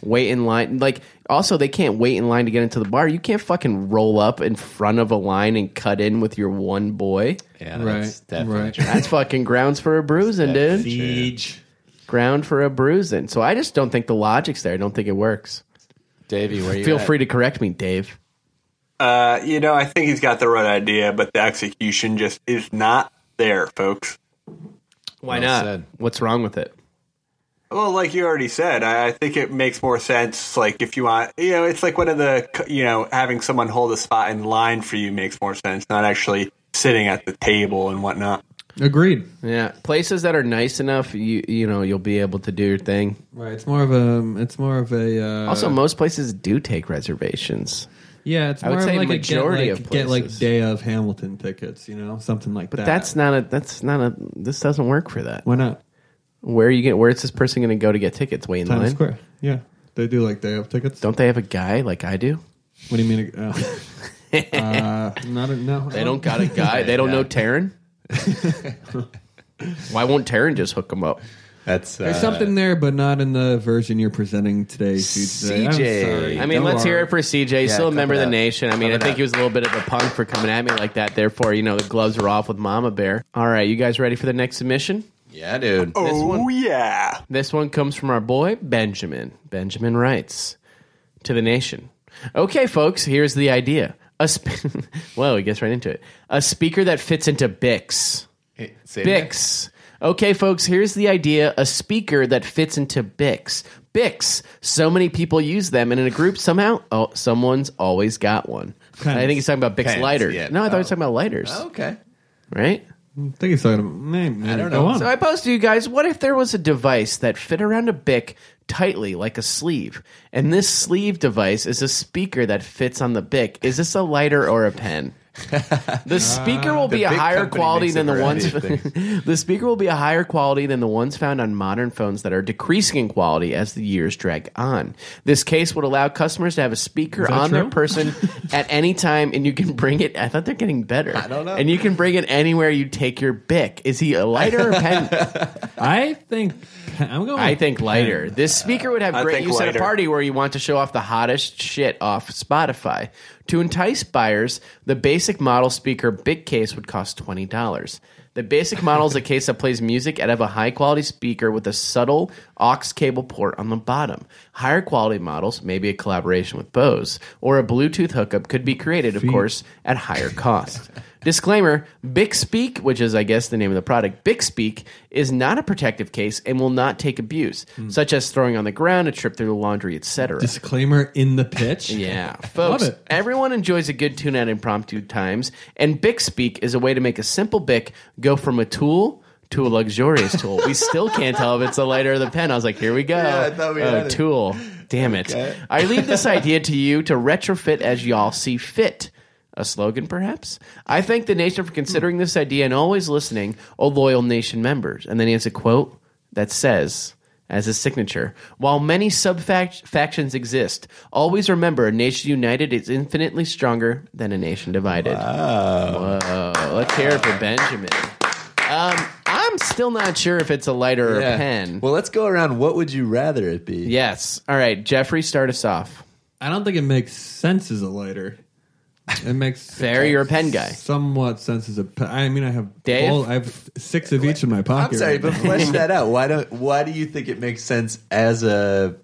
[SPEAKER 3] wait in line. Like, also they can't wait in line to get into the bar. You can't fucking roll up in front of a line and cut in with your one boy.
[SPEAKER 6] Yeah, that's
[SPEAKER 5] Right,
[SPEAKER 6] definitely
[SPEAKER 5] right.
[SPEAKER 6] true.
[SPEAKER 3] That's fucking grounds for a bruising, dude.
[SPEAKER 5] Siege.
[SPEAKER 3] Ground for a bruising. So I just don't think the logic's there. I don't think it works.
[SPEAKER 6] Davey, where you
[SPEAKER 3] Feel
[SPEAKER 6] at?
[SPEAKER 3] free to correct me, Dave.
[SPEAKER 4] Uh, you know, I think he's got the right idea, but the execution just is not there, folks.
[SPEAKER 3] Why
[SPEAKER 6] Well
[SPEAKER 3] not?
[SPEAKER 6] said.
[SPEAKER 3] What's wrong with it?
[SPEAKER 4] Well, like you already said, I, I think it makes more sense. Like if you want, you know, it's like one of the, you know, having someone hold a spot in line for you makes more sense, not actually sitting at the table and whatnot.
[SPEAKER 5] Agreed.
[SPEAKER 3] Yeah, places that are nice enough, you you know, you'll be able to do your thing.
[SPEAKER 5] Right. It's more of a. um, It's more of a. Uh,
[SPEAKER 3] Also, most places do take reservations.
[SPEAKER 5] yeah. It's
[SPEAKER 3] I
[SPEAKER 5] more
[SPEAKER 3] would
[SPEAKER 5] of
[SPEAKER 3] say
[SPEAKER 5] like
[SPEAKER 3] majority
[SPEAKER 5] a
[SPEAKER 3] of
[SPEAKER 5] get like, get like
[SPEAKER 3] places.
[SPEAKER 5] day of Hamilton tickets, you know, something like
[SPEAKER 3] But
[SPEAKER 5] that.
[SPEAKER 3] that's not a that's not a this doesn't work for that.
[SPEAKER 5] why not
[SPEAKER 3] Where are you get where is this person going to go to get tickets? Wait in
[SPEAKER 5] Times
[SPEAKER 3] line.
[SPEAKER 5] Square. Yeah, they do like day of tickets.
[SPEAKER 3] Don't they have a guy like I do?
[SPEAKER 5] What do you mean? Uh, uh, not a, no.
[SPEAKER 3] They don't got a guy. They don't know Taryn. Why won't Taryn just hook him up?
[SPEAKER 6] That's uh,
[SPEAKER 5] There's something there, but not in the version you're presenting today, CJ. I'm
[SPEAKER 6] CJ.
[SPEAKER 5] sorry.
[SPEAKER 3] I mean,
[SPEAKER 5] You
[SPEAKER 3] let's
[SPEAKER 5] are-
[SPEAKER 3] hear it for CJ. Still a
[SPEAKER 6] cover
[SPEAKER 3] member of
[SPEAKER 6] it
[SPEAKER 3] the
[SPEAKER 6] up.
[SPEAKER 3] nation. I mean, I
[SPEAKER 6] Cover it
[SPEAKER 3] think
[SPEAKER 6] up.
[SPEAKER 3] he was a little bit of a punk for coming at me like that. Therefore, you know, the gloves are off with Mama Bear. All right, you guys ready for the next submission?
[SPEAKER 6] Yeah, dude.
[SPEAKER 4] Oh
[SPEAKER 3] one-
[SPEAKER 4] yeah,
[SPEAKER 3] This one comes from our boy Benjamin. Benjamin writes to the nation. Okay, folks, here's the idea. A sp- Whoa, he gets right into it. A speaker that fits into Bix.
[SPEAKER 6] Hey, say it again.
[SPEAKER 3] Bix. Okay, folks, here's the idea a speaker that fits into Bix. Bix. So many people use them, and in a group, somehow, oh, someone's always got one.
[SPEAKER 5] Pens.
[SPEAKER 3] I think he's talking about Bix
[SPEAKER 6] Pens,
[SPEAKER 3] lighters.
[SPEAKER 6] yeah.
[SPEAKER 3] No, I thought he was
[SPEAKER 6] Oh.
[SPEAKER 3] talking about lighters,
[SPEAKER 6] Okay.
[SPEAKER 3] right?
[SPEAKER 5] I think he's talking about. Man, man, I
[SPEAKER 6] don't
[SPEAKER 5] don't know.
[SPEAKER 6] know.
[SPEAKER 5] On.
[SPEAKER 3] So I posed to you guys, what if there was a device that fit around a bic tightly like a sleeve? And this sleeve device is a speaker that fits on the bic. Is this a lighter or a pen? The speaker will be a
[SPEAKER 6] Uh, Bic
[SPEAKER 3] higher
[SPEAKER 6] company
[SPEAKER 3] quality
[SPEAKER 6] makes a
[SPEAKER 3] than the ones
[SPEAKER 6] variety of
[SPEAKER 3] the speaker will be a higher quality than the ones found on modern phones that are decreasing in quality as the years drag on. This case would allow customers to have a speaker on their
[SPEAKER 5] true?
[SPEAKER 3] person at any time and you can bring it I thought they're getting better. I
[SPEAKER 6] don't know.
[SPEAKER 3] And you can bring it anywhere you take your bic. Is he a lighter or a pen?
[SPEAKER 5] I think I'm going.
[SPEAKER 3] I
[SPEAKER 5] with
[SPEAKER 3] think
[SPEAKER 5] pen.
[SPEAKER 3] lighter. This speaker would have
[SPEAKER 4] I
[SPEAKER 3] great
[SPEAKER 4] think
[SPEAKER 3] use at a
[SPEAKER 4] lighter.
[SPEAKER 3] party where you want to show off the hottest shit off Spotify. To entice buyers, the basic model speaker big case would cost twenty dollars. The basic model is a case that plays music out of a high quality speaker with a subtle aux cable port on the bottom. Higher quality models, maybe a collaboration with Bose or a Bluetooth hookup, could be created, of course, at higher cost. Disclaimer Bixpeak, which is, I guess, the name of the product, Bixpeak is not a protective case and will not take abuse,
[SPEAKER 6] Hmm.
[SPEAKER 3] such as throwing on the ground, a trip through the laundry, etc.
[SPEAKER 5] Disclaimer in the pitch.
[SPEAKER 3] Yeah, folks,
[SPEAKER 5] Love it.
[SPEAKER 3] everyone enjoys a good tune at impromptu times, and Bixpeak is a way to make a simple Bic go from a tool to a luxurious tool. we still can't tell if it's the lighter or the pen. I was like, here we go.
[SPEAKER 6] Yeah, I thought we
[SPEAKER 3] Oh,
[SPEAKER 6] had it.
[SPEAKER 3] tool. Damn it. I leave this idea to you to retrofit as y'all see fit. A slogan, perhaps? I thank the nation for considering this idea and always listening, oh loyal nation members. And then he has a quote that says, as his signature, while many sub factions exist, always remember a nation united is infinitely stronger than a nation divided. Wow. Whoa. Let's hear it for Benjamin. Um, I'm still not sure if it's a lighter or
[SPEAKER 6] Yeah.
[SPEAKER 3] a pen.
[SPEAKER 6] Well, let's go around. What would you rather it be?
[SPEAKER 3] yes. All right, Jeffrey, start us off.
[SPEAKER 5] I don't think it makes sense as a lighter. It makes
[SPEAKER 3] Fair, you're a pen guy.
[SPEAKER 5] Somewhat sense as a pen. I mean, I have
[SPEAKER 3] Dave?
[SPEAKER 5] all- I have six of each in my
[SPEAKER 6] I'm
[SPEAKER 5] pocket.
[SPEAKER 6] sorry,
[SPEAKER 5] right
[SPEAKER 6] but
[SPEAKER 5] now.
[SPEAKER 6] flesh that out. Why don't? Why do you think it makes sense as a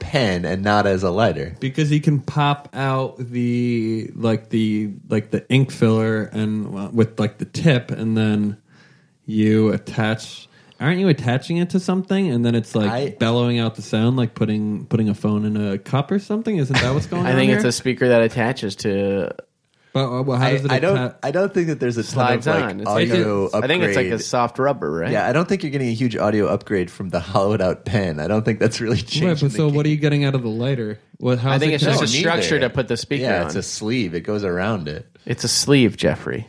[SPEAKER 6] pen and not as a lighter?
[SPEAKER 5] because you can pop out the like the like the ink filler and well, with like the tip, and then you attach. Aren't you attaching it to something, and then it's like
[SPEAKER 6] I-
[SPEAKER 5] bellowing out the sound, like putting putting a phone in a cup or something? Isn't that what's going
[SPEAKER 3] I
[SPEAKER 5] on?
[SPEAKER 3] think it's
[SPEAKER 5] here?
[SPEAKER 3] a speaker that attaches to.
[SPEAKER 5] But, uh, well, how
[SPEAKER 6] I,
[SPEAKER 5] does it
[SPEAKER 6] I don't.
[SPEAKER 5] atta-
[SPEAKER 6] I don't think that there's a ton
[SPEAKER 3] Slides
[SPEAKER 6] of like
[SPEAKER 3] on. It's like
[SPEAKER 6] audio
[SPEAKER 3] a- I think it's like a
[SPEAKER 6] upgrade.
[SPEAKER 3] soft rubber, right?
[SPEAKER 6] Yeah, I don't think you're getting a huge audio upgrade from the hollowed out pen. I don't think that's really changing.
[SPEAKER 5] Right, but
[SPEAKER 6] the
[SPEAKER 5] so what are
[SPEAKER 6] game.
[SPEAKER 5] you getting out of the lighter? What? How
[SPEAKER 3] I
[SPEAKER 5] is
[SPEAKER 3] think
[SPEAKER 5] it
[SPEAKER 3] it's just a
[SPEAKER 5] connected?
[SPEAKER 6] neither.
[SPEAKER 3] structure to put the speaker
[SPEAKER 6] Yeah,
[SPEAKER 3] on.
[SPEAKER 6] it's a sleeve. It goes around it.
[SPEAKER 3] it's a sleeve, Jeffrey.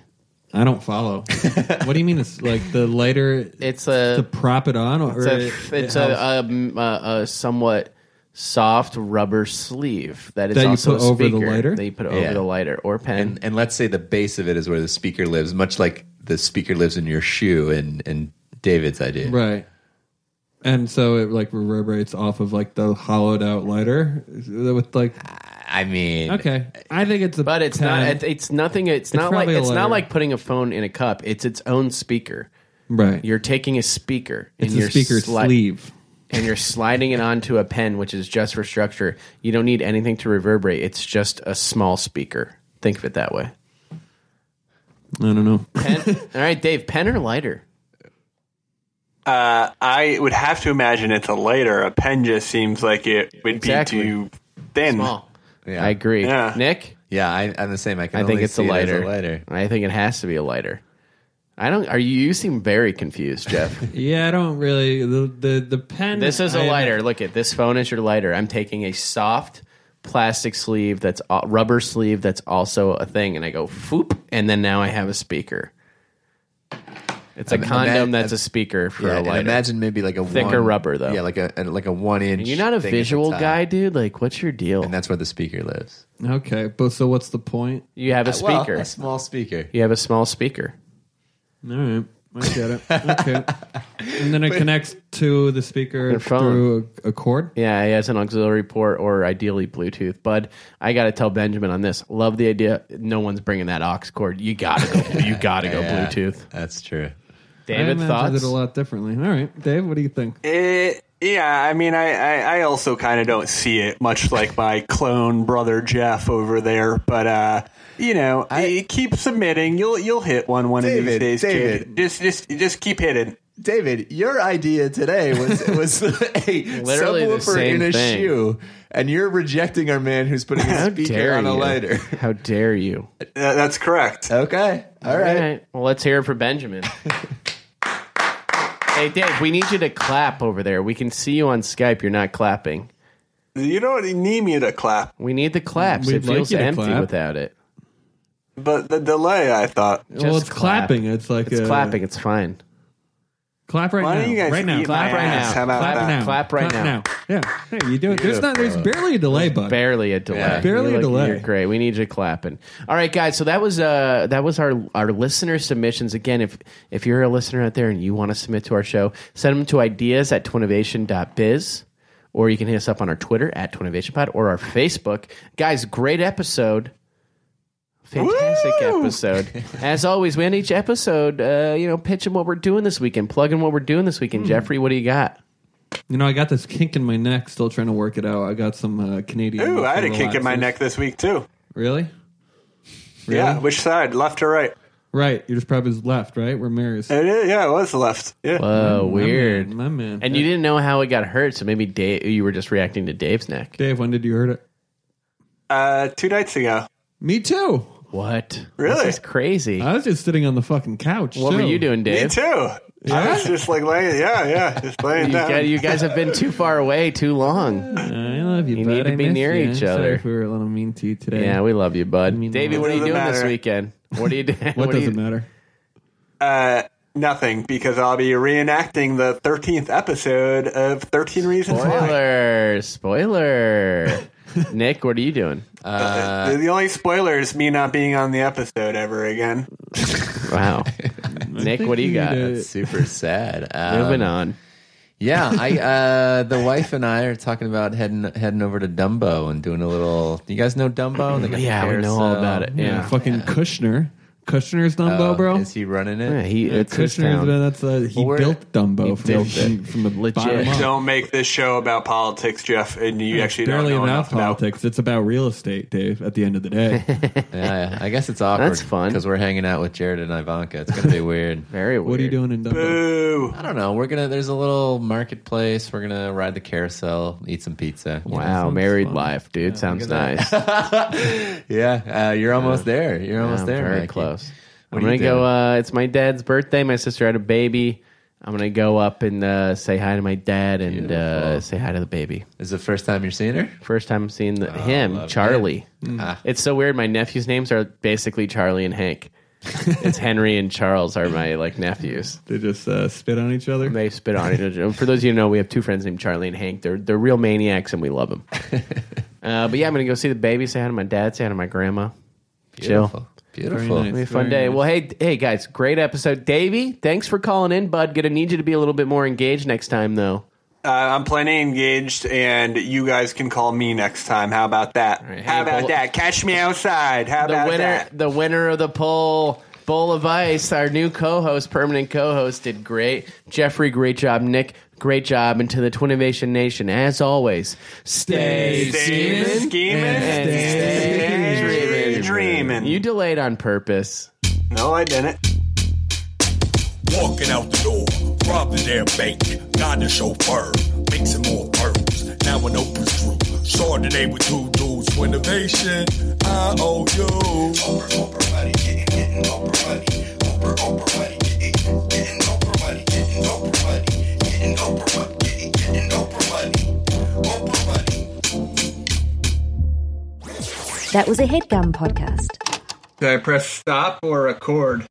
[SPEAKER 5] I don't follow. what do you mean? It's like the lighter
[SPEAKER 3] It's
[SPEAKER 5] to
[SPEAKER 3] a
[SPEAKER 5] prop it on, or
[SPEAKER 3] it's a
[SPEAKER 5] it-
[SPEAKER 3] it's
[SPEAKER 5] it
[SPEAKER 3] a,
[SPEAKER 5] helps
[SPEAKER 3] um, uh, a somewhat soft rubber sleeve that is
[SPEAKER 5] That you
[SPEAKER 3] also
[SPEAKER 5] put
[SPEAKER 3] a
[SPEAKER 5] over the
[SPEAKER 3] speaker
[SPEAKER 5] lighter?
[SPEAKER 3] That you put
[SPEAKER 6] Yeah.
[SPEAKER 3] over the lighter or pen.
[SPEAKER 6] And and let's say the base of it is where the speaker lives, much like the speaker lives in your shoe and and David's idea.
[SPEAKER 5] right? And so it like reverberates off of like the hollowed out lighter with like
[SPEAKER 6] I mean,
[SPEAKER 5] okay. I think it's a
[SPEAKER 3] but it's not.
[SPEAKER 5] pen.
[SPEAKER 3] It's, it's nothing. It's, not like
[SPEAKER 5] probably a
[SPEAKER 3] it's
[SPEAKER 5] lighter.
[SPEAKER 3] not like putting a phone in a cup. It's its own speaker.
[SPEAKER 5] right.
[SPEAKER 3] You're taking a speaker.
[SPEAKER 5] it's
[SPEAKER 3] and
[SPEAKER 5] a
[SPEAKER 3] you're
[SPEAKER 5] speaker
[SPEAKER 3] sli-
[SPEAKER 5] sleeve.
[SPEAKER 3] and you're sliding it onto a pen, which is just for structure. You don't need anything to reverberate. It's just a small speaker. Think of it that way.
[SPEAKER 5] I don't know.
[SPEAKER 3] Pen, all right, Dave. Pen or lighter?
[SPEAKER 4] Uh, I would have to imagine it's a lighter. A pen just seems like it would
[SPEAKER 3] Exactly.
[SPEAKER 4] be too thin.
[SPEAKER 3] Small.
[SPEAKER 6] Yeah.
[SPEAKER 3] I agree.
[SPEAKER 4] Yeah.
[SPEAKER 3] Nick,
[SPEAKER 6] Yeah, I, I'm the same. I can.
[SPEAKER 3] I think
[SPEAKER 6] only
[SPEAKER 3] it's a
[SPEAKER 6] see it as
[SPEAKER 3] lighter.
[SPEAKER 6] a lighter.
[SPEAKER 3] I think it has to be a lighter. I don't. Are you? You seem very confused, Jeff.
[SPEAKER 5] Yeah, I don't really the the the pen.
[SPEAKER 3] this is
[SPEAKER 5] a
[SPEAKER 3] a lighter. Look at this phone is your lighter. I'm taking a soft plastic sleeve that's a rubber sleeve that's also a thing, and I go foop, and then now I have a speaker. It's a
[SPEAKER 6] Ima-
[SPEAKER 3] condom that's
[SPEAKER 6] I've-
[SPEAKER 3] a speaker for
[SPEAKER 6] Yeah,
[SPEAKER 3] a
[SPEAKER 6] and
[SPEAKER 3] lighter.
[SPEAKER 6] imagine maybe like a
[SPEAKER 3] Thicker
[SPEAKER 6] one-
[SPEAKER 3] rubber, though.
[SPEAKER 6] Yeah, like a and like a one inch.
[SPEAKER 3] You're not a
[SPEAKER 6] thing at the
[SPEAKER 3] visual
[SPEAKER 6] top.
[SPEAKER 3] guy, dude. Like, what's your deal?
[SPEAKER 6] and that's where the speaker lives.
[SPEAKER 5] Okay, but so what's the point?
[SPEAKER 3] you have a
[SPEAKER 6] Uh, Well,
[SPEAKER 3] speaker.
[SPEAKER 6] a small speaker.
[SPEAKER 3] you have a small speaker.
[SPEAKER 5] All right. I get it. Okay. and then it connects to the speaker
[SPEAKER 3] Your phone.
[SPEAKER 5] through a, a cord.
[SPEAKER 3] Yeah, he has an auxiliary port or ideally Bluetooth. But I got to tell Benjamin on this. Love the idea. No one's bringing that aux cord. You gotta go. you gotta go
[SPEAKER 6] Yeah,
[SPEAKER 3] Bluetooth.
[SPEAKER 6] That's true.
[SPEAKER 3] David,
[SPEAKER 5] I imagined
[SPEAKER 3] thoughts?
[SPEAKER 5] it a lot differently. All right, Dave, what do you think?
[SPEAKER 4] It, Eh, yeah, I mean, I, I, I also kind of don't see it, much like my clone brother Jeff over there. But uh, you know, I, keep submitting. You'll you'll hit one one of
[SPEAKER 6] David,
[SPEAKER 4] these days,
[SPEAKER 6] David.
[SPEAKER 4] kid. Just just just keep hitting.
[SPEAKER 6] David, your idea today was was a
[SPEAKER 3] Literally the
[SPEAKER 6] subwoofer
[SPEAKER 3] same
[SPEAKER 6] in a
[SPEAKER 3] thing.
[SPEAKER 6] shoe, and you're rejecting our man who's putting
[SPEAKER 3] How
[SPEAKER 6] a speaker
[SPEAKER 3] dare
[SPEAKER 6] on a
[SPEAKER 3] you?
[SPEAKER 6] lighter.
[SPEAKER 3] How dare you?
[SPEAKER 4] Tha- Uh, that's correct.
[SPEAKER 6] Okay, all
[SPEAKER 3] All
[SPEAKER 6] right.
[SPEAKER 3] right. Well, let's hear it for Benjamin. hey, Dave, we need you to clap over there. We can see you on Skype. You're not clapping.
[SPEAKER 4] You don't need me to clap,
[SPEAKER 3] We need the claps.
[SPEAKER 5] We'd
[SPEAKER 3] it
[SPEAKER 5] like
[SPEAKER 3] feels
[SPEAKER 5] you to
[SPEAKER 3] empty
[SPEAKER 5] clap.
[SPEAKER 3] without it.
[SPEAKER 4] but the delay. I thought.
[SPEAKER 5] well,
[SPEAKER 3] Just
[SPEAKER 5] it's clapping.
[SPEAKER 3] clap.
[SPEAKER 5] It's like
[SPEAKER 3] It's
[SPEAKER 5] a,
[SPEAKER 3] clapping. It's fine.
[SPEAKER 5] Clap right
[SPEAKER 4] Why
[SPEAKER 5] now.
[SPEAKER 4] don't you guys
[SPEAKER 5] right now.
[SPEAKER 4] eat
[SPEAKER 5] Clap
[SPEAKER 4] my
[SPEAKER 5] right
[SPEAKER 4] ass?
[SPEAKER 5] now.
[SPEAKER 4] How about
[SPEAKER 5] clap
[SPEAKER 4] that?
[SPEAKER 5] now.
[SPEAKER 3] Clap right now.
[SPEAKER 5] Yeah. Hey, you do it. There's not. There's barely a delay button.
[SPEAKER 3] barely a delay.
[SPEAKER 6] Yeah.
[SPEAKER 5] Barely
[SPEAKER 3] You're like-
[SPEAKER 5] a delay.
[SPEAKER 3] You're great. We need you clapping. All right, guys. So that was uh that was our our listener submissions. Again, if if you're a listener out there and you want to submit to our show, send them to ideas at twinnovation.biz. Or you can hit us up on our Twitter at TwinnovationPod or our Facebook. Guys, great episode. Fantastic episode. As always, we end each episode, uh, you know, pitching what we're doing this weekend, plugging what we're doing this weekend. Jeffrey, what do you got?
[SPEAKER 5] You know, I got this kink in my neck. Still trying to work it out. I got some uh, Canadian.
[SPEAKER 4] Ooh,
[SPEAKER 5] muscle
[SPEAKER 4] I had a kink in my
[SPEAKER 5] relaxers.
[SPEAKER 4] neck this week too.
[SPEAKER 5] Really?
[SPEAKER 4] Yeah,
[SPEAKER 5] Really?
[SPEAKER 4] which side, left or right?
[SPEAKER 5] Right. You're just probably left. Right. We're mirrors.
[SPEAKER 4] It is, yeah, it was left. Yeah,
[SPEAKER 3] Oh,
[SPEAKER 5] My man,
[SPEAKER 3] weird.
[SPEAKER 5] My man.
[SPEAKER 3] And you didn't know how it got hurt, so maybe Dave, you were just reacting to Dave's neck.
[SPEAKER 5] Dave, when did you hurt it?
[SPEAKER 4] uh, two nights ago.
[SPEAKER 5] Me too.
[SPEAKER 3] What?
[SPEAKER 4] Really?
[SPEAKER 3] This is crazy.
[SPEAKER 5] I was just sitting on the fucking couch.
[SPEAKER 3] what
[SPEAKER 5] too.
[SPEAKER 3] were you doing,
[SPEAKER 4] Me
[SPEAKER 3] Dave?
[SPEAKER 4] too. I was just like laying, yeah, yeah, just laying
[SPEAKER 3] You
[SPEAKER 4] down.
[SPEAKER 3] guys, you guys have been too far away too long.
[SPEAKER 5] I love you.
[SPEAKER 3] You
[SPEAKER 5] bud.
[SPEAKER 3] need to
[SPEAKER 5] I
[SPEAKER 3] be
[SPEAKER 5] miss
[SPEAKER 3] near
[SPEAKER 5] you. I'm
[SPEAKER 3] each
[SPEAKER 5] sorry
[SPEAKER 3] other.
[SPEAKER 5] if we were a little mean to you today. Uh,
[SPEAKER 3] Yeah, we love you, bud.
[SPEAKER 5] mean,
[SPEAKER 3] Davey,
[SPEAKER 5] it
[SPEAKER 3] what are you
[SPEAKER 4] doesn't
[SPEAKER 3] doing this
[SPEAKER 4] matter.
[SPEAKER 3] weekend? What are you doing?
[SPEAKER 5] What,
[SPEAKER 3] are you-
[SPEAKER 5] doesn't matter?
[SPEAKER 4] Uh, nothing, because I'll be reenacting the 13th episode of 13 Reasons Why.
[SPEAKER 3] Spoiler, spoiler. Nick, what are you doing?
[SPEAKER 4] the, the only spoiler is me not being on the episode ever again.
[SPEAKER 3] Wow, Nick, what do you got?
[SPEAKER 6] That's super sad. Um,
[SPEAKER 3] Moving on.
[SPEAKER 6] Yeah, I uh, the wife and I are talking about heading heading over to Dumbo and doing a little. You guys know Dumbo? They got the
[SPEAKER 3] Yeah, we know all
[SPEAKER 6] carousel.
[SPEAKER 3] about it. Yeah.
[SPEAKER 5] fucking Kushner. Kushner's Dumbo,
[SPEAKER 6] Oh,
[SPEAKER 5] bro.
[SPEAKER 6] Is he running it?
[SPEAKER 3] Yeah, he it's his
[SPEAKER 5] Kushner's
[SPEAKER 3] town.
[SPEAKER 5] been, that's uh, he
[SPEAKER 6] Well, we're-
[SPEAKER 5] built Dumbo
[SPEAKER 3] he
[SPEAKER 5] from,
[SPEAKER 3] built
[SPEAKER 5] the,
[SPEAKER 3] it.
[SPEAKER 5] from the
[SPEAKER 3] Legit.
[SPEAKER 5] bottom up.
[SPEAKER 4] Don't make this show about politics, Jeff, and you actually don't
[SPEAKER 5] barely
[SPEAKER 4] know
[SPEAKER 5] about
[SPEAKER 4] enough about
[SPEAKER 5] politics. It's about real estate, Dave. At the end of the day,
[SPEAKER 6] Yeah, yeah. I guess it's awkward.
[SPEAKER 3] That's fun.
[SPEAKER 6] because we're hanging out with Jared and Ivanka. It's gonna be weird.
[SPEAKER 3] Very weird.
[SPEAKER 5] what are you doing in Dumbo?
[SPEAKER 4] Boo.
[SPEAKER 6] I don't know. We're gonna. There's a little marketplace. We're gonna ride the carousel, eat some pizza.
[SPEAKER 3] Wow, married life, dude. Sounds nice. I'm
[SPEAKER 6] Yeah, uh, you're almost there. You're almost there.
[SPEAKER 3] Very
[SPEAKER 6] Mikey.
[SPEAKER 3] close.
[SPEAKER 6] What
[SPEAKER 3] I'm
[SPEAKER 6] are
[SPEAKER 3] gonna
[SPEAKER 6] you
[SPEAKER 3] go.
[SPEAKER 6] doing?
[SPEAKER 3] Uh, it's my dad's birthday. My sister had a baby. I'm gonna go up and uh, say hi to my dad and uh,
[SPEAKER 6] Beautiful.
[SPEAKER 3] say hi to the baby.
[SPEAKER 6] Is it the first time you're seeing her?
[SPEAKER 3] First time seeing the, him,
[SPEAKER 6] Oh, love
[SPEAKER 3] Charlie.
[SPEAKER 6] Ah.
[SPEAKER 3] It's so weird. My nephews' names are basically Charlie and Hank. it's Henry and Charles are my like nephews.
[SPEAKER 5] They just uh, spit on each other.
[SPEAKER 3] They spit on it. For those of you who know, we have two friends named Charlie and Hank. They're they're real maniacs, and we love them. uh, but yeah, I'm gonna go see the baby. Say hi to my dad. Say hi to my grandma. Chill.
[SPEAKER 6] Beautiful. Beautiful.
[SPEAKER 5] Very
[SPEAKER 3] It'll be a
[SPEAKER 5] nice.
[SPEAKER 3] fun day. Well, hey, hey guys, great episode, Davey. Thanks for calling in, bud. Gonna need you to be a little bit more engaged next time, though.
[SPEAKER 4] Uh, I'm plenty engaged, and you guys can call me next time. How about that?
[SPEAKER 3] right, hey,
[SPEAKER 4] How about
[SPEAKER 3] Bol-
[SPEAKER 4] that? Catch me outside. How
[SPEAKER 3] The
[SPEAKER 4] about
[SPEAKER 3] winner,
[SPEAKER 4] that?
[SPEAKER 3] the winner of the poll, Bowl of Ice, our new co-host, permanent co-host, did great. Jeffrey, great job. Nick, great job. And to the Twinnovation Nation, as always, stay.
[SPEAKER 4] Stay
[SPEAKER 5] Scheming
[SPEAKER 4] scheming
[SPEAKER 3] and
[SPEAKER 4] and
[SPEAKER 3] stay
[SPEAKER 4] stay dreaming.
[SPEAKER 3] You delayed on purpose.
[SPEAKER 4] no, I didn't.
[SPEAKER 2] Walking out the door, robbing their bank, got the chauffeur, mixing more pearls. Now an open screw. Chardonnay with two dudes for innovation. I owe you. Oprah, Oprah money, getting, getting Oprah money. Oprah, Oprah money, getting, getting Oprah money, getting Oprah money, getting Oprah money, getting, getting Oprah money. Oprah money.
[SPEAKER 1] That was a headgum podcast.
[SPEAKER 4] Did I press stop or record?